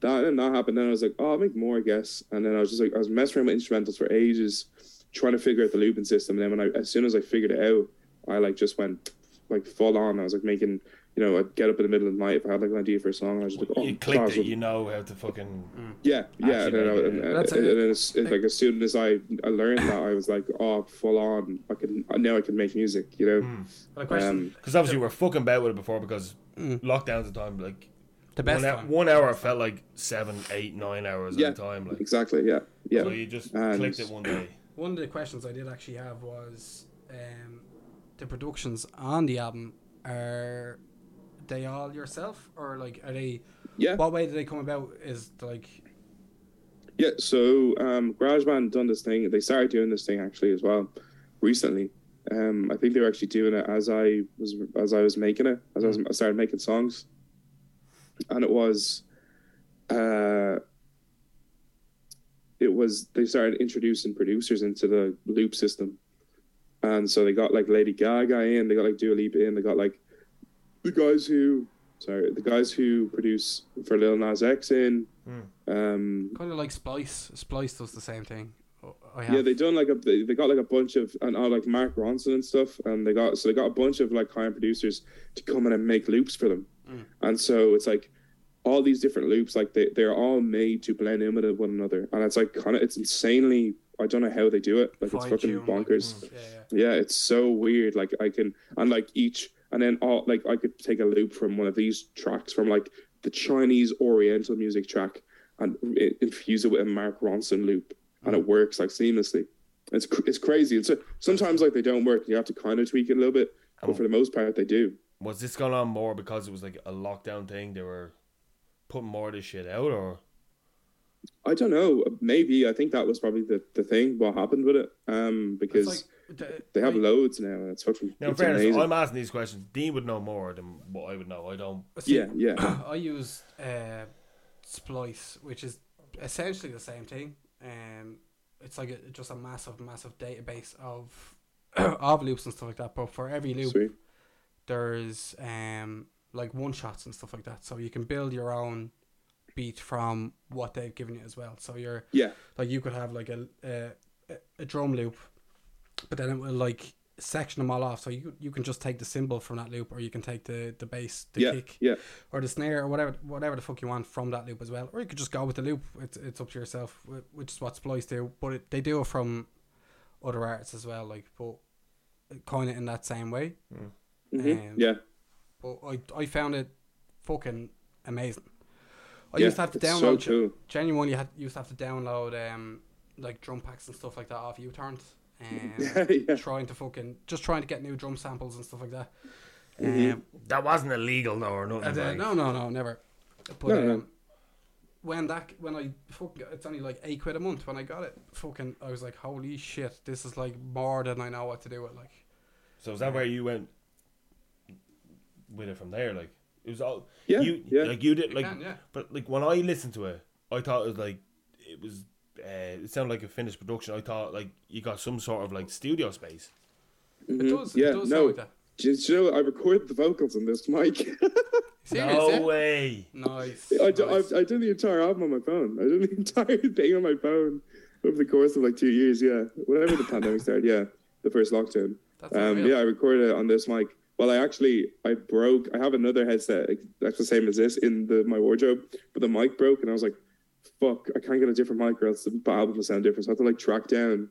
Speaker 5: that and that happened. Then I was like, oh, I'll make more, I guess. And then I was just like, I was messing around with instrumentals for ages, trying to figure out the looping system. And then when I, as soon as I figured it out, I like just went like full on. I was like making, you know, I'd get up in the middle of the night if I had like an idea for a song. I was just like, oh,
Speaker 3: you clicked
Speaker 5: class,
Speaker 3: it, you know how to
Speaker 2: Mm.
Speaker 3: fucking.
Speaker 5: yeah, yeah. And
Speaker 3: Actually,
Speaker 5: then, I,
Speaker 3: yeah.
Speaker 5: and, and,
Speaker 2: That's a-
Speaker 5: and then it's, it's like as soon as I, I learned that, I was like, oh, full on. I can now I can make music, you know.
Speaker 3: Hmm.
Speaker 2: But a question.
Speaker 5: Um,
Speaker 3: Because obviously you were fucking bad with it before because lockdowns at the time, like.
Speaker 2: Mm. the best
Speaker 3: one, hou-
Speaker 2: one.
Speaker 3: one hour felt like seven, eight, nine hours
Speaker 5: Yeah,
Speaker 3: at a time. Like,
Speaker 5: exactly. Yeah, yeah.
Speaker 3: So you just
Speaker 5: And-
Speaker 3: clicked it one day.
Speaker 2: One of the questions I did actually have was um, the productions on the album are they all yourself or like are they
Speaker 5: Yeah.
Speaker 2: what way did they come about is like
Speaker 5: Yeah, so um, GarageBand done this thing. They started doing this thing actually as well recently. Um, I think they were actually doing it as I was as I was making it as I, was, I started making songs, and it was, uh, it was they started introducing producers into the loop system, and so they got like Lady Gaga in, they got like Dua Lipa in, they got like the guys who sorry the guys who produce for Lil Nas X in. Um,
Speaker 2: kind of like Splice Splice does the same thing Oh, I have
Speaker 5: yeah, they done like a they, they got like a bunch of and uh, like Mark Ronson and stuff, and they got so they got a bunch of like high producers to come in and make loops for them,
Speaker 2: Mm.
Speaker 5: and so it's like all these different loops like they they're all made to blend in with one another, and it's like kind of it's insanely I don't know how they do it like it's fucking
Speaker 2: Fine-tuned, like,
Speaker 5: bonkers.
Speaker 2: Mm. yeah, yeah.
Speaker 5: Yeah, it's so weird. Like I can and like each and then all like I could take a loop from one of these tracks from like the Chinese Oriental music track and i- infuse it with a Mark Ronson loop, and
Speaker 2: Mm.
Speaker 5: it works like seamlessly. It's cr- it's crazy. And so sometimes like they don't work. You have to kind of tweak it a little bit,
Speaker 2: Oh.
Speaker 5: but for the most part they do.
Speaker 3: Was this going on more because it was like a lockdown thing? They were putting more of this shit out, or
Speaker 5: I don't know. uh, Maybe I think that was probably the, the thing what happened with it. Um, because
Speaker 2: it's like the,
Speaker 5: they have
Speaker 2: like,
Speaker 5: loads now, and it's fucking
Speaker 3: now? In
Speaker 5: it's
Speaker 3: fairness,
Speaker 5: amazing.
Speaker 3: I'm asking these questions. Dean would know more than what I would know. I don't.
Speaker 2: see,
Speaker 5: yeah,
Speaker 2: *coughs*
Speaker 5: yeah,
Speaker 2: I use uh, Splice, which is essentially the same thing. Um, it's like a, just a massive, massive database of *coughs* of loops and stuff like that. But for every loop,
Speaker 5: sweet.
Speaker 2: there's um like one shots and stuff like that. So you can build your own beat from what they've given you as well. So you're
Speaker 5: Yeah,
Speaker 2: like you could have like a a, a drum loop, but then it will like section them all off. So you you can just take the cymbal from that loop, or you can take the the bass, the
Speaker 5: yeah,
Speaker 2: kick,
Speaker 5: yeah.
Speaker 2: or the snare or whatever whatever the fuck you want from that loop as well or you could just go with the loop it's, it's up to yourself wh- which is what splice do but it, they do it from other artists as well like but kind of in that same way
Speaker 5: Mhm.
Speaker 2: Um,
Speaker 5: yeah.
Speaker 2: but I, I found it fucking amazing I
Speaker 5: Yeah,
Speaker 2: used to have to
Speaker 5: it's so
Speaker 2: download
Speaker 5: cool.
Speaker 2: genuinely had used to have to download um like drum packs and stuff like that off
Speaker 5: *laughs*
Speaker 2: uturns um,
Speaker 5: Yeah.
Speaker 2: trying to fucking just trying to get new drum samples and stuff like that
Speaker 5: Mm-hmm.
Speaker 2: um,
Speaker 3: That wasn't illegal, though, or nothing.
Speaker 2: uh, the-
Speaker 3: like.
Speaker 2: no, no, no, never. But
Speaker 5: No, no.
Speaker 2: um, when that when I fucking got- it's only like eight quid a month. When I got it, fucking, I was like, holy shit, this is like more than I know what to do with. Like,
Speaker 3: So is that where you went with it from there? Like it was all
Speaker 5: Yeah,
Speaker 3: you
Speaker 5: yeah.
Speaker 3: like you did like
Speaker 2: can, yeah.
Speaker 3: but like when I listened to it, I thought it was like it was uh, it sounded like a finished production. I thought like you got some sort of like studio space.
Speaker 2: It does.
Speaker 5: Mm-hmm. Yeah,
Speaker 2: it does
Speaker 5: no.
Speaker 2: sound like that.
Speaker 5: Do you know, I recorded the vocals on this mic. *laughs*
Speaker 2: Serious, yeah?
Speaker 3: way.
Speaker 2: Nice.
Speaker 5: I, d-
Speaker 2: nice.
Speaker 5: I've, I did the entire album on my phone. I did the *laughs* entire thing on my phone over the course of like two years. Yeah, whenever the pandemic started. Yeah, the first lockdown.
Speaker 2: That's
Speaker 5: Um,
Speaker 2: unreal.
Speaker 5: yeah, I recorded it on this mic. Well, I actually I broke. I have another headset like, that's the same as this in the my wardrobe, but the mic broke, and I was like, "Fuck! I can't get a different mic, or else the album will sound different." So I had to like track down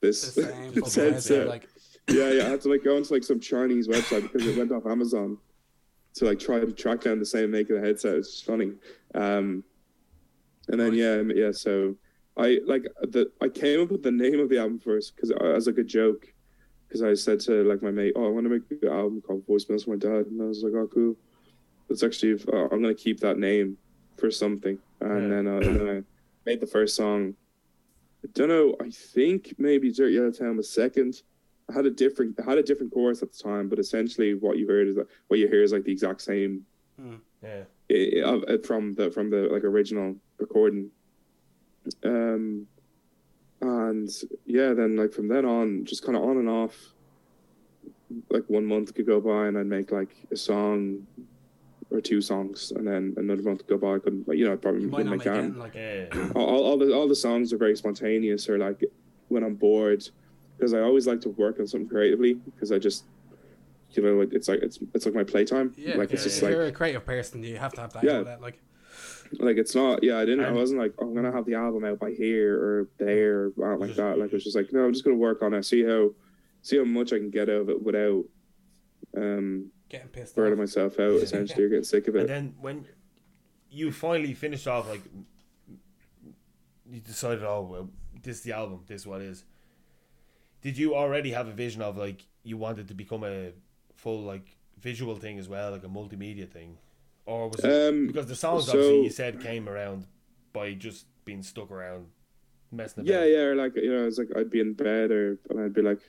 Speaker 2: the
Speaker 5: this *laughs*
Speaker 2: same fucking
Speaker 5: headset.
Speaker 2: headset, like
Speaker 5: yeah, yeah. I had to like go onto like some Chinese website because it went off Amazon to like try to track down the same make of the headset. It's just funny. Um, and then yeah, um, yeah. So I like the I came up with the name of the album first because as like a joke because I said to like my mate, oh, I want to make an album called Voicemails for My Dad, and I was like, oh, cool. That's actually uh, I'm gonna keep that name for something. And then, uh, and then I made the first song. I don't know. I think maybe Dirt Yellow Town was second. I had a different I had a different chorus at the time, but essentially what you heard is that what you hear is like the exact same
Speaker 3: Yeah.
Speaker 5: i- i- of- uh, from the from the like original recording. Um, and yeah, then like from then on, just kind of on and off. Like one month could go by, and I'd make like a song or two songs, and then another month could go by. I couldn't, like, you know, I probably
Speaker 2: you might
Speaker 5: wouldn't
Speaker 2: not
Speaker 5: make
Speaker 2: make
Speaker 5: an-
Speaker 2: it. Like
Speaker 3: Yeah.
Speaker 5: all, all- all the all the songs are very spontaneous or like when I'm bored because I always like to work on something creatively because I just you know like it's like it's it's like my playtime
Speaker 2: yeah,
Speaker 5: like it's
Speaker 2: if-
Speaker 5: just
Speaker 2: if
Speaker 5: like
Speaker 2: you're a creative person, you have to have that.
Speaker 5: Yeah.
Speaker 2: Yeah. that like
Speaker 5: like it's not yeah I didn't I
Speaker 3: And-
Speaker 5: wasn't like oh, I'm gonna have the album out by here or there or out like
Speaker 3: Just-
Speaker 5: that like it was just like no I'm just gonna work on it see how see how much I can get out of it without um
Speaker 2: getting pissed
Speaker 5: burning
Speaker 2: off.
Speaker 5: myself
Speaker 2: *laughs*
Speaker 5: out essentially or getting sick of
Speaker 3: And
Speaker 5: it
Speaker 3: then when you finally finished off, like you decided, oh well, this is the album. This is what it is. Did you already have a vision of like you wanted to become a full like visual thing as well, like a multimedia thing, or was it
Speaker 5: Um,
Speaker 3: because the songs
Speaker 5: so-
Speaker 3: obviously you said came around by just being stuck around messing about?
Speaker 5: Yeah, yeah, or like you know, it's like I'd be in bed or and I'd be like,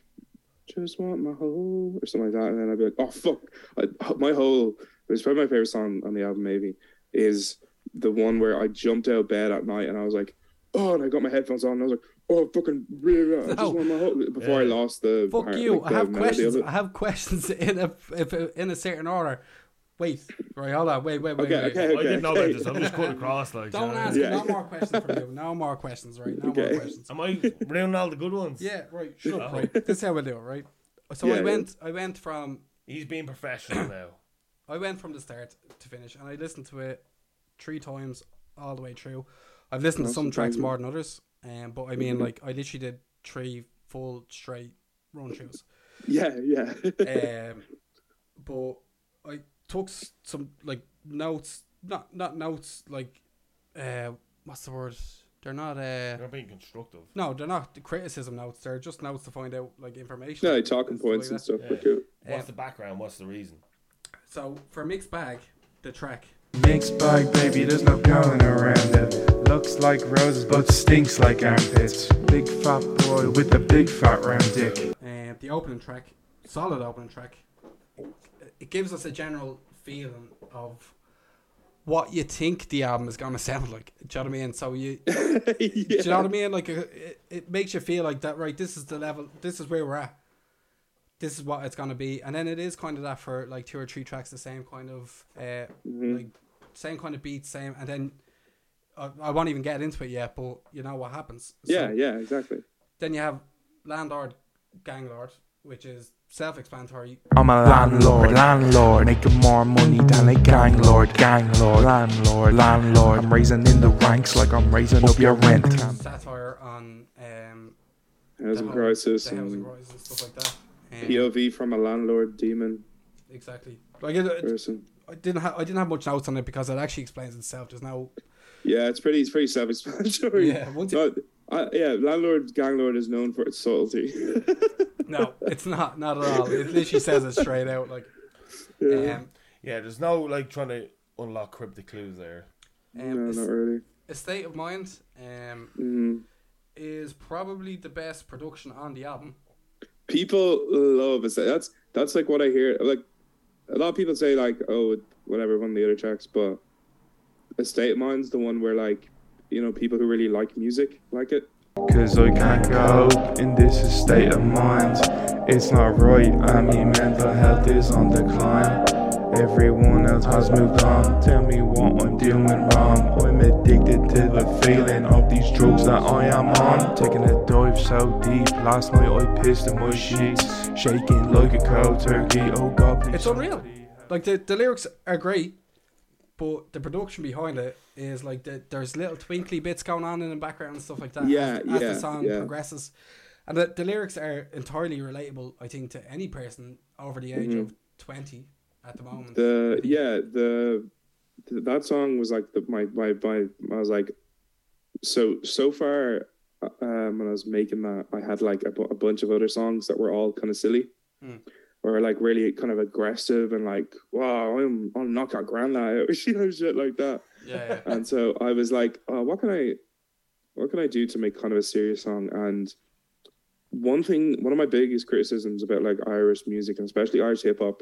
Speaker 5: just want my hole or something like that, and then I'd be like, oh fuck, I, my hole. It's probably my favorite song on the album. Maybe is the one where I jumped out of bed at night and I was like, oh, and I got my headphones on and I was like, oh fucking, blah, blah, I
Speaker 2: No.
Speaker 5: just want my hole before I
Speaker 3: Yeah.
Speaker 5: lost the
Speaker 2: Oh. Fuck
Speaker 5: heart-
Speaker 2: you!
Speaker 5: like,
Speaker 2: I
Speaker 5: the
Speaker 2: have
Speaker 5: melody of
Speaker 2: questions.
Speaker 5: it.
Speaker 2: I have *laughs* questions in a if, in a certain order. Wait, right? Hold on. Wait, wait, wait.
Speaker 5: Okay,
Speaker 2: wait.
Speaker 5: okay,
Speaker 3: I didn't know
Speaker 5: okay.
Speaker 3: about
Speaker 5: *laughs*
Speaker 3: this. I'm just cutting across. Like,
Speaker 2: Don't
Speaker 3: uh,
Speaker 2: ask.
Speaker 5: Yeah.
Speaker 2: No more questions from
Speaker 5: *laughs*
Speaker 2: you. No more questions. Right? No
Speaker 5: Okay.
Speaker 2: more *laughs* questions.
Speaker 3: Am I ruining all the good ones?
Speaker 2: Yeah. Right. Sure.
Speaker 3: up.
Speaker 2: Right. This is how we do it. Right. So
Speaker 5: Yeah,
Speaker 2: I
Speaker 5: yeah.
Speaker 2: went. I went from
Speaker 3: He's being professional now.
Speaker 2: I went from the start to finish, and I listened to it three times all the way through. I've listened to some
Speaker 5: Awesome,
Speaker 2: tracks
Speaker 5: thank you. Mm-hmm.
Speaker 2: more than others, um, but I mean, like, I literally did three full straight run throughs.
Speaker 5: Yeah, *laughs* yeah,
Speaker 2: Um, but I took s- some like notes, not not notes like, uh, what's the word? They're not
Speaker 3: You're
Speaker 2: uh,
Speaker 3: being constructive.
Speaker 2: no, they're not the criticism notes. They're just notes to find out like information.
Speaker 5: no, talking
Speaker 2: and stuff like
Speaker 5: points and
Speaker 2: that.
Speaker 5: stuff.
Speaker 3: Yeah.
Speaker 5: but cool. *laughs*
Speaker 3: What's
Speaker 2: Um,
Speaker 3: the background? What's the reason?
Speaker 2: So for mixed bag, the track.
Speaker 4: Mixed bag, baby, there's no going around it. Looks like roses, but stinks like armpits. Big fat boy with a big fat round dick.
Speaker 2: and Uh, the opening track, solid opening track. It gives us a general feeling of what you think the album is gonna sound *laughs* like. Do you know what I mean? So you, do you know what I mean? Like it, it makes you feel like that. Right, this is the level. This is where we're at. This is what it's gonna be, and then it is kind of that for like two or three tracks, the same kind of uh, like same kind of beat, same, and then I, I won't even get into it yet. But you know what happens? So-
Speaker 5: Yeah, yeah, exactly.
Speaker 2: then you have landlord, ganglord, which is self-explanatory.
Speaker 4: I'm a landlord, landlord, making more money than a ganglord, ganglord, landlord, landlord. I'm raising in the ranks like I'm raising up your rent.
Speaker 2: Satire on um, the
Speaker 5: Housing
Speaker 2: whole-
Speaker 5: crisis
Speaker 2: the housing
Speaker 5: and
Speaker 2: crisis and stuff like that. Um,
Speaker 5: POV from a landlord demon
Speaker 2: Exactly. Like it, it-
Speaker 5: person.
Speaker 2: I didn't have I didn't have much notes on it because it actually explains itself. There's no
Speaker 5: Yeah, it's pretty. It's pretty self-explanatory.
Speaker 2: Yeah, once
Speaker 5: No, I, yeah. Landlord Ganglord is known for
Speaker 2: *laughs*
Speaker 5: its subtlety. *laughs*
Speaker 2: no, it's not not at all. It literally says it straight out. Like, um,
Speaker 3: Yeah, there's no like trying to unlock cryptic clues there.
Speaker 2: um,
Speaker 5: no,
Speaker 2: a s-
Speaker 5: not really.
Speaker 2: a state of mind um,
Speaker 5: Mm.
Speaker 2: is probably the best production on the album.
Speaker 5: People love it. That's that's like what I hear. Like a lot of people say, like, oh, whatever, one of the other tracks, but Estate Mind's the one where like you know people who really like music like it.
Speaker 4: Cause I can't go in this state of mind. It's not right, I mean, mental health is on decline. Everyone else has moved on. Tell me what I'm doing wrong. I'm addicted to the feeling of these drugs that I am on. Taking a dive so deep. Last night I pissed in my sheets. Shaking like a cold turkey. Oh god, please.
Speaker 2: It's unreal. Like the, the lyrics are great, but the production behind it is like the, there's little twinkly bits going on in the background and stuff like that.
Speaker 5: Yeah,
Speaker 2: as, as
Speaker 5: yeah,
Speaker 2: the song
Speaker 5: yeah.
Speaker 2: progresses, and the, the lyrics are entirely relatable. I think to any person over the age of twenty at the moment.
Speaker 5: Mm-hmm. the yeah the, th- that song was like the, my, my my I was like so so far uh, um, when I was making that I had like a, bu- a bunch of other songs that were all kind of silly
Speaker 2: Mm.
Speaker 5: or like really kind of aggressive and like wow I'm I'll knock our grandma *laughs* out you know shit like that
Speaker 2: yeah, yeah.
Speaker 5: *laughs* and so I was like, oh, what can I, what can I do to make kind of a serious song? And one thing, one of my biggest criticisms about like Irish music and especially Irish hip hop,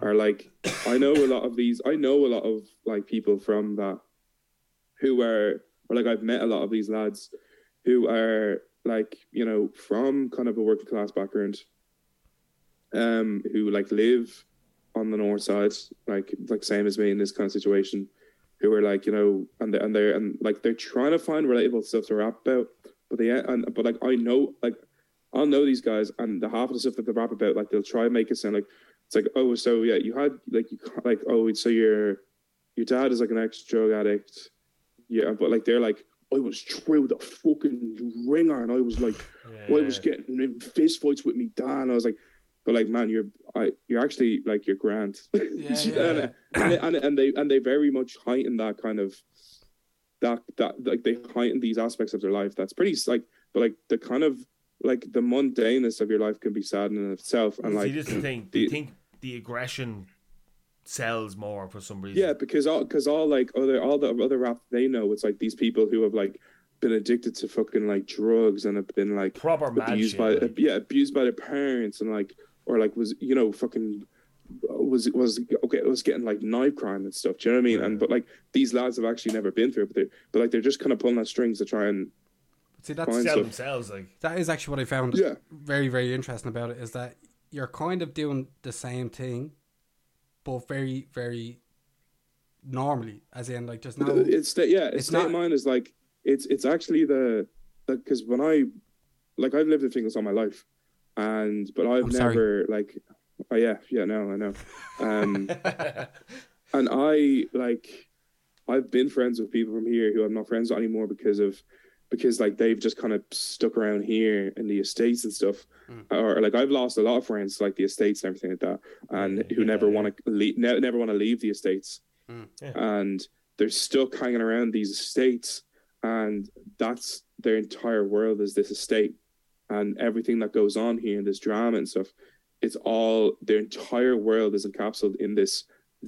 Speaker 5: are like, I know a lot of these, I know a lot of like people from that, who are or like I've met a lot of these lads, who are like you know from kind of a working class background, um, who like live on the north side, like like same as me in this kind of situation, who are like you know and they and they're and like they're trying to find relatable stuff to rap about, but they and but like I know like I'll know these guys and the half of the stuff that they rap about like they'll try and make it sound like it's like oh so yeah you had like you ca- like oh so your your dad is like an ex drug addict, yeah but like they're like I was through the fucking ringer and I was like well, I was getting in fist fights with me dad and I was like but like man you're I, you're actually like you're grand
Speaker 2: yeah,
Speaker 5: *laughs* and,
Speaker 2: yeah.
Speaker 5: and, they- and, and they and they very much heighten that kind of that that like they heighten these aspects of their life that's pretty s- like but like the kind of like the mundaneness of your life can be sad in itself and
Speaker 3: See,
Speaker 5: like
Speaker 3: this is the thing.
Speaker 5: the-
Speaker 3: They think the aggression sells more for some reason.
Speaker 5: yeah because all because all like other all the other rap they know it's like these people who have like been addicted to fucking like drugs and have been like
Speaker 3: proper mad
Speaker 5: abused
Speaker 3: shit.
Speaker 5: by
Speaker 3: like.
Speaker 5: yeah abused by their parents and like or like was you know fucking was was okay it was getting like knife crime and stuff do you know what i mean and but like these lads have actually never been through it but they're but like they're just kind of pulling at strings to try and
Speaker 2: See, that's
Speaker 5: Fine.
Speaker 3: sell
Speaker 5: so-
Speaker 2: *laughs*
Speaker 3: themselves like
Speaker 2: that is actually what I found
Speaker 5: Yeah.
Speaker 2: very, very interesting about it is that you're kind of doing the same thing, but very, very normally. As in, like, there's no.
Speaker 5: it's the, yeah
Speaker 2: It's
Speaker 5: it's state
Speaker 2: not-
Speaker 5: of mind is like it's it's actually the because when i like i've lived in fingers all my life and but i've
Speaker 2: I'm sorry.
Speaker 5: never like oh yeah yeah no i know um and i like i've been friends with people from here who i'm not friends with anymore because of because like they've just kind of stuck around here in the estates and stuff or like i've lost a lot of friends to, like the estates and everything like that and who never want to leave ne- never want to leave the estates and they're stuck hanging around these estates and that's their entire world is this estate and everything that goes on here and this drama and stuff it's all their entire world is encapsulated in this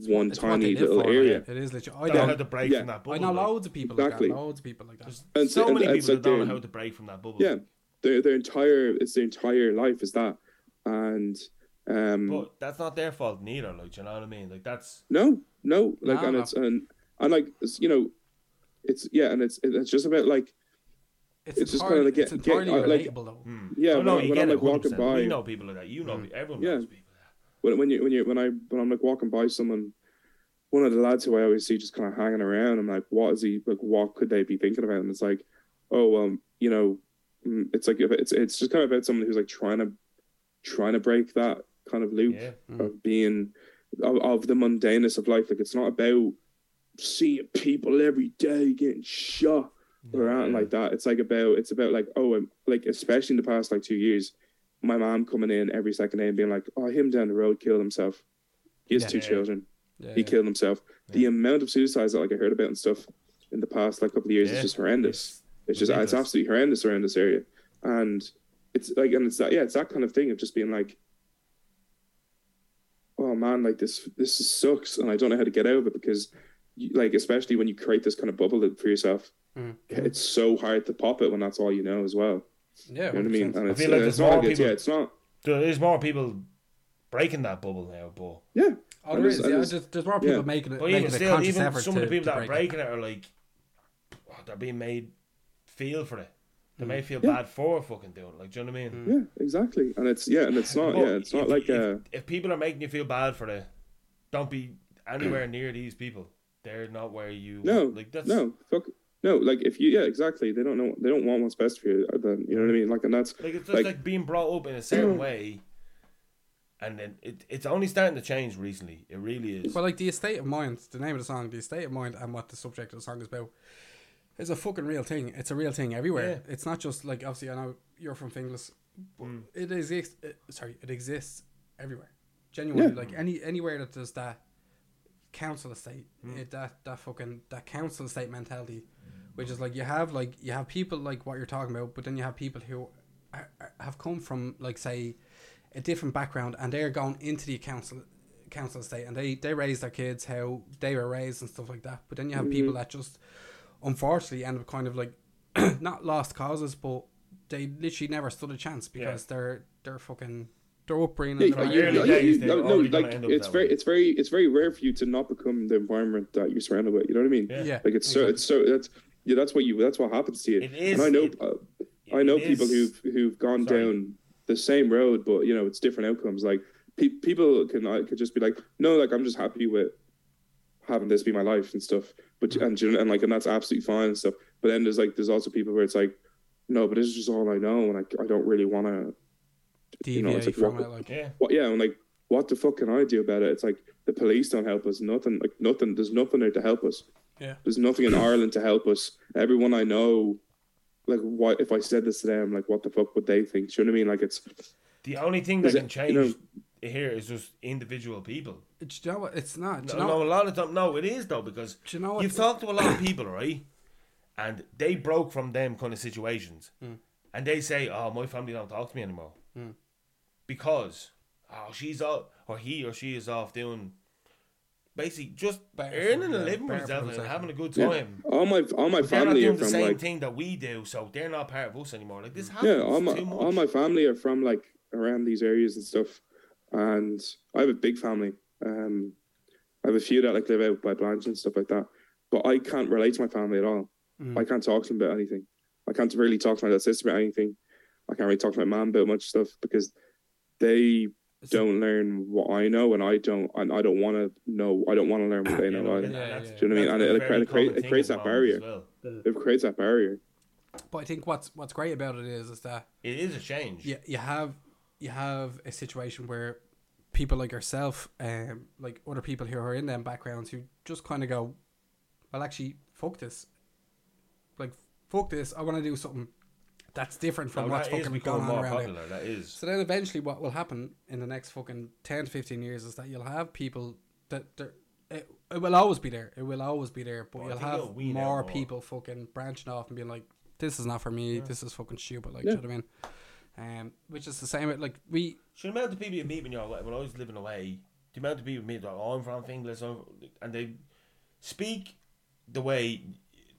Speaker 5: one
Speaker 2: It's what they
Speaker 5: tiny
Speaker 2: live
Speaker 5: little
Speaker 2: for.
Speaker 5: area
Speaker 2: It is literally. I
Speaker 3: I don't know
Speaker 2: know,
Speaker 3: how to break
Speaker 5: yeah.
Speaker 3: from that bubble.
Speaker 2: I know
Speaker 3: like.
Speaker 2: loads of people
Speaker 5: Exactly.
Speaker 2: like that. Loads of people like that.
Speaker 3: There's
Speaker 5: And
Speaker 3: so
Speaker 5: so-
Speaker 3: many
Speaker 5: and
Speaker 3: people
Speaker 5: it's like
Speaker 3: that don't know
Speaker 5: they're-
Speaker 3: how to break from that bubble.
Speaker 5: yeah their, their entire it's their entire life is that and um
Speaker 3: But that's not their fault neither, like do you know what I mean? Like that's
Speaker 5: No, no, like,
Speaker 2: No,
Speaker 5: and
Speaker 2: no.
Speaker 5: it's and and like it's, you know, it's yeah, and it's it's just about like
Speaker 2: It's,
Speaker 5: it's just
Speaker 2: entirely,
Speaker 5: kinda like
Speaker 2: it's
Speaker 5: get- get-
Speaker 2: entirely
Speaker 5: uh, like-
Speaker 2: relatable, though.
Speaker 5: yeah.
Speaker 3: oh,
Speaker 5: when,
Speaker 3: no,
Speaker 5: I,
Speaker 3: you
Speaker 5: when
Speaker 3: get
Speaker 5: I'm
Speaker 3: it
Speaker 5: like walking
Speaker 3: 100%.
Speaker 5: by, mm,
Speaker 3: We know people like that. You know everyone
Speaker 5: Yeah.
Speaker 3: knows people like that.
Speaker 5: when when you when you when I when I'm like walking by someone, one of the lads who I always see just kind of hanging around. I'm like, what is he like? What could they be thinking about? And it's like, oh, um, you know, mm, it's like it's it's just kind of about someone who's like trying to trying to break that kind of loop
Speaker 3: Yeah.
Speaker 5: of being of, of the mundaneness of life. Like it's not about seeing people every day getting shot or anything like that. It's like about it's about like oh, I'm, like especially in the past like two years, my mom coming in every second day and being like, oh, him down the road killed himself. He has
Speaker 2: Yeah.
Speaker 5: two
Speaker 3: Yeah.
Speaker 5: children.
Speaker 2: Yeah,
Speaker 5: He
Speaker 2: yeah.
Speaker 5: killed himself. The amount of suicides that like I heard about and stuff in the past like couple of years
Speaker 3: Yeah.
Speaker 5: is just horrendous. It's just
Speaker 3: Ridiculous.
Speaker 5: it's absolutely horrendous around this area, and it's like and it's that yeah it's that kind of thing of just being like, oh man, like this this is sucks, and I don't know how to get out of it because, you, like especially when you create this kind of bubble for yourself,
Speaker 3: Mm-hmm.
Speaker 2: Mm.
Speaker 5: it's so hard to pop it when that's all you know as well.
Speaker 2: Yeah,
Speaker 5: You know what I mean?
Speaker 2: 100%.
Speaker 5: And it's,
Speaker 3: feel like
Speaker 5: uh, it's
Speaker 3: there's more
Speaker 5: not like it's,
Speaker 3: people-
Speaker 5: yeah, it's not
Speaker 3: There is more people breaking that bubble now, but
Speaker 5: yeah.
Speaker 2: Oh,
Speaker 5: And
Speaker 2: there is.
Speaker 5: there's- and
Speaker 2: Yeah,
Speaker 5: there's-
Speaker 2: there's, there's more people
Speaker 5: yeah.
Speaker 2: making it.
Speaker 3: But
Speaker 2: making
Speaker 3: even
Speaker 2: a
Speaker 3: still,
Speaker 2: conscious
Speaker 3: even
Speaker 2: effort
Speaker 3: some of the
Speaker 2: to-
Speaker 3: people
Speaker 2: to
Speaker 3: that are
Speaker 2: break it.
Speaker 3: breaking it are like, oh, they're being made feel for it. They may feel
Speaker 5: Yeah. Mm.
Speaker 3: bad for fucking doing it. Like, do you know what I mean?
Speaker 5: Yeah, exactly. And it's yeah, and it's not
Speaker 3: But
Speaker 5: Oh, yeah, it's not
Speaker 3: Mm. if-
Speaker 5: like
Speaker 3: if,
Speaker 5: uh
Speaker 3: if people are making you feel bad for it, don't be anywhere near these people. They're not where you
Speaker 5: no,
Speaker 3: like. That's
Speaker 5: no, fuck, no. Like if you yeah, exactly. They don't know. They don't want what's best for you. uh, Then you know what I mean. Like and that's
Speaker 3: like it's just like,
Speaker 5: Like-
Speaker 3: being brought up in a certain
Speaker 5: *clears throat*
Speaker 3: way, and then it, it's only starting to change recently. It really is.
Speaker 2: But like the estate of mind, the name of the song, the estate of mind, and what the subject of the song is about, is a fucking real thing. It's a real thing everywhere.
Speaker 3: Yeah. Mm.
Speaker 2: It's not just like obviously I know you're from Finglas, but it exists. uh, sorry, it exists everywhere. Genuinely,
Speaker 5: Yeah.
Speaker 2: like any anywhere that there's that council estate,
Speaker 5: Hmm.
Speaker 2: it, that that fucking that council estate mentality, which is like you have like you have people like what you're talking about, but then you have people who are, are- have come from like say a different background and they're going into the council council estate and they they raise their kids how they were raised and stuff like that. But then you have
Speaker 5: Mm-hmm.
Speaker 2: people that just unfortunately end up kind of like *clears throat* not lost causes, but they literally never stood a chance because they're they're fucking their upbringing. and
Speaker 5: Yeah,
Speaker 2: their
Speaker 5: you,
Speaker 3: Like, early
Speaker 5: you, you,
Speaker 3: days,
Speaker 5: you,
Speaker 3: they're
Speaker 5: no, no,
Speaker 3: already gonna
Speaker 5: like
Speaker 3: end up
Speaker 5: it's
Speaker 3: that
Speaker 5: very,
Speaker 3: way.
Speaker 5: it's very, it's very rare for you to not become the environment that you're surrounded by. You know what I mean?
Speaker 3: Yeah.
Speaker 2: Yeah,
Speaker 5: Like it's so, it's so that's yeah, that's what you, that's what happens to you.
Speaker 3: It is-
Speaker 5: And I know,
Speaker 3: it-
Speaker 5: uh, I know
Speaker 3: it
Speaker 5: people
Speaker 3: is-
Speaker 5: who've who've gone
Speaker 3: Sorry.
Speaker 5: down the same road, but you know it's different outcomes. Like pe- people can I could just be like, no, like I'm just happy with having this be my life and stuff. But
Speaker 3: Mm-hmm.
Speaker 5: and you know, and like and that's absolutely fine and stuff. But then there's like there's also people where it's like, no, but this is just all I know, and I, I don't really want to *laughs* you know,
Speaker 2: deviate
Speaker 5: it's like
Speaker 2: from
Speaker 5: what-
Speaker 2: it. Like,
Speaker 3: yeah,
Speaker 5: what yeah, I'm like, what the fuck can I do about it? It's like the police don't help us, nothing like nothing there's nothing there to help us.
Speaker 2: yeah,
Speaker 5: There's nothing in Ireland to help us. Everyone I know like what if I said this to them, like what the fuck would they think? Do you know what I mean? Like it's
Speaker 3: the only thing that
Speaker 5: Is it-
Speaker 3: can change
Speaker 5: you
Speaker 3: here is just individual people.
Speaker 2: do you know what? It's not. Do
Speaker 3: No,
Speaker 2: you know
Speaker 3: no, a lot of them. No, it is though because
Speaker 2: Do you know what-
Speaker 3: have talked to a lot of
Speaker 2: *clears throat*
Speaker 3: people, right? And they broke from them kind of situations,
Speaker 2: Mm.
Speaker 3: and they say, "Oh, my family don't talk to me anymore because oh, she's off or he or she is off doing basically just
Speaker 2: Better
Speaker 3: earning
Speaker 2: for-
Speaker 3: a
Speaker 2: yeah,
Speaker 3: living
Speaker 2: better
Speaker 3: for
Speaker 2: for
Speaker 3: himself and
Speaker 2: himself.
Speaker 3: having a good
Speaker 5: yeah.
Speaker 3: time."
Speaker 5: all my all my
Speaker 3: They're not
Speaker 5: family are
Speaker 3: doing the
Speaker 5: from
Speaker 3: same
Speaker 5: like Mm.
Speaker 3: thing that we do, so they're not part of us anymore. Like this happens
Speaker 5: Yeah, all my
Speaker 3: too much.
Speaker 5: all my family are from like around these areas and stuff. And I have a big family. Um I have a few that like live out by Blanche and stuff like that. But I can't relate to my family at all.
Speaker 3: Mm.
Speaker 5: I can't talk to them about anything. I can't really talk to my little sister about anything. I can't really talk to my mom about much stuff because they don't learn what I know, and I don't, and I don't want to know. I don't want to learn what they
Speaker 3: You
Speaker 5: know.
Speaker 3: know, and
Speaker 5: either.
Speaker 3: that's-
Speaker 2: yeah, yeah.
Speaker 5: Do you know what I mean?
Speaker 3: that's
Speaker 5: And
Speaker 3: a
Speaker 5: it, it,
Speaker 3: very
Speaker 5: crea-
Speaker 3: common
Speaker 5: it
Speaker 3: thing
Speaker 5: creates
Speaker 3: at
Speaker 5: that
Speaker 3: the moment as
Speaker 5: barrier.
Speaker 3: well.
Speaker 5: It creates that barrier.
Speaker 2: But I think what's what's great about it is is that
Speaker 3: It is a change.
Speaker 2: you, you have you have a situation where people like yourself, um, like other people who are in them backgrounds, who just kind of go, "Well, actually, fuck this. Like, fuck this. I want to do something that's different
Speaker 3: Now,
Speaker 2: from what's
Speaker 3: that is
Speaker 2: fucking going
Speaker 3: becoming
Speaker 2: on
Speaker 3: more
Speaker 2: around here."
Speaker 3: popular. That is.
Speaker 2: So then eventually what will happen in the next fucking 10 to 15 years is that you'll have people that they're, it, it will always be there. It will always be there, but
Speaker 3: Well, I
Speaker 2: you'll
Speaker 3: think it'll
Speaker 2: have
Speaker 3: wean out
Speaker 2: more
Speaker 3: more.
Speaker 2: people fucking branching off and being like, this is not for me. This is fucking stupid. Like, do you know what I mean? Um, which is the same. with, Like, we,
Speaker 3: So the amount of people you meet when you're away- when I was living away, the amount of people you meet that oh, I'm from Finglas, I'm- and they speak the way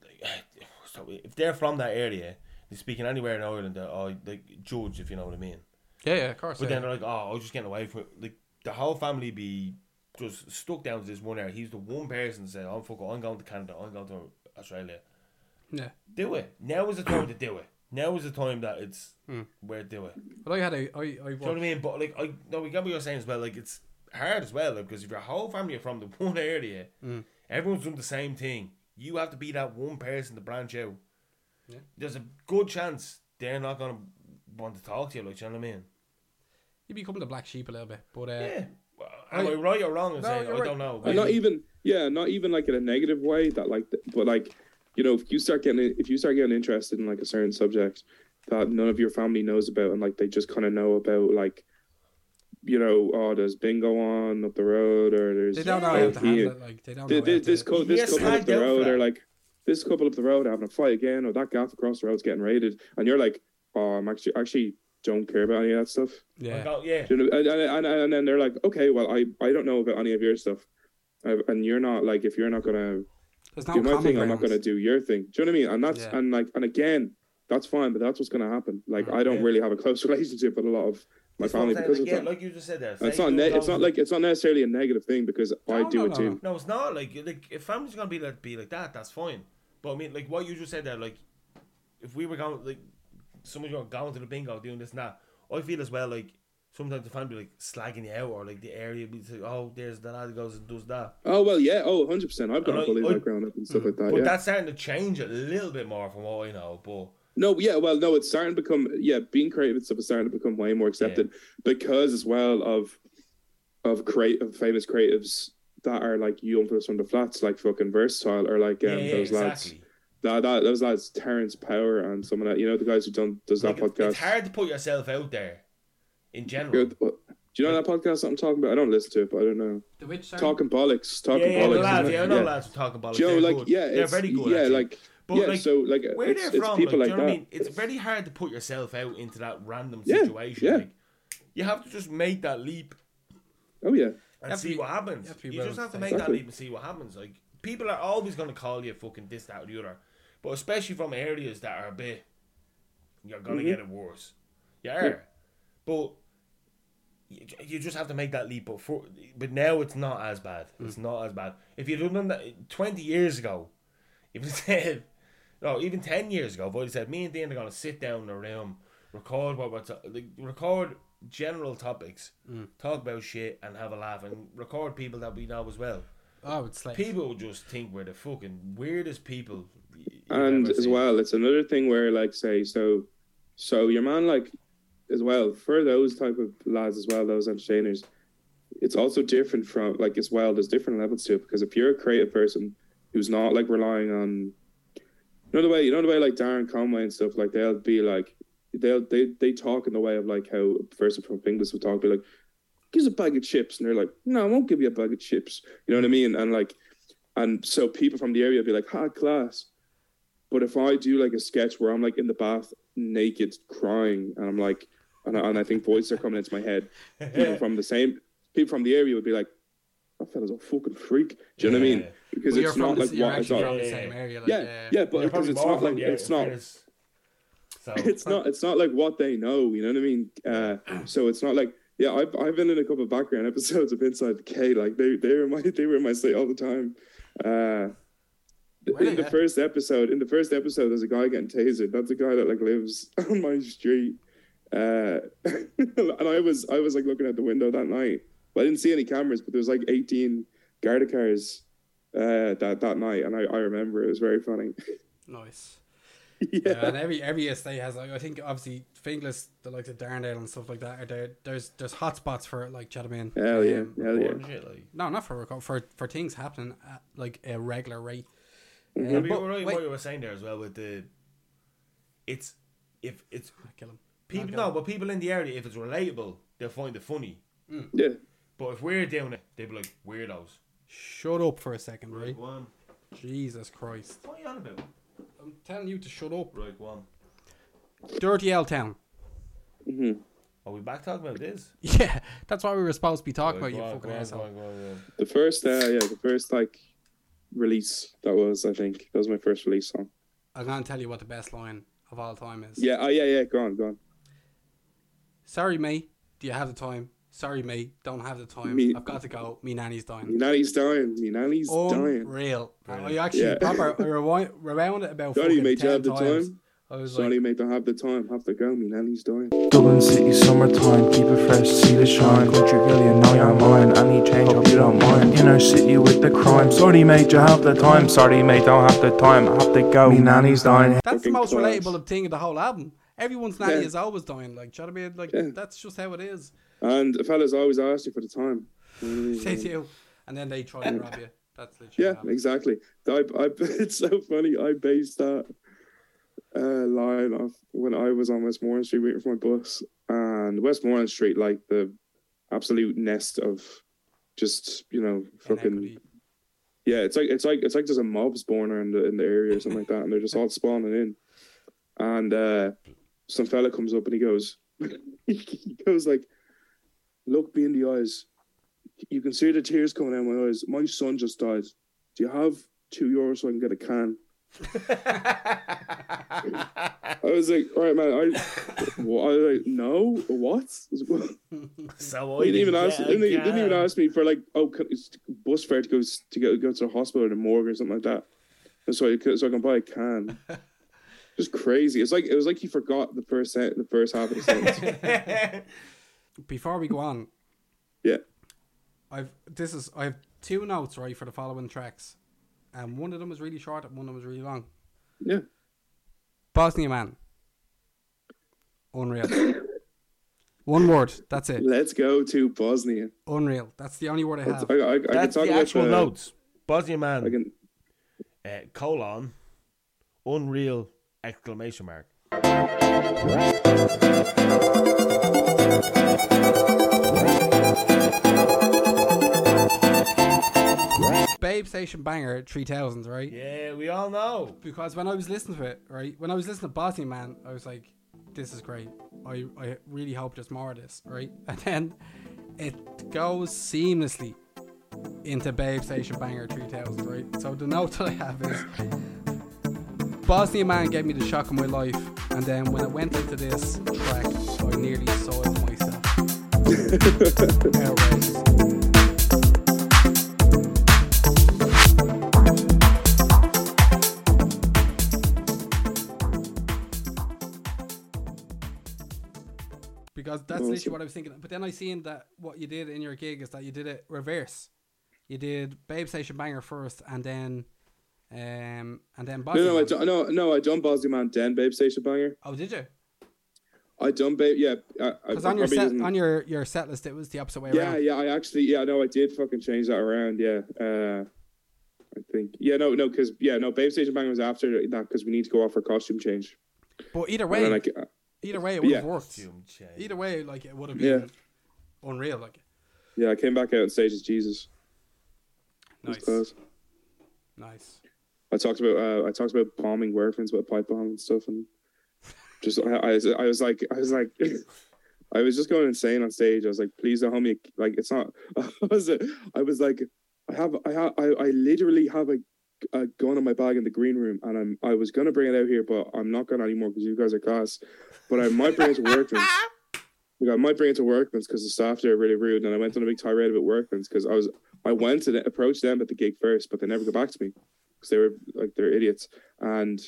Speaker 3: like, *sighs* so if they're from that area, they speak in anywhere in Ireland that I like George, if you know what I mean.
Speaker 2: yeah, yeah, of course.
Speaker 3: But
Speaker 2: yeah.
Speaker 3: then they're like, oh, I was just getting away from it. Like the whole family be just stuck down to this one area. He's the one person that said, I'm fucking, I'm going to Canada, I'm going to Australia.
Speaker 2: yeah.
Speaker 3: Do it. Now is the time to do it. Now is the time that it's
Speaker 2: Hmm.
Speaker 3: where to do it.
Speaker 2: But I had a, I, I
Speaker 3: Do you know
Speaker 2: worked,
Speaker 3: what I mean? But like, I no, we get what you're saying as well. Like, it's hard as well like, because if your whole family are from the *laughs* one area, everyone's doing the same thing. You have to be that one person to branch out.
Speaker 2: Yeah.
Speaker 3: There's a good chance they're not gonna want to talk to you. Like, do you know what I mean?
Speaker 2: you become the black sheep a little bit. But, uh,
Speaker 3: Yeah. Well, Am I,
Speaker 2: I-
Speaker 3: right or wrong in
Speaker 2: No,
Speaker 3: saying I
Speaker 2: you're right.
Speaker 3: don't know?
Speaker 5: And not even yeah, not even like in a negative way that like, th- but like, you know, if you start getting if you start getting interested in like a certain subject that none of your family knows about, and like they just kind of know about like, you know, oh, there's bingo on up the road, or there's
Speaker 2: they don't know how to
Speaker 5: hockey,
Speaker 2: handle it. Like, they don't know.
Speaker 5: Th-
Speaker 2: how
Speaker 5: this
Speaker 2: to-
Speaker 5: this, co- this
Speaker 3: Yes,
Speaker 5: couple
Speaker 3: I
Speaker 5: up the
Speaker 3: don't
Speaker 5: road
Speaker 3: know.
Speaker 5: are like this couple up the road having a fight again, or that gaff across the road's getting raided, and you're like, oh, I'm actually actually don't care about any of that stuff.
Speaker 3: I
Speaker 2: yeah.
Speaker 3: go, yeah.
Speaker 5: Do you know, and, and, and, and then they're like, okay, well, I, I don't know about any of your stuff. Uh, and you're not like, if you're not going to
Speaker 2: There's no
Speaker 5: do my
Speaker 2: common
Speaker 5: thing, I'm
Speaker 2: grounds.
Speaker 5: not going to do your thing. Do you know what I mean? And that's,
Speaker 2: Yeah.
Speaker 5: and like, and again, that's fine, but that's what's going to happen. Like, I don't
Speaker 3: Oh, Yeah.
Speaker 5: really have a close *laughs* relationship with a lot of my
Speaker 3: That's what I'm
Speaker 5: family
Speaker 3: saying,
Speaker 5: because of
Speaker 3: like, yeah,
Speaker 5: that.
Speaker 3: like you just said there.
Speaker 5: And it's
Speaker 3: say
Speaker 5: not,
Speaker 3: you
Speaker 5: ne-
Speaker 3: don't
Speaker 5: it's not
Speaker 3: know-
Speaker 5: like, it's not necessarily a negative thing because I
Speaker 2: No,
Speaker 5: do
Speaker 2: no,
Speaker 5: it
Speaker 2: no,
Speaker 5: too.
Speaker 2: no.
Speaker 3: No, it's not like like if family's gonna be like be like that, that's fine. But I mean, like what you just said there, like if we were going like someone's going going to the bingo doing this and that. I feel as well like sometimes the fan be like slagging you out or like the area be like, oh, there's the lad that goes and does that.
Speaker 5: Oh well, yeah. Oh, 100 percent. I've got
Speaker 3: And I-
Speaker 5: a
Speaker 2: oh,
Speaker 5: bully
Speaker 3: I-
Speaker 5: like growing up and stuff like that.
Speaker 3: Mm. But
Speaker 5: Oh, yeah.
Speaker 3: that's starting to change a little bit more from what I know. But
Speaker 5: No, yeah, well, no, it's starting to become yeah, being creative and stuff is starting to become way more accepted because as well of of create of famous creatives that are like young us from the flats, like fucking versatile or like um,
Speaker 3: yeah, yeah,
Speaker 5: those lads.
Speaker 3: exactly.
Speaker 5: That, that those lads Terrence Power and some of that you know the guys who done does
Speaker 3: Like,
Speaker 5: that
Speaker 3: it's, it's
Speaker 5: podcast.
Speaker 3: hard to put yourself out there in general.
Speaker 5: Good. What- Do you know that podcast that I'm talking about? I don't listen to it, but I don't know.
Speaker 2: The Witch. Sorry.
Speaker 5: Talking bollocks,
Speaker 3: Yeah,
Speaker 5: talking
Speaker 3: yeah, the
Speaker 5: bollocks.
Speaker 3: lads,
Speaker 5: isn't it?
Speaker 3: yeah, I know lads are talking about it.
Speaker 5: Joe,
Speaker 3: They're
Speaker 5: like,
Speaker 3: good.
Speaker 5: yeah,
Speaker 3: they're
Speaker 5: it's-
Speaker 3: very good.
Speaker 5: yeah,
Speaker 3: actually.
Speaker 5: like,
Speaker 3: But,
Speaker 5: yeah,
Speaker 3: like,
Speaker 5: so, like,
Speaker 3: where
Speaker 5: it's-
Speaker 3: they're
Speaker 5: it's
Speaker 3: from,
Speaker 5: people
Speaker 3: like, do you know
Speaker 5: like
Speaker 3: what I
Speaker 5: that.
Speaker 3: mean? It's very hard to put yourself out into that random
Speaker 5: Yeah,
Speaker 3: situation.
Speaker 5: yeah.
Speaker 3: Like, you have to just make that leap
Speaker 5: Oh yeah,
Speaker 2: have
Speaker 3: and
Speaker 2: to
Speaker 3: see
Speaker 2: be-
Speaker 3: what
Speaker 2: you
Speaker 3: happens.
Speaker 2: have to
Speaker 3: You,
Speaker 2: be
Speaker 3: just
Speaker 2: willing
Speaker 3: have
Speaker 2: to
Speaker 3: to
Speaker 2: take
Speaker 3: make
Speaker 5: it.
Speaker 3: that leap and see what happens. Like people are always gonna call you fucking this, that, or the other. But especially from areas that are a bit, you're gonna get it worse. Yeah,
Speaker 5: Mm-hmm. Yeah.
Speaker 3: but you, you just have to make that leap. But for but now it's not as bad. It's
Speaker 5: Mm.
Speaker 3: not as bad. If you'd have done that twenty years ago, if you *laughs* said no, even ten years ago, if I'd have said me and Dan are gonna sit down in a room, record what we're to- like, record general topics, talk about shit, and have a laugh, and record people that we know as well.
Speaker 2: Oh, it's like
Speaker 3: People would just think we're the fucking weirdest people. y- you've
Speaker 5: and
Speaker 3: ever
Speaker 5: as
Speaker 3: seen. *laughs*
Speaker 5: well it's another thing where like say so so your man like as well for those type of lads as well those entertainers it's also different from like as well there's different levels to it because if you're a creative person who's not like relying on you know the way you know the way like darren conway and stuff like they'll be like they'll they, they talk in the way of like how a person from Finglas would talk be like give us a bag of chips and they're like no i won't give you a bag of chips you know what i mean and like and so people from the area be like hard class but if I do like a sketch where I'm like in the bath naked crying and I'm like, and I, and I think voices are coming into my head, people from the same people from the area would be like, that fella's a fucking freak. Do you know what I
Speaker 3: Yeah.
Speaker 5: mean? Because
Speaker 2: Well, you're
Speaker 5: it's
Speaker 2: from
Speaker 5: not
Speaker 2: the-
Speaker 5: like
Speaker 2: you're
Speaker 5: what I
Speaker 2: actually
Speaker 5: thought.
Speaker 2: from the
Speaker 3: Yeah,
Speaker 2: same
Speaker 3: yeah.
Speaker 2: area. Like,
Speaker 5: Yeah, yeah, but
Speaker 3: You're
Speaker 5: because
Speaker 3: probably
Speaker 5: it's
Speaker 3: more
Speaker 5: not
Speaker 3: from
Speaker 5: like
Speaker 3: the
Speaker 5: it's not
Speaker 3: areas. So
Speaker 5: *laughs* it's not it's not like what they know you know what i mean uh so it's not like yeah i've, I've been in a couple of background episodes of inside the k like they they were in my they were in my state all the time uh
Speaker 2: Were they?
Speaker 5: in the first episode, in the first episode, there's a guy getting tasered. That's a guy that like lives *laughs* on my street, uh, *laughs* and I was I was like looking out the window that night. But I didn't see any cameras, but there was like 18 Garda cars uh, that that night, and I, I remember it was very funny.
Speaker 3: *laughs*
Speaker 2: Nice.
Speaker 5: yeah.
Speaker 2: Yeah, and every every estate has like I think obviously Finglas, the likes of Darndale and stuff like that are there. There's there's hot spots for it, like do you know what I mean?
Speaker 5: Hell yeah,
Speaker 2: Um,
Speaker 5: hell yeah.
Speaker 3: Boring shit, like.
Speaker 2: No, not for record, for for things happening at like a regular rate. Um,
Speaker 5: Mm-hmm.
Speaker 3: Yeah, but
Speaker 2: but-
Speaker 3: you're right
Speaker 2: wait,
Speaker 3: what you were saying there as well with the it's if it's
Speaker 2: kill him.
Speaker 3: people
Speaker 2: Okay.
Speaker 3: no, but people in the area if it's relatable, they'll find it funny.
Speaker 5: Yeah.
Speaker 3: But if we're doing it, they'll be like weirdos.
Speaker 2: Shut up for a second, right?
Speaker 3: Right one.
Speaker 2: Jesus Christ!
Speaker 3: What are you on about?
Speaker 2: I'm telling you to shut up.
Speaker 3: Right one.
Speaker 2: Dirty L Town. *laughs*
Speaker 5: Mm-hmm.
Speaker 3: Are we back talking about this?
Speaker 2: Yeah, that's what we were supposed to be talking
Speaker 3: Right,
Speaker 2: about. You
Speaker 3: go on,
Speaker 2: fucking
Speaker 3: go on,
Speaker 2: asshole.
Speaker 3: go on, go on, go on.
Speaker 5: The first, uh, yeah, the first like release that was, I think, that was my first release song.
Speaker 2: I'm gonna tell you what the best line of all time is.
Speaker 5: Yeah, oh yeah, yeah. Go on, go on.
Speaker 2: Sorry, me. Do you have the time? Sorry, me. Don't have the time.
Speaker 5: Me-
Speaker 2: I've got to go. Me nanny's dying.
Speaker 5: Me nanny's dying. Me nanny's dying.
Speaker 2: Unreal. I actually
Speaker 5: Yeah.
Speaker 2: proper I *laughs* rewind, rewound it about
Speaker 5: Sorry,
Speaker 2: fucking
Speaker 5: mate,
Speaker 2: 10
Speaker 5: you have the
Speaker 2: times.
Speaker 5: time?
Speaker 2: I was
Speaker 5: Sorry,
Speaker 2: like,
Speaker 5: mate, don't have the time. Have to go. Me nanny's dying.
Speaker 4: Dublin City summertime, keep it fresh, see the shine. Country girl, you know you're mine. Any change, hope you don't mind. Inner city with the crime. Sorry, mate, you have the time. Sorry, mate, don't have the time. I have to go. Me nanny's dying.
Speaker 2: that's the
Speaker 5: fucking
Speaker 2: most
Speaker 5: class.
Speaker 2: relatable thing of the whole album. Everyone's nanny
Speaker 5: Yeah.
Speaker 2: is always dying. Like, do you know what I mean? Like, that's just how it is.
Speaker 5: And the fellas always ask you for the time.
Speaker 2: They do. And then they try and rob you. That's literally
Speaker 5: Yeah,
Speaker 2: what happens.
Speaker 5: exactly. I, I, *laughs* it's so funny. I based that uh, line off when I was on Westmoreland Street waiting for my bus, and Westmoreland Street, like the absolute nest of just you know fucking.
Speaker 2: Inequity.
Speaker 5: Yeah, it's like it's like it's like there's a mob spawner in the in the area or something like that, and they're just all spawning in. And uh some fella comes up and he goes, *laughs* he goes like, "Look me in the eyes. You can see the tears coming out of my eyes. My son just died. Do you have two euros so I can get a can?"
Speaker 3: *laughs*
Speaker 5: I was like, "All right, man. I, *laughs* what? I was like, no, what?" *laughs* I was like, "What?"
Speaker 3: So I
Speaker 5: He Oh, didn't even ask.
Speaker 3: get
Speaker 5: Didn't, he-
Speaker 3: again.
Speaker 5: didn't even
Speaker 3: *laughs*
Speaker 5: ask me for like oh can, is bus fare to go s- to go, go to the hospital or the morgue or something like that. And so I could- so I can buy a can. just crazy. It's like it was like he forgot the first sen- the first half of
Speaker 3: *laughs*
Speaker 5: the sentence.
Speaker 2: Before we go on,
Speaker 5: yeah,
Speaker 2: I've this is I have two notes right for the following tracks, and one of them was really short and one of them was really long.
Speaker 5: yeah.
Speaker 2: Bosnia man,
Speaker 5: *laughs*
Speaker 2: unreal. one word. That's it.
Speaker 5: Let's go to Bosnia.
Speaker 2: Unreal. That's the only word I
Speaker 5: That's,
Speaker 2: have.
Speaker 5: I, I, I can
Speaker 3: That's
Speaker 5: talk
Speaker 3: the
Speaker 5: about
Speaker 3: actual
Speaker 5: the-
Speaker 3: notes. Bosnian man.
Speaker 5: I can.
Speaker 3: uh, colon unreal exclamation mark.
Speaker 2: Babe Station Banger three thousand. Right.
Speaker 3: Yeah, we all know.
Speaker 2: because when I was listening to it, right, when I was listening to Bosnia Man, I was like, this is great. I, I really hope there's more of this, right? *laughs* And then it goes seamlessly into Babe Station Banger 3000, right? So the note *laughs* that I have is Bosnia Man gave me the shock of my life, and then when I went into this track, I nearly saw it myself. Outrageous. because that's literally what I was thinking. But then I seen that what you did in your gig is that you did it reverse. You did Babe Station Banger first, and then, um, and then
Speaker 5: No,
Speaker 2: Bosnia.
Speaker 5: no, I
Speaker 2: Man.
Speaker 5: don't, no, no, I done Bosnia Man Den Babe Station Banger.
Speaker 2: Oh, did you?
Speaker 5: I done Babe. Yeah, I, I
Speaker 2: Because on your
Speaker 5: probably
Speaker 2: set,
Speaker 5: didn't-
Speaker 2: on your, your set list, it was the opposite way
Speaker 5: Yeah,
Speaker 2: around.
Speaker 5: yeah, I actually, yeah, no, I did fucking change that around. Yeah, uh, I think, yeah, no, no, because yeah, no, Babe Station Bang was after that because we need to go off for costume change.
Speaker 2: But either
Speaker 5: And
Speaker 2: way,
Speaker 5: then I, ca-
Speaker 2: either way, it would have
Speaker 5: Yeah.
Speaker 2: worked. Either way, like it would have been
Speaker 5: Yeah.
Speaker 2: unreal. Like
Speaker 5: yeah, I came back out and stage as Jesus. It was
Speaker 2: nice,
Speaker 5: class.
Speaker 2: nice.
Speaker 5: I talked about uh, I talked about bombing orphans with a pipe bomb and stuff, and just I, I, was, I was like I was like *laughs* I was just going insane on stage. I was like, please don't hold me like it's not. *laughs* I was I was like I have I have I, I literally have a, a gun in my bag in the green room, and I'm I was gonna bring it out here, but I'm not gonna anymore because you guys are class. But I might bring it
Speaker 2: *laughs*
Speaker 5: to workman's. Like, I might bring it to workman's because the staff there are really rude, and I went on a big tirade about workman's because I was I went to the, approach them at the gig first, but they never got back to me because they were like they're idiots. And,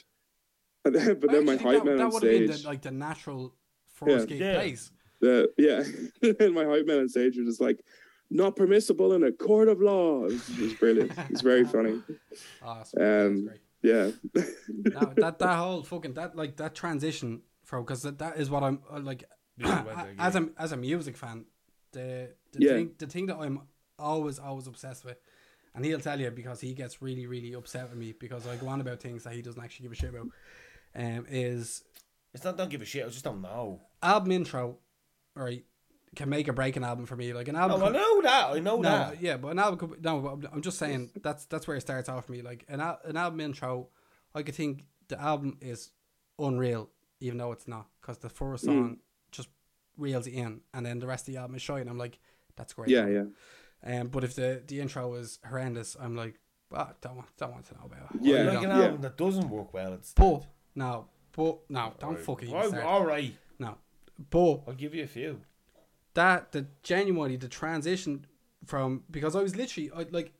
Speaker 5: *laughs* and then, but then my
Speaker 2: Actually,
Speaker 5: hype
Speaker 2: that,
Speaker 5: man
Speaker 2: that
Speaker 5: on
Speaker 2: would have been the,
Speaker 5: stage,
Speaker 2: like the natural first gig
Speaker 3: Yeah.
Speaker 2: place.
Speaker 5: the, yeah, *laughs* and my hype man on stage was just like, not permissible in a court of law. It's, it's brilliant. It's very funny.
Speaker 2: Awesome. Ah, That's
Speaker 5: Um,
Speaker 2: great.
Speaker 5: Yeah,
Speaker 2: No, that
Speaker 5: *laughs*
Speaker 2: that whole fucking that like that transition from because that, that is what I'm uh, like *clears throat*
Speaker 3: Yeah, well, there you
Speaker 2: as a as a music fan the the
Speaker 5: Yeah.
Speaker 2: thing the thing that I'm always always obsessed with and he'll tell you because he gets really really upset with me because I go on about things that he doesn't actually give a shit about um is
Speaker 3: It's not don't give a shit. I just don't know.
Speaker 2: album intro right can make or break an album for me like an album
Speaker 3: Oh, I
Speaker 2: could-
Speaker 3: know that. I know
Speaker 2: no,
Speaker 3: that.
Speaker 2: yeah, but an album. Could, no, but I'm- I'm just saying that's that's where it starts off for me. Like an al- an album intro, I could think the album is unreal, even though it's not, because the
Speaker 5: Mm.
Speaker 2: first song just reels it in, and then the rest of the album is showing. I'm like, that's great.
Speaker 5: yeah, yeah,
Speaker 2: Um, but if the the intro is horrendous, I'm like, ah, don't want don't want to know about it.
Speaker 5: Yeah,
Speaker 3: I
Speaker 2: You
Speaker 3: like
Speaker 2: know?
Speaker 3: an
Speaker 5: yeah.
Speaker 3: album that doesn't work well. It's
Speaker 2: But no, but no, don't fucking even
Speaker 3: All-
Speaker 2: start.
Speaker 3: all right.
Speaker 2: No, but
Speaker 3: I'll give you a *laughs* few.
Speaker 2: that the genuinely the transition from because I was literally I, like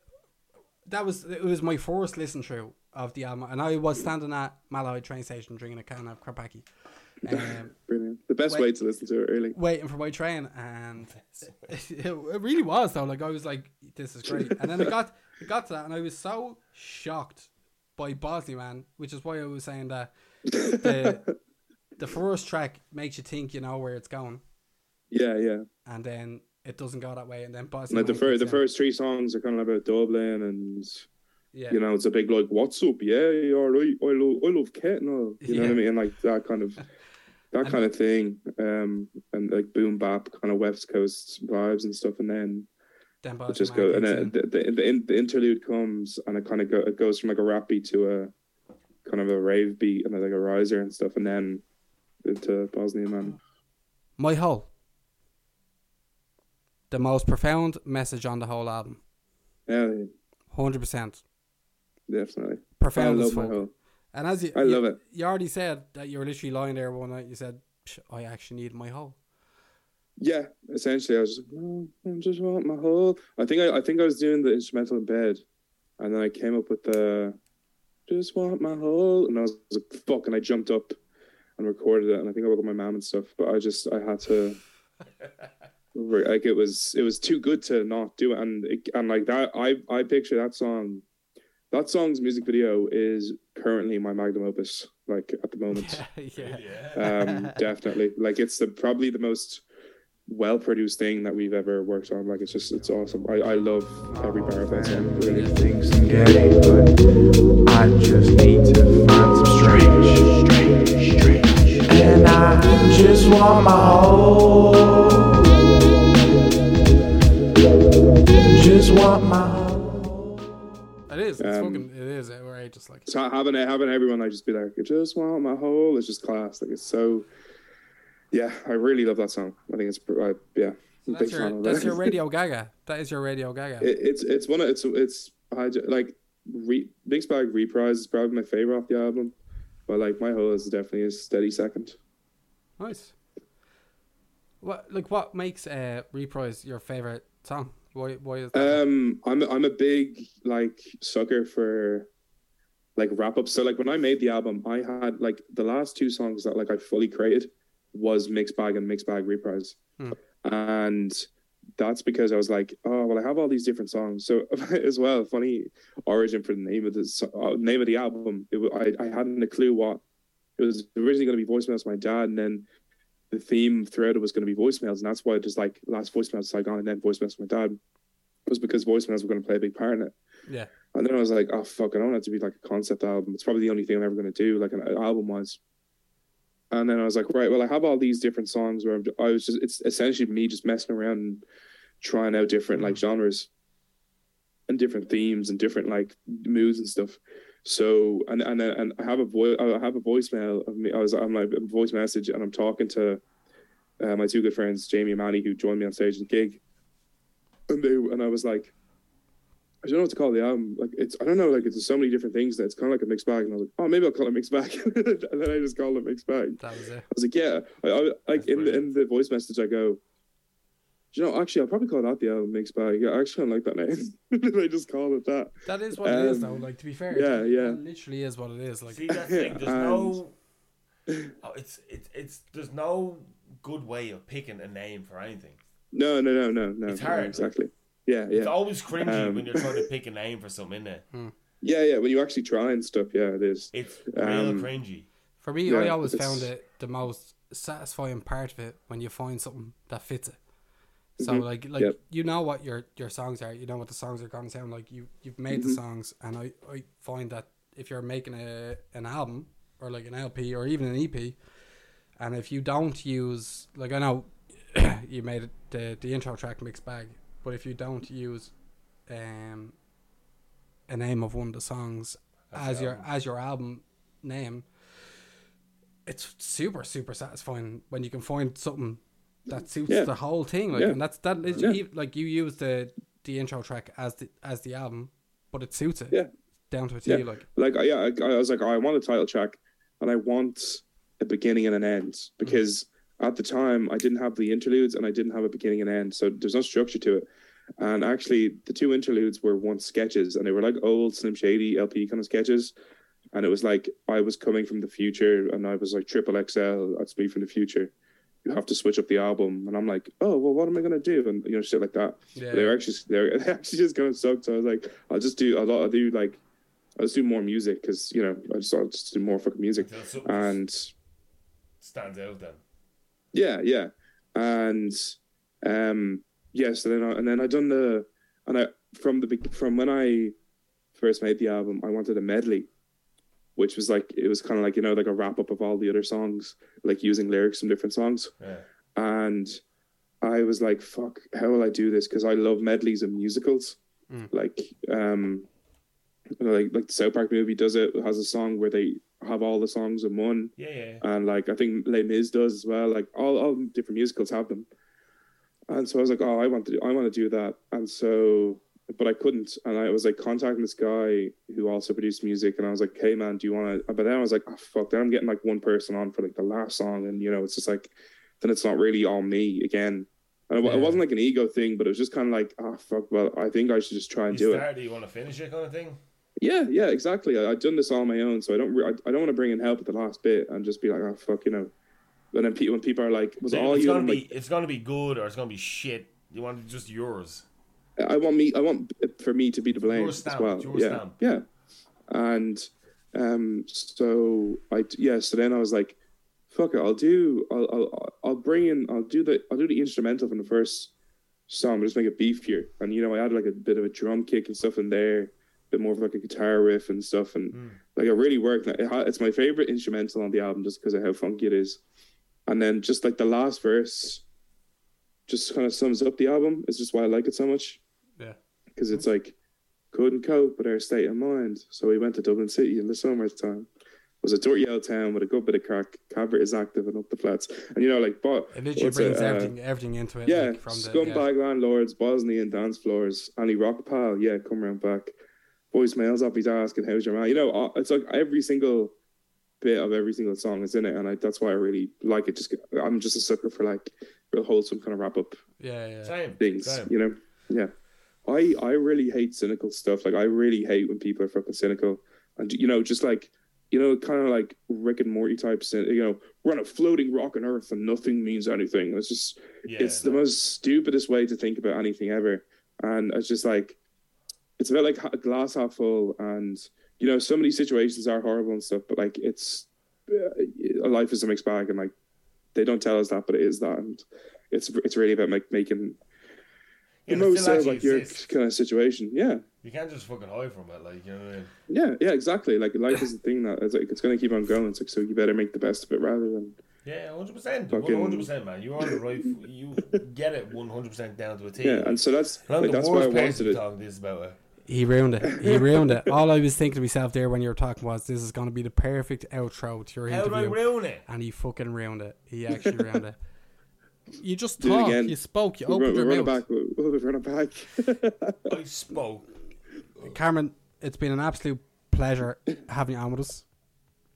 Speaker 2: that was it was my first listen through of the album, and I was standing at Malahide train station drinking a can of Krapaki,
Speaker 5: *laughs*
Speaker 2: um,
Speaker 5: brilliant. The best
Speaker 2: Wait.
Speaker 5: way to listen to it, really. *laughs*
Speaker 2: waiting for my train, and *laughs* it, really was though. Like I was like, this is great, and then it got it got to that, and I was so shocked by Bosnia Man, which is why I was saying that
Speaker 5: *laughs*
Speaker 2: the the first track makes you think you know where it's going,
Speaker 5: Yeah, yeah.
Speaker 2: and then. It doesn't go that way, and then Bosnia.
Speaker 5: Like the
Speaker 2: Man
Speaker 5: first,
Speaker 2: kicks
Speaker 5: the
Speaker 2: in.
Speaker 5: first three songs are kind of about Dublin, and
Speaker 2: yeah.
Speaker 5: you know, it's a big like, "What's up? Yeah, you're right. I love, I love Ketna." You know what
Speaker 2: Yeah.
Speaker 5: I mean? Like that kind of, that kind of thing, um, and like boom bap kind of West Coast vibes and stuff, and then
Speaker 2: Then
Speaker 5: it
Speaker 2: Boston
Speaker 5: just
Speaker 2: Man
Speaker 5: go, and
Speaker 2: kicks
Speaker 5: then
Speaker 2: in.
Speaker 5: the the, the, in, the interlude comes, and it kind of go, it goes from like a rap beat to a kind of a rave beat, and then like a riser and stuff, and then into Bosnia Man.
Speaker 2: My Hull. The most profound message on the whole album.
Speaker 5: Yeah,
Speaker 2: 100%.
Speaker 5: definitely. I
Speaker 2: Profound as
Speaker 5: love my
Speaker 2: fuck.
Speaker 5: whole.
Speaker 2: And as you,
Speaker 5: I
Speaker 2: you,
Speaker 5: love it.
Speaker 2: You already said that you were literally lying there one night. You said, "Psh, I actually need my hole. *laughs*
Speaker 5: Yeah, essentially, I was just like, no, I just want my whole. I think I, I think I was doing the instrumental in bed, and then I came up with the just want my whole. And I was like, fuck. And I jumped up and recorded it. And I think I woke up my mom and stuff. But I just, I had to. re- Like it was, it was too good to not do it, and it, and like that, I I picture that song, that song's music video is currently my magnum opus, like at the
Speaker 2: *laughs*
Speaker 5: moment
Speaker 2: yeah.
Speaker 5: um definitely like it's the probably the most well produced thing that we've ever worked on like it's just it's awesome i, I love every part of that song really.
Speaker 4: things I'm getting, but I just need to find some strange, strange, strange. And I just want my whole. Just want my whole.
Speaker 2: It is. It's
Speaker 5: Um,
Speaker 2: fucking. It is. uh, We're just like.
Speaker 5: so having it having everyone like just be like i just want my whole it's just class like it's so yeah i really love that song i think it's pr- I, yeah I'm a big
Speaker 2: That's
Speaker 5: fan
Speaker 2: your.
Speaker 5: of
Speaker 2: That's
Speaker 5: it. *laughs*
Speaker 2: your Radio Gaga. That is your Radio Gaga.
Speaker 5: it, it's it's one of it's it's I ju- like re, mixed bag reprise is probably my favorite off the album but like my whole is definitely a steady second
Speaker 2: nice. What like what makes uh reprise your favorite song? Why why is that?
Speaker 5: Um, I'm I'm a big like sucker for like wrap ups. So like when I made the album, I had like the last two songs that like I fully created was Mixed Bag and Mixed Bag Reprise,
Speaker 2: Hmm.
Speaker 5: and that's because I was like, oh well, I have all these different songs. So *laughs* as well, funny origin for the name of the so- uh, name of the album. It, wa- I I hadn't a clue what it was originally going to be. Voicemails, from my dad, and then the theme throughout it was going to be voicemails, and that's why just like last voicemails Saigon and then voicemails from my dad was because voicemails were going to play a big part in it.
Speaker 2: yeah.
Speaker 5: And then I was like, oh fuck, I don't want it to be like a concept album. It's probably the only thing I'm ever going to do, like an album wise. And then I was like, right, well, I have all these different songs where I'm, I was just, it's essentially me just messing around and trying out different like genres and different themes and different like moods and stuff. So, and, and, and I have a voice, I have a voicemail of me. I was, I'm like a voice message and I'm talking to uh, my two good friends, Jamie and Manny, who joined me on stage in the gig. And they, and I was like, I don't know what to call the album. Like it's, I don't know. Like it's there's so many different things that it's kind of like a mixed bag. And I was like, oh, maybe I'll call it mixed bag. *laughs* and then I just called it mixed bag.
Speaker 2: That was it.
Speaker 5: I was like, yeah. I, I, like in the, in the voice message, I go, "Do you know, actually, I'll probably call that the album mixed bag. Yeah, I actually don't like that name. *laughs* and I just called it that.
Speaker 2: That is what it is though.
Speaker 5: Um,
Speaker 2: Like to be fair.
Speaker 5: yeah, yeah.
Speaker 2: That literally is what it is. Like
Speaker 3: See that's the thing. There's no. Oh, it's it's it's there's no good way of picking a name for anything.
Speaker 5: No, no, no, no, no.
Speaker 3: It's
Speaker 5: no,
Speaker 3: hard.
Speaker 5: exactly. Yeah,
Speaker 3: It's
Speaker 5: yeah,
Speaker 3: always cringy
Speaker 5: Um,
Speaker 3: when you're trying to pick a name for something. Innit?
Speaker 5: yeah, yeah. When you actually try and stuff, yeah, it is.
Speaker 3: It's real
Speaker 5: Um,
Speaker 3: cringy.
Speaker 2: for me,
Speaker 5: yeah,
Speaker 2: I always
Speaker 5: it's-
Speaker 2: found it the most satisfying part of it when you find something that fits it. So
Speaker 5: Mhm.
Speaker 2: like like
Speaker 5: Yep.
Speaker 2: you know what your your songs are, you know what the songs are gonna sound like. You you've made the songs and I, I find that if you're making a an album or like an LP or even an EP and if you don't use like I know *coughs* you made it the the intro track mixed bag, but if you don't use um a name of one of the songs as, your as your album name, it's super super satisfying when you can find something that suits
Speaker 5: Yeah.
Speaker 2: the whole thing. Like
Speaker 5: Yeah.
Speaker 2: and that's that is
Speaker 5: Yeah.
Speaker 2: ev- like you use the the intro track as the as the album, but it suits it
Speaker 5: Yeah.
Speaker 2: down to a T.
Speaker 5: Yeah.
Speaker 2: Like
Speaker 5: like I- yeah, I, I was like, "Oh, I want a title track, and I want a beginning and an end because at the time I didn't have the interludes and I didn't have a beginning and end, so there's no structure to it. And actually, the two interludes were once sketches, and they were like old Slim Shady LP kind of sketches. And it was like I was coming from the future, and I was like triple XL. I'd speak from the future. You have to switch up the album, and I'm like, oh well, what am I gonna do? And you know, shit like that.
Speaker 2: yeah,
Speaker 5: But They were actually they were *laughs* they actually just kind of sucked. So I was like, I'll just do a lot. I'll do like, I'll just do more music because you know I just I'll just do more fucking music.
Speaker 3: Until something
Speaker 5: And
Speaker 3: stands out then.
Speaker 5: yeah, yeah, and um, yeah. So then I, and then I done the and I from the beg- from when I first made the album, I wanted a medley, which was like it was kind of like you know like a wrap up of all the other songs, like using lyrics from different songs.
Speaker 3: Yeah.
Speaker 5: and I was like, "Fuck, how will I do this?" Because I love medleys and musicals,
Speaker 2: Mm.
Speaker 5: like um, you know, like like the South Park movie does it has a song where they have all the songs in one,
Speaker 3: Yeah, yeah.
Speaker 5: and like I think Les Mis does as well. Like all all different musicals have them, and so I was like, "Oh, I want to I want to do that," and so. But I couldn't, and I was like contacting this guy who also produced music, and I was like, "Hey man, do you want to?" But then I was like, oh, "Fuck!" Then I'm getting like one person on for like the last song, and you know, it's just like then it's not really on me again. And it, wa- it
Speaker 2: Yeah.
Speaker 5: wasn't like an ego thing, but it was just kind of like, ah, fuck, well, I think I should just try and
Speaker 3: You
Speaker 5: do it.
Speaker 3: start, do you want to finish it, kind of thing?
Speaker 5: Yeah, yeah, exactly. I, I've done this all on my own, so I don't. Re- I, I don't want to bring in help at the last bit and just be like, oh fuck, you know. And then pe- when people are like, "Was it all
Speaker 3: it's
Speaker 5: you?"
Speaker 3: gonna
Speaker 5: I'm
Speaker 3: be
Speaker 5: like,
Speaker 3: it's gonna be good or it's gonna be shit. You want just yours.
Speaker 5: I want me. I want for me to be to blame
Speaker 3: your
Speaker 5: as
Speaker 3: stamp,
Speaker 5: well.
Speaker 3: it's your
Speaker 5: yeah,
Speaker 3: stamp.
Speaker 5: yeah. And um, so I yeah. So then I was like, "Fuck it! I'll do. I'll I'll, I'll bring in. I'll do the. I'll do the instrumental from the first song. I'll just make it beefier. And you know, I added like a bit of a drum kick and stuff in there, a bit more of like a guitar riff and stuff. And
Speaker 3: Hmm.
Speaker 5: like it really worked. Like, it ha- It's my favorite instrumental on the album just because of how funky it is. And then just like the last verse, just kind of sums up the album. It's just why I like it so much
Speaker 2: Yeah.
Speaker 5: because it's like couldn't cope with our state of mind, so we went to Dublin City in the summertime. It was a dirty old town with a good bit of crack. Covert is active and up the flats, and you know, like, but
Speaker 2: It literally
Speaker 5: what's
Speaker 2: brings
Speaker 5: uh,
Speaker 2: everything everything into it.
Speaker 5: Yeah,
Speaker 2: like, from the,
Speaker 5: scumbag landlords, Bosnian dance floors, any rock pile. Yeah, come round back. Voicemails off his ass and how's your man? You know, uh, it's like every single bit of every single song is in it, and I, that's why I really like it. Just I'm just a sucker for like real wholesome kind of wrap up
Speaker 2: Yeah, yeah. yeah.
Speaker 3: Same.
Speaker 5: things,
Speaker 3: Same.
Speaker 5: you know? Yeah. I I really hate cynical stuff. Like I really hate when people are fucking cynical, and you know, just like you know, kind of like Rick and Morty type. cyn- You know, we're on a floating rock on Earth, and nothing means anything. It's just
Speaker 3: Yeah,
Speaker 5: it's the
Speaker 3: no.
Speaker 5: most stupidest way to think about anything ever. And it's just like, it's about like ha- glass half full. And, you know, so many situations are horrible and stuff, but like it's, uh, life is a mixed bag. And like, they don't tell us that, but it is that. And it's, it's really about like making
Speaker 3: Yeah,
Speaker 5: the
Speaker 3: it
Speaker 5: most
Speaker 3: still
Speaker 5: out of
Speaker 3: actually
Speaker 5: like your
Speaker 3: exists.
Speaker 5: kind of situation. Yeah.
Speaker 3: You can't just fucking hide from it, like you know what I mean.
Speaker 5: Yeah. Yeah. Exactly. Like life is a thing that it's like, it's going to keep on going. It's like, so you better make the best of it rather than,
Speaker 3: Yeah, hundred percent,
Speaker 5: Fucking-
Speaker 3: one hundred percent, man. You're on the right. f- You get it one hundred percent down to a T.
Speaker 5: yeah. And so that's,
Speaker 3: And I'm
Speaker 5: like,
Speaker 3: the
Speaker 5: that's why I
Speaker 3: worst
Speaker 5: wanted
Speaker 3: person
Speaker 5: it.
Speaker 3: to talk this about it.
Speaker 2: He ruined it.
Speaker 5: *laughs*
Speaker 2: He ruined it. All I was thinking to myself there when you were talking was this is going to be the perfect outro to your
Speaker 3: How do I
Speaker 2: interview.
Speaker 3: ruin it?
Speaker 2: and he fucking ruined it. He actually ruined
Speaker 5: *laughs*
Speaker 2: it. You just
Speaker 5: Do it
Speaker 2: talked.
Speaker 5: again.
Speaker 2: You spoke. You
Speaker 5: We're,
Speaker 2: opened
Speaker 5: we're
Speaker 2: your
Speaker 5: running
Speaker 2: mouth.
Speaker 5: back. We're, we're running back. *laughs*
Speaker 3: I spoke.
Speaker 2: Carmen, it's been an absolute pleasure having you on with us.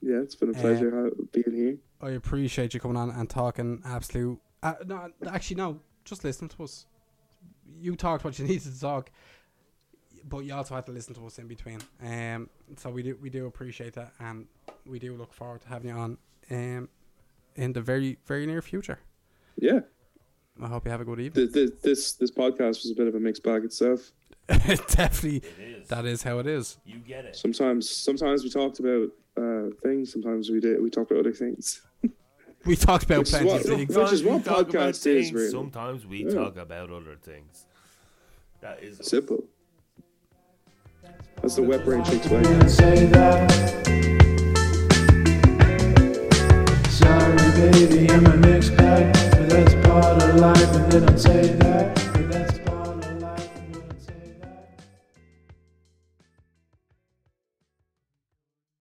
Speaker 5: Yeah, it's been a pleasure ha- being here.
Speaker 2: I appreciate you coming on and talking absolute. Uh, no, actually, no. Just listen to us. You talked what you *laughs* needed to talk, but you also had to listen to us in between. Um, so we do we do appreciate that, and we do look forward to having you on um, in the very very near future.
Speaker 5: Yeah,
Speaker 2: I hope you have a good evening. *laughs*
Speaker 5: th- th- this this podcast was a bit of a mixed bag itself.
Speaker 2: Definitely,
Speaker 3: is.
Speaker 2: that is how it is.
Speaker 3: You get it.
Speaker 5: Sometimes sometimes we talked about uh, things. Sometimes we did we talked about other things.
Speaker 2: We talked about
Speaker 5: Which is
Speaker 2: plenty
Speaker 5: what-
Speaker 2: of things.
Speaker 5: Which is
Speaker 3: we
Speaker 5: what
Speaker 3: talk about
Speaker 5: podcast is,
Speaker 3: things,
Speaker 5: really.
Speaker 3: Sometimes we
Speaker 5: Yeah.
Speaker 3: talk about other things. That is
Speaker 5: Simple. That's the wet brain chicks way.
Speaker 6: say that